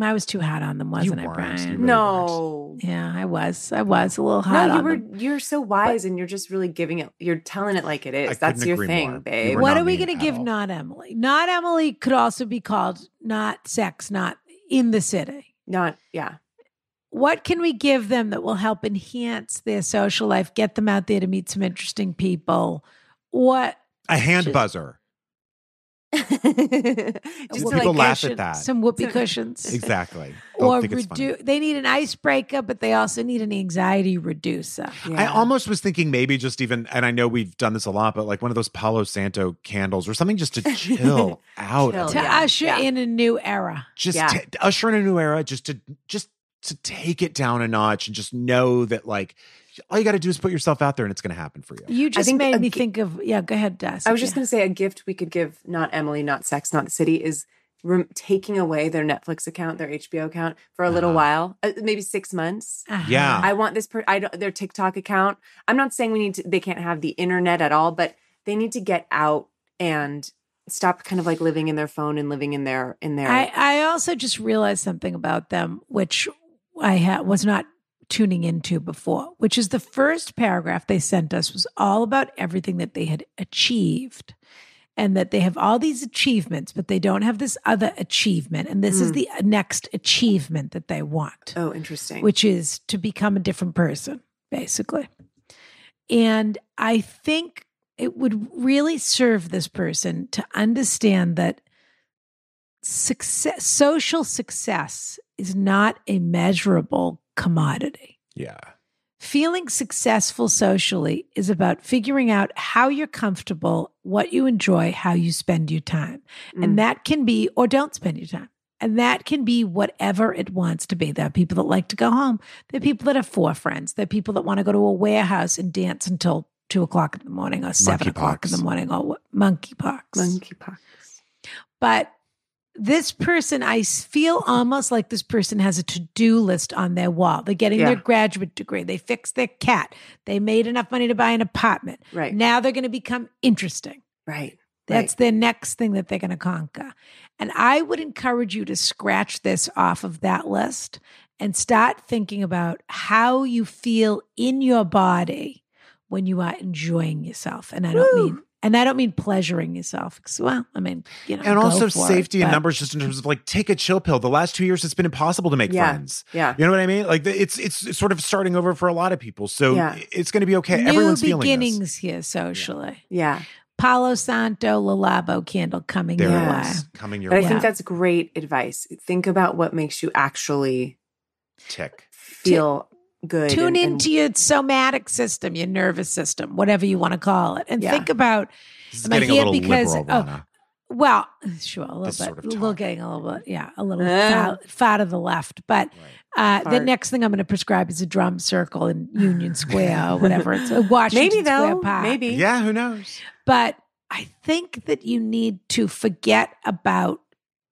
[SPEAKER 1] I was too hot on them, wasn't I,
[SPEAKER 2] weren't.
[SPEAKER 1] Brian?
[SPEAKER 2] You really
[SPEAKER 3] No,
[SPEAKER 1] Yeah, I was. I was a little hot
[SPEAKER 3] no, you
[SPEAKER 1] on
[SPEAKER 3] were
[SPEAKER 1] them.
[SPEAKER 3] you're so wise, and you're just really giving it. You're telling it like it is. That's
[SPEAKER 2] couldn't
[SPEAKER 3] your
[SPEAKER 2] agree
[SPEAKER 3] thing,
[SPEAKER 2] more. You
[SPEAKER 3] babe.
[SPEAKER 2] were
[SPEAKER 1] What
[SPEAKER 2] not
[SPEAKER 1] are we
[SPEAKER 2] mean
[SPEAKER 1] going
[SPEAKER 2] at
[SPEAKER 1] to give
[SPEAKER 2] all.
[SPEAKER 1] not Emily? Not Emily could also be called not sex, not in the city.
[SPEAKER 3] Not yeah.
[SPEAKER 1] What can we give them that will help enhance their social life, get them out there to meet some interesting people? What
[SPEAKER 2] A hand buzzer.
[SPEAKER 3] Just
[SPEAKER 2] Just
[SPEAKER 3] to,
[SPEAKER 1] whoopee
[SPEAKER 2] people
[SPEAKER 3] like,
[SPEAKER 2] laugh
[SPEAKER 1] cushion-
[SPEAKER 2] at that.
[SPEAKER 1] Some whoopee cushions.
[SPEAKER 2] Exactly. They'll
[SPEAKER 1] or
[SPEAKER 2] think it's funny.
[SPEAKER 1] reduce. They need an icebreaker, but they also need an anxiety reducer.
[SPEAKER 2] I
[SPEAKER 3] yeah.
[SPEAKER 2] almost was thinking maybe just even, and I know we've done this a lot, but like one of those Palo Santo candles or something just to chill out, a
[SPEAKER 3] Chill,
[SPEAKER 2] bit.
[SPEAKER 1] To
[SPEAKER 3] Oh, yeah.
[SPEAKER 1] usher
[SPEAKER 3] Yeah.
[SPEAKER 1] in a new era.
[SPEAKER 2] just
[SPEAKER 3] Yeah.
[SPEAKER 2] to usher in a new era, just to just to take it down a notch and just know that like all you got to do is put yourself out there and it's going to happen for you.
[SPEAKER 1] You just
[SPEAKER 3] think
[SPEAKER 1] made
[SPEAKER 3] a
[SPEAKER 1] me
[SPEAKER 3] g-
[SPEAKER 1] think of yeah. Go ahead, Dust.
[SPEAKER 3] I was just going to say a gift we could give not Emily, not sex, not the city is rem- taking away their Netflix account, their HBO account for a little
[SPEAKER 2] Uh-huh.
[SPEAKER 3] while, uh, maybe six months.
[SPEAKER 1] Uh-huh.
[SPEAKER 2] Yeah.
[SPEAKER 3] I want this. Per- I don't, their TikTok account. I'm not saying we need to. They can't have the internet at all, but they need to get out and stop kind of like living in their phone and living in their in their.
[SPEAKER 1] I I also just realized something about them, which I ha- was not tuning into before, which is the first paragraph they sent us was all about everything that they had achieved and that they have all these achievements, but they don't have this other achievement. And this is
[SPEAKER 3] Mm.
[SPEAKER 1] the next achievement that they want,
[SPEAKER 3] Oh, interesting.
[SPEAKER 1] which is to become a different person, basically. And I think it would really serve this person to understand that success, social success is not a measurable commodity.
[SPEAKER 2] Yeah.
[SPEAKER 1] Feeling successful socially is about figuring out how you're comfortable, what you enjoy, how you spend your time.
[SPEAKER 3] Mm.
[SPEAKER 1] And that can be, or don't spend your time. And that can be whatever it wants to be. There are people that like to go home. There are people that have four friends. There are people that want to go to a warehouse and dance until two o'clock in the morning or seven o'clock in
[SPEAKER 2] Monkeypox.
[SPEAKER 1] the morning or what- monkeypox.
[SPEAKER 3] monkeypox.
[SPEAKER 1] But this person, I s- feel almost like this person has a to do list on their wall. They're getting
[SPEAKER 3] Yeah.
[SPEAKER 1] their graduate degree. They fixed their cat. They made enough money to buy an apartment.
[SPEAKER 3] Right.
[SPEAKER 1] Now they're going to become interesting.
[SPEAKER 3] right.
[SPEAKER 1] That's their next thing that they're going to conquer. And I would encourage you to scratch this off of that list and start thinking about how you feel in your body when you are enjoying yourself. And I don't
[SPEAKER 3] Woo.
[SPEAKER 1] mean and I don't mean pleasuring yourself. 'cause, Well, I mean, you know,
[SPEAKER 2] And
[SPEAKER 1] go
[SPEAKER 2] also
[SPEAKER 1] for it,
[SPEAKER 2] safety and
[SPEAKER 1] but-
[SPEAKER 2] numbers just in terms of like take a chill pill. The last two years it's been impossible to make
[SPEAKER 3] Yeah.
[SPEAKER 2] friends.
[SPEAKER 3] Yeah.
[SPEAKER 2] You know what I mean? Like the- it's it's sort of starting over for a lot of people. So
[SPEAKER 3] Yeah.
[SPEAKER 2] it's going to be okay.
[SPEAKER 1] New
[SPEAKER 2] Everyone's feeling this.
[SPEAKER 1] beginnings here socially.
[SPEAKER 3] Yeah.
[SPEAKER 1] Palo Santo Lalabo candle coming
[SPEAKER 2] There
[SPEAKER 1] your
[SPEAKER 2] it
[SPEAKER 1] way.
[SPEAKER 2] is coming your
[SPEAKER 3] But I
[SPEAKER 2] way.
[SPEAKER 3] think
[SPEAKER 1] Yeah.
[SPEAKER 3] that's great advice. Think about what makes you actually
[SPEAKER 2] Tick.
[SPEAKER 3] feel good.
[SPEAKER 1] Tune
[SPEAKER 3] and- and-
[SPEAKER 1] into your somatic system, your nervous system, whatever you want to call it, and
[SPEAKER 3] Yeah.
[SPEAKER 1] think about
[SPEAKER 2] This is
[SPEAKER 1] Am I
[SPEAKER 2] getting a
[SPEAKER 1] here
[SPEAKER 2] little
[SPEAKER 1] because-
[SPEAKER 2] liberal,
[SPEAKER 1] oh,
[SPEAKER 2] Rana.
[SPEAKER 1] well, sure, a little
[SPEAKER 2] This
[SPEAKER 1] bit,
[SPEAKER 2] sort of
[SPEAKER 1] a little
[SPEAKER 2] talk.
[SPEAKER 1] getting a little bit, yeah, a little
[SPEAKER 3] Ah.
[SPEAKER 1] far, far to the left. But
[SPEAKER 2] Right.
[SPEAKER 1] uh, the
[SPEAKER 3] Fart.
[SPEAKER 1] next thing I'm going to prescribe is a drum circle in Union Square or whatever it's uh, Washington
[SPEAKER 3] maybe
[SPEAKER 1] Square
[SPEAKER 3] though.
[SPEAKER 1] Park.
[SPEAKER 3] Maybe.
[SPEAKER 2] Yeah, who knows?
[SPEAKER 1] But I think that you need to forget about,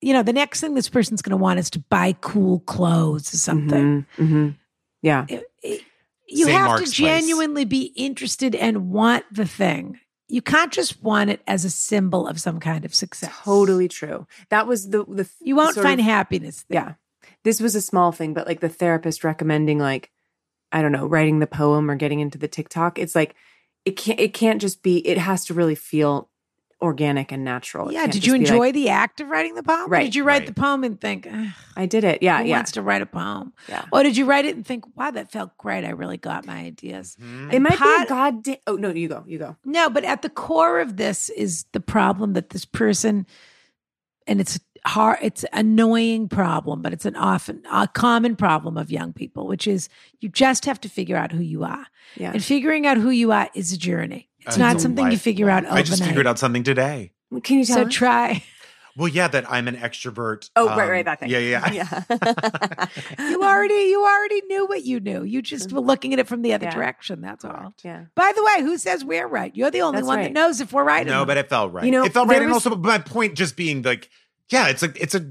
[SPEAKER 1] you know, the next thing this person's going to want is to buy cool clothes or something.
[SPEAKER 3] Mhm, mhm. Yeah.
[SPEAKER 1] it- it- you
[SPEAKER 2] St.
[SPEAKER 1] have
[SPEAKER 2] Mark's
[SPEAKER 1] to
[SPEAKER 2] Place.
[SPEAKER 1] genuinely be interested and want the thing. You can't just want it as a symbol of some kind of success.
[SPEAKER 3] Totally true. That was the the
[SPEAKER 1] You won't
[SPEAKER 3] sort
[SPEAKER 1] find
[SPEAKER 3] of-
[SPEAKER 1] happiness there.
[SPEAKER 3] Yeah. This was a small thing, but like the therapist recommending like I don't know, writing the poem or getting into the TikTok. It's like it can't it can't just be it has to really feel organic and natural. Oh, It
[SPEAKER 1] Yeah.
[SPEAKER 3] can't
[SPEAKER 1] Did
[SPEAKER 3] just
[SPEAKER 1] you
[SPEAKER 3] be like,
[SPEAKER 1] enjoy the act of writing the poem? Or
[SPEAKER 3] Right,
[SPEAKER 1] did you write
[SPEAKER 2] right.
[SPEAKER 1] the poem and think, "Ugh,
[SPEAKER 3] I did it. Yeah,
[SPEAKER 1] who
[SPEAKER 3] yeah.
[SPEAKER 1] wants to write a poem?
[SPEAKER 3] Yeah.
[SPEAKER 1] Or did you write it and think, wow, that felt great. I really got my ideas.
[SPEAKER 2] Mhm.
[SPEAKER 3] It might be a
[SPEAKER 1] Pot-
[SPEAKER 3] goddamn. Oh no, you go, you go.
[SPEAKER 1] No, but at the core of this is the problem that this person, and it's hard, it's annoying problem, but it's an often a common problem of young people, which is you just have to figure out who you are,
[SPEAKER 3] Yeah,
[SPEAKER 1] and figuring out who you are is a journey. It's
[SPEAKER 2] Uh,
[SPEAKER 1] not
[SPEAKER 2] a
[SPEAKER 1] something you figure out
[SPEAKER 2] lifelong-
[SPEAKER 1] overnight.
[SPEAKER 2] I just figured out something today.
[SPEAKER 3] can you tell?
[SPEAKER 1] so
[SPEAKER 3] us?
[SPEAKER 1] try.
[SPEAKER 2] Well, yeah, that I'm an extrovert.
[SPEAKER 3] oh,
[SPEAKER 2] um,
[SPEAKER 3] right, right, that thing.
[SPEAKER 2] Yeah, yeah.
[SPEAKER 3] yeah.
[SPEAKER 1] You already you already knew what you knew. You just were looking at it from the other
[SPEAKER 3] Mm-hmm. Yeah.
[SPEAKER 1] direction. That's all.
[SPEAKER 2] Correct.
[SPEAKER 3] yeah.
[SPEAKER 1] By the way, who says we're right? You're the only
[SPEAKER 3] That's
[SPEAKER 1] one
[SPEAKER 3] right.
[SPEAKER 1] that knows if we're right. or
[SPEAKER 2] No,
[SPEAKER 1] not.
[SPEAKER 2] but it felt right.
[SPEAKER 3] You know,
[SPEAKER 2] it felt right,
[SPEAKER 3] there
[SPEAKER 2] and
[SPEAKER 3] was-
[SPEAKER 2] also my point just being like, yeah, it's like it's a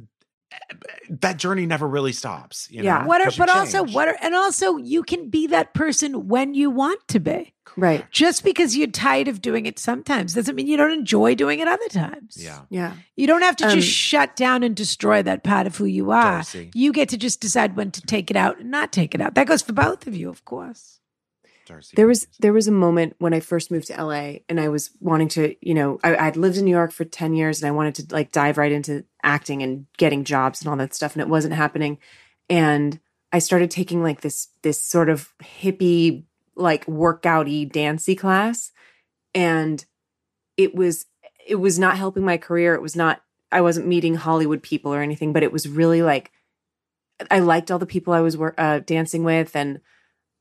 [SPEAKER 2] that journey never really stops. You
[SPEAKER 3] Yeah.
[SPEAKER 2] know?
[SPEAKER 1] what are,
[SPEAKER 2] 'Cause you
[SPEAKER 1] but also
[SPEAKER 2] change.
[SPEAKER 1] what are, and also you can be that person when you want to be.
[SPEAKER 3] Right.
[SPEAKER 1] Just because you're tired of doing it sometimes doesn't mean you don't enjoy doing it other times.
[SPEAKER 2] Yeah,
[SPEAKER 3] Yeah.
[SPEAKER 1] You don't have to
[SPEAKER 3] Um,
[SPEAKER 1] just shut down and destroy that part of who you are.
[SPEAKER 2] Darcy.
[SPEAKER 1] You get to just decide when to take it out and not take it out. That goes for both of you, of course.
[SPEAKER 2] Darcy.
[SPEAKER 3] There was there was a moment when I first moved to LA and I was wanting to, you know, I, I'd lived in New York for 10 years and I wanted to like dive right into acting and getting jobs and all that stuff. And it wasn't happening. And I started taking like this this sort of hippie, like workouty dancey class. And it was it was not helping my career. It was not I wasn't meeting Hollywood people or anything, but it was really like I liked all the people I was wor- uh, dancing with and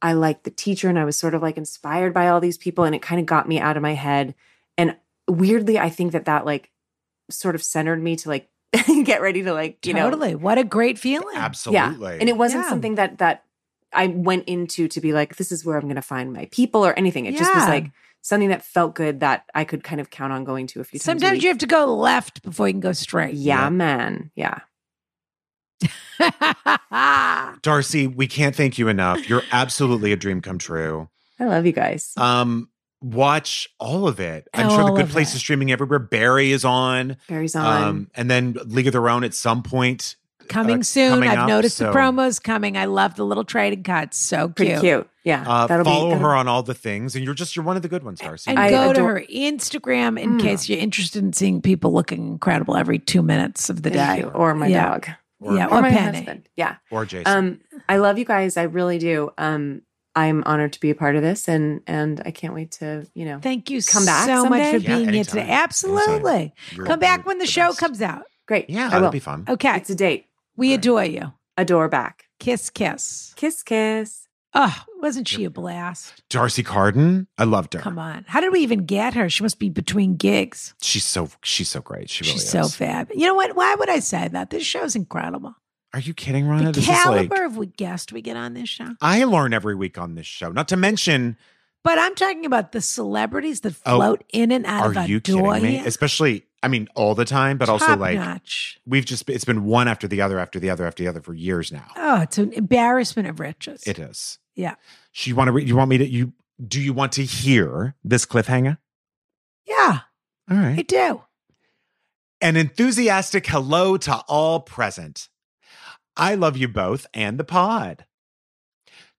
[SPEAKER 3] I liked the teacher and I was sort of like inspired by all these people and it kind of got me out of my head. And weirdly, I think that that like sort of centered me to like get ready to like, you know,
[SPEAKER 1] totally. what a great feeling.
[SPEAKER 2] absolutely,
[SPEAKER 3] and it wasn't
[SPEAKER 1] Yeah.
[SPEAKER 3] something that that I went into to be like, this is where I'm going to find my people or anything. It just was
[SPEAKER 1] Yeah.
[SPEAKER 3] like something that felt good that I could kind of count on going to a few times. a
[SPEAKER 1] Sometimes you
[SPEAKER 3] week.
[SPEAKER 1] have to go left before you can go straight.
[SPEAKER 3] Uh, yeah,
[SPEAKER 2] Yeah.
[SPEAKER 3] man, yeah.
[SPEAKER 1] Yeah.
[SPEAKER 2] Darcy. We can't thank you enough. You're absolutely a dream come true.
[SPEAKER 3] I love you guys.
[SPEAKER 2] Um, watch all of it. I'm sure
[SPEAKER 1] All
[SPEAKER 2] the Good
[SPEAKER 1] of
[SPEAKER 2] Place
[SPEAKER 1] it.
[SPEAKER 2] is streaming everywhere. Barry is on,
[SPEAKER 3] Barry's on.
[SPEAKER 2] um, and then League of Their Own at some point.
[SPEAKER 3] Uh,
[SPEAKER 1] coming soon.
[SPEAKER 2] coming
[SPEAKER 1] I've
[SPEAKER 2] up,
[SPEAKER 1] noticed
[SPEAKER 2] so-
[SPEAKER 1] the promos coming. I love the little trading cards. So
[SPEAKER 3] Pretty cute. Yeah.
[SPEAKER 2] Uh,
[SPEAKER 3] that'll be-
[SPEAKER 2] follow
[SPEAKER 3] that'll-
[SPEAKER 2] her on all the things, and you're just you're one of the good ones, Darcy.
[SPEAKER 1] And
[SPEAKER 3] I
[SPEAKER 1] go to
[SPEAKER 3] adore-
[SPEAKER 1] her Instagram in
[SPEAKER 3] Mm.
[SPEAKER 1] case you're interested in seeing people looking incredible every two minutes of the
[SPEAKER 3] Thank
[SPEAKER 1] day.
[SPEAKER 3] you. Or my
[SPEAKER 1] Yeah.
[SPEAKER 3] dog.
[SPEAKER 2] or,
[SPEAKER 1] yeah.
[SPEAKER 3] Or,
[SPEAKER 1] Or
[SPEAKER 3] my
[SPEAKER 1] Penny.
[SPEAKER 3] husband. Yeah.
[SPEAKER 2] or Jason.
[SPEAKER 3] Um, I love you guys. I really do. Um, I'm honored to be a part of this and and I can't wait to, you know.
[SPEAKER 1] Thank you
[SPEAKER 3] Come
[SPEAKER 1] so
[SPEAKER 3] back
[SPEAKER 1] much
[SPEAKER 3] someday?
[SPEAKER 1] for
[SPEAKER 2] Yeah,
[SPEAKER 1] being here
[SPEAKER 2] anytime.
[SPEAKER 1] today. Absolutely.
[SPEAKER 2] You're-
[SPEAKER 1] Come back
[SPEAKER 2] you're
[SPEAKER 1] when the,
[SPEAKER 2] the
[SPEAKER 1] show
[SPEAKER 2] best.
[SPEAKER 1] comes out.
[SPEAKER 3] Great.
[SPEAKER 2] yeah,
[SPEAKER 3] I will.
[SPEAKER 2] that'll be fun.
[SPEAKER 1] Okay.
[SPEAKER 3] It's a date.
[SPEAKER 1] we
[SPEAKER 2] great.
[SPEAKER 1] adore you.
[SPEAKER 3] Adore back.
[SPEAKER 1] Kiss, kiss.
[SPEAKER 3] Kiss kiss.
[SPEAKER 1] Oh, wasn't she a blast?
[SPEAKER 2] Darcy Carden, I loved her.
[SPEAKER 1] Come on. How did we even get her? She must be between gigs.
[SPEAKER 2] She's so she's so great. She really
[SPEAKER 1] She's
[SPEAKER 2] is.
[SPEAKER 1] so fab. You know what? Why would I say that? This show's incredible.
[SPEAKER 2] Are you kidding, Rhonda?
[SPEAKER 1] the
[SPEAKER 2] This is
[SPEAKER 1] caliber
[SPEAKER 2] like
[SPEAKER 1] of we guest we get on this show.
[SPEAKER 2] I learn every week on this show. Not to mention,
[SPEAKER 1] But I'm talking about the celebrities that
[SPEAKER 2] Oh,
[SPEAKER 1] float in and out
[SPEAKER 2] are
[SPEAKER 1] of
[SPEAKER 2] you kidding
[SPEAKER 1] Adoya.
[SPEAKER 2] me? Especially, I mean, all the time, but also
[SPEAKER 1] Top
[SPEAKER 2] like
[SPEAKER 1] notch.
[SPEAKER 2] we've just it's been one after the other after the other after the other for years now.
[SPEAKER 1] Oh, it's an embarrassment of riches.
[SPEAKER 2] It is.
[SPEAKER 1] Yeah.
[SPEAKER 2] She want to re- you want me to you do you want to hear this cliffhanger?
[SPEAKER 1] Yeah,
[SPEAKER 2] All right.
[SPEAKER 1] I do.
[SPEAKER 2] An enthusiastic hello to all present. I love you both and the pod.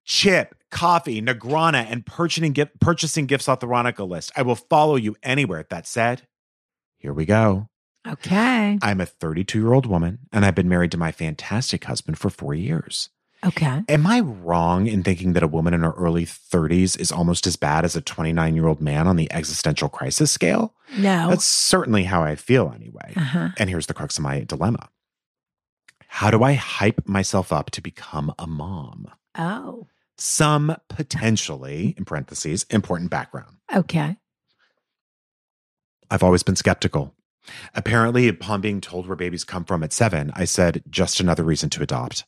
[SPEAKER 2] Chip, coffee, Negrana, and purchasing, gift, purchasing gifts off the Ronica list. I will follow you anywhere. That said, here we go.
[SPEAKER 1] Okay.
[SPEAKER 2] I'm a 32 year old woman and I've been married to my fantastic husband for four years.
[SPEAKER 1] Okay.
[SPEAKER 2] Am I wrong in thinking that a woman in her early 30s is almost as bad as a 29 year old man on the existential crisis scale?
[SPEAKER 1] No.
[SPEAKER 2] That's certainly how I feel, anyway.
[SPEAKER 1] uh-huh.
[SPEAKER 2] And here's the crux of my dilemma How do I hype myself up to become a mom?
[SPEAKER 1] Oh.
[SPEAKER 2] Some potentially, in parentheses, important background.
[SPEAKER 1] Okay.
[SPEAKER 2] I've always been skeptical. Apparently, upon being told where babies come from at seven, I said, just another reason to adopt.